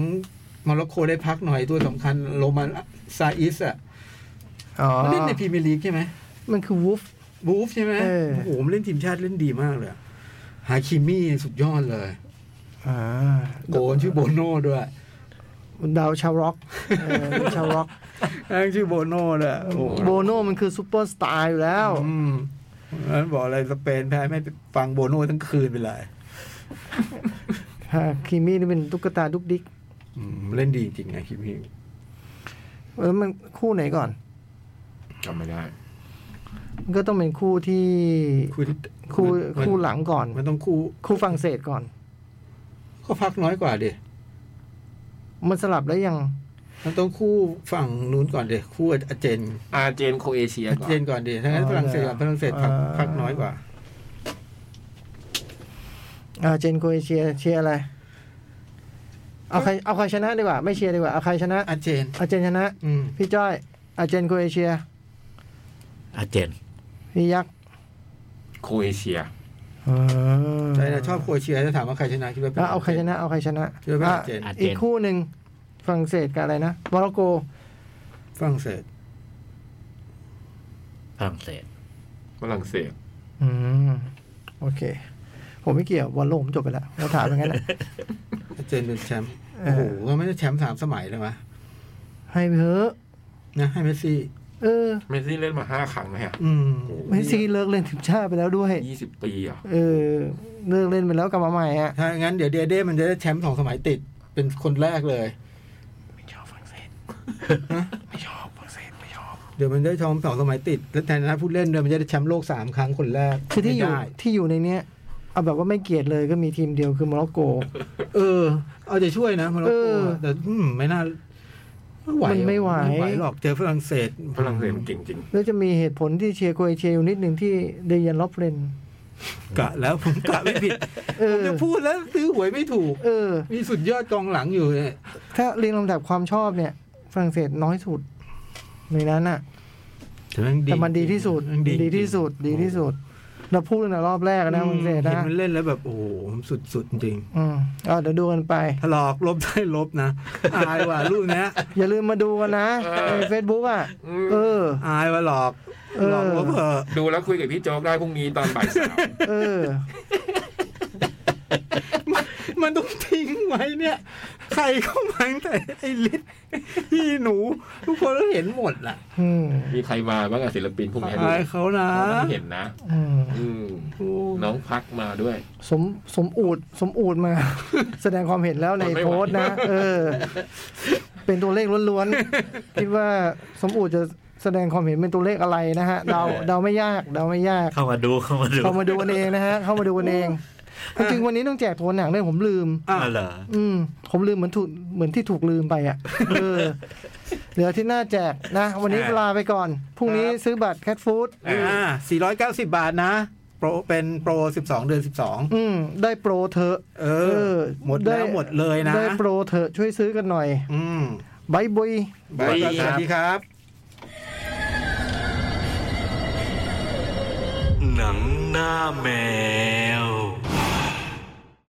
S5: โมร็อกโกได้พักหน่อยตัวสำคัญโรมันซาอิสอ่ะ
S4: อ๋อ
S5: เล่นในพรีเมียร์ลีกใช่ไหม
S4: มันคือวูฟ
S5: บูฟใช่ไหม
S4: เออ
S5: โอ้โหมันเล่นทีมชาติเล่นดีมากเลยอะฮาคิมี่สุดยอดเลย
S4: อ่า
S5: โบนชื่อโบโน่ด้วย
S4: ดาวชาวร็อกเออชาวร็อก
S5: อ้างชื่อโบโน่เลยโอ้โห
S4: โบโน่มันคือซูเปอร์สตาร์อยู่แล้ว
S5: อืมนั้นบอกอะไรสเปนแพ้ไม่ฟังโบโน่ทั้งคืนไปเลย
S4: ฮะคิมมี่นี่เป็นตุ๊กตาดุกดิก
S5: อืมเล่นดีจริงๆนะคิมี่
S4: แล้วมันคู่ไหนก่อน
S3: จำไม่ได้
S4: มันก็ต้องเป็นคู่ที่
S5: คู่ที่
S4: คู่
S5: มัน
S4: คู่หลังก่อน
S5: มันต้องคู่
S4: คู่ฝรั่งเศสก่อน
S5: ก็พักน้อยกว่าเด
S4: มันสลับแล้วยัง
S5: มันต้องคู่ฝั่งนู้นก่อนเดคู่อาเจน
S3: อาร์เจนโคเอเชีย
S5: อา
S3: ก่อน
S5: เจนก่อนเดถ้างั้นฝรั่งเศสก่อนฝรั่งเศสพักพักน้อยกว่า
S4: อาเจนโครเอเชียเชียร์อะไร เอาใครเอาใครชนะดีกว่า ไม่เชียร์ดีกว่า เอาใครชนะ
S5: อาเจน
S4: อาเจนชนะ
S5: อืม
S4: พี่จ้อย อาเจนโครเอเชีย
S2: อาเจน
S4: พี่ยักษ์
S3: โคเอเชีย
S4: อ่า
S5: ใช่นะชอบโครเอเชียจะถามว่าใครชนะคิดว่าป็น
S4: แล้วเอาใครชนะ เอาใครชนะ
S5: คิดว่าเป็นอาเจน
S4: อ่ะอีกคู่หนึ่งฝรั่งเศสกับอะไรนะโมร็อกโก
S5: ฝรั่งเศส
S2: ฝรั่งเศส
S3: ฝรั่งเศส
S4: อืม โอเค ผมไม่เกี่ยวบอลโลกผมจบไปแล้วเราถามอย่างนั้นแห ละ
S5: อาเจนเป็นแชมป์
S4: เออ
S5: โอ้โหก็ไม่ได้แชมป์สามสมัยเลยมะ
S4: ให้ไปเถอะ
S5: นะให้เมสซี่
S4: เออ
S3: เมสซี่เล่นมาห้าครั้งนะฮะ
S5: อืม
S4: เมสซี่เลิกเล่นทีมชาติไปแล้วด้วย
S3: ยี่สิบปีอ่ะ
S4: เออ เลิกเล่นไปแล้วกลับมาใหม่ฮะ
S5: ถ้างั้นเดี๋ยวเดเด้มันจะได้แชมป์สองสมัยติด เป็นคนแรกเลย
S2: ไม่ชอบฝรั่งเศ ส
S5: ฮะ
S2: ไม่ชอบฝรั่งเศสไม่ชอบ
S5: เดี๋ยวมันได้แชมป์สองสมัยติดแล้วแทนนะผู้เล่นเดี๋ยวมันจะได้แชมป์โลกสามครั้งคนแรก
S4: คือที่อยู่
S5: ไม่ได้
S4: ที่อยู่ในเนี้ยเอาแบบว่าไม่เกลียดเลยก็มีทีมเดียวคือโมร็อกโก
S5: เออ เอาใจช่วยนะมาร็อกโก
S4: เออ
S5: แต่อืมไม่น่าไม่ไหว
S4: มันไม่ไหว
S5: ไม่ไหวหรอกเจอฝรั่งเศส
S3: ฝรั่งเศสมันเก่งจริง
S4: แล้วจะมีเหตุผลที่เชียร์โครเอเชียอยู่นิดหนึ่งที่เดยันล็อบเลน
S5: กะแล้วผมกะไม่ผิด
S4: เอ
S5: ผม
S4: อ
S5: จะพูดแล้วซื้อหวยไม่ถูก
S4: เออ
S5: มีสุดยอดกองหลังอยู่เนี่ย
S4: ถ้าเรียงลำดับความชอบเนี่ยฝรั่งเศสน้อยสุดในนั้นอะ แต่มันดีที่สุด
S5: มัน
S4: ดีที่สุด ดีที่สุด เราพูดในรอบแรกนะมึงเสร็จ
S5: เห็น
S4: นะ
S5: มันเล่นแล้วแบบ โอ้โหสุดสุดๆจริง
S4: อืมเอาเดี๋ยวดูกันไป
S5: ถลอกลบได้ลบนะอายว่ะลูกเนี้ย
S4: อย่าลืมมาดูกันนะในเฟซบุ๊กอ่ะ เออ
S5: อายว่ะหลอก
S4: เออ
S5: หลอกลบเถอะ
S3: ดูแล้วคุยกับพี่โจ๊กได้พรุ่งนี้ตอนบ่ายสาม
S4: เออ
S5: มันต้องทิ้งไว้เนี่ย ใครเข้ามาตั้งแต่ไอ้ลิศพี่หนู ทุกคนก็เห็นหมดล่ะ
S4: อืม
S3: มีใครมาบ้างอะศิลปินพวกนี้
S5: อายเขานะ
S3: เราเห็นนะ
S4: อืม
S3: อืม
S5: โอ้
S3: น้องพักมาด้วย
S4: สมสมอูดสมอูดมา แสดงความเห็นแล้วใน
S3: ไม่ไหว
S4: โพสต์นะ เออ เป็นตัวเลขล้วนๆ คิดว่าสมอูดจะแสดงความเห็นเป็นตัวเลขอะไรนะฮะเดาเดาไม่ยากเดาไม่ยาก
S2: เข้ามาดูเข้ามาดู
S4: เข้ามาดูกันเองนะฮะ เข้ามาดูกันเองจริงๆวันนี้ต้องแจกโทนหนังด้วยผมลืม
S5: อ่ะ
S2: อ๋อเหรอ
S4: อืม ผมลืมเหมือนถูกเหมือนที่ถูกลืมไปอ่ะ เออเหลือที่หน้าแจกนะ วันนี้ลาไปก่อน พรุ่งนี้ซื้อบัตรแคทฟู้ด
S5: อ่า490 บาทนะ โปรเป็นโปร 12 เดือน 12
S4: อืม ได้โปรเถอะ
S5: เออ หมดแล้วหมดเลยนะ
S4: ได้โปรเถอะช่วยซื้อกันหน่อย
S5: อืม
S4: บายบุย
S5: บายสวัสดีครับ
S1: หนังหน้าแมว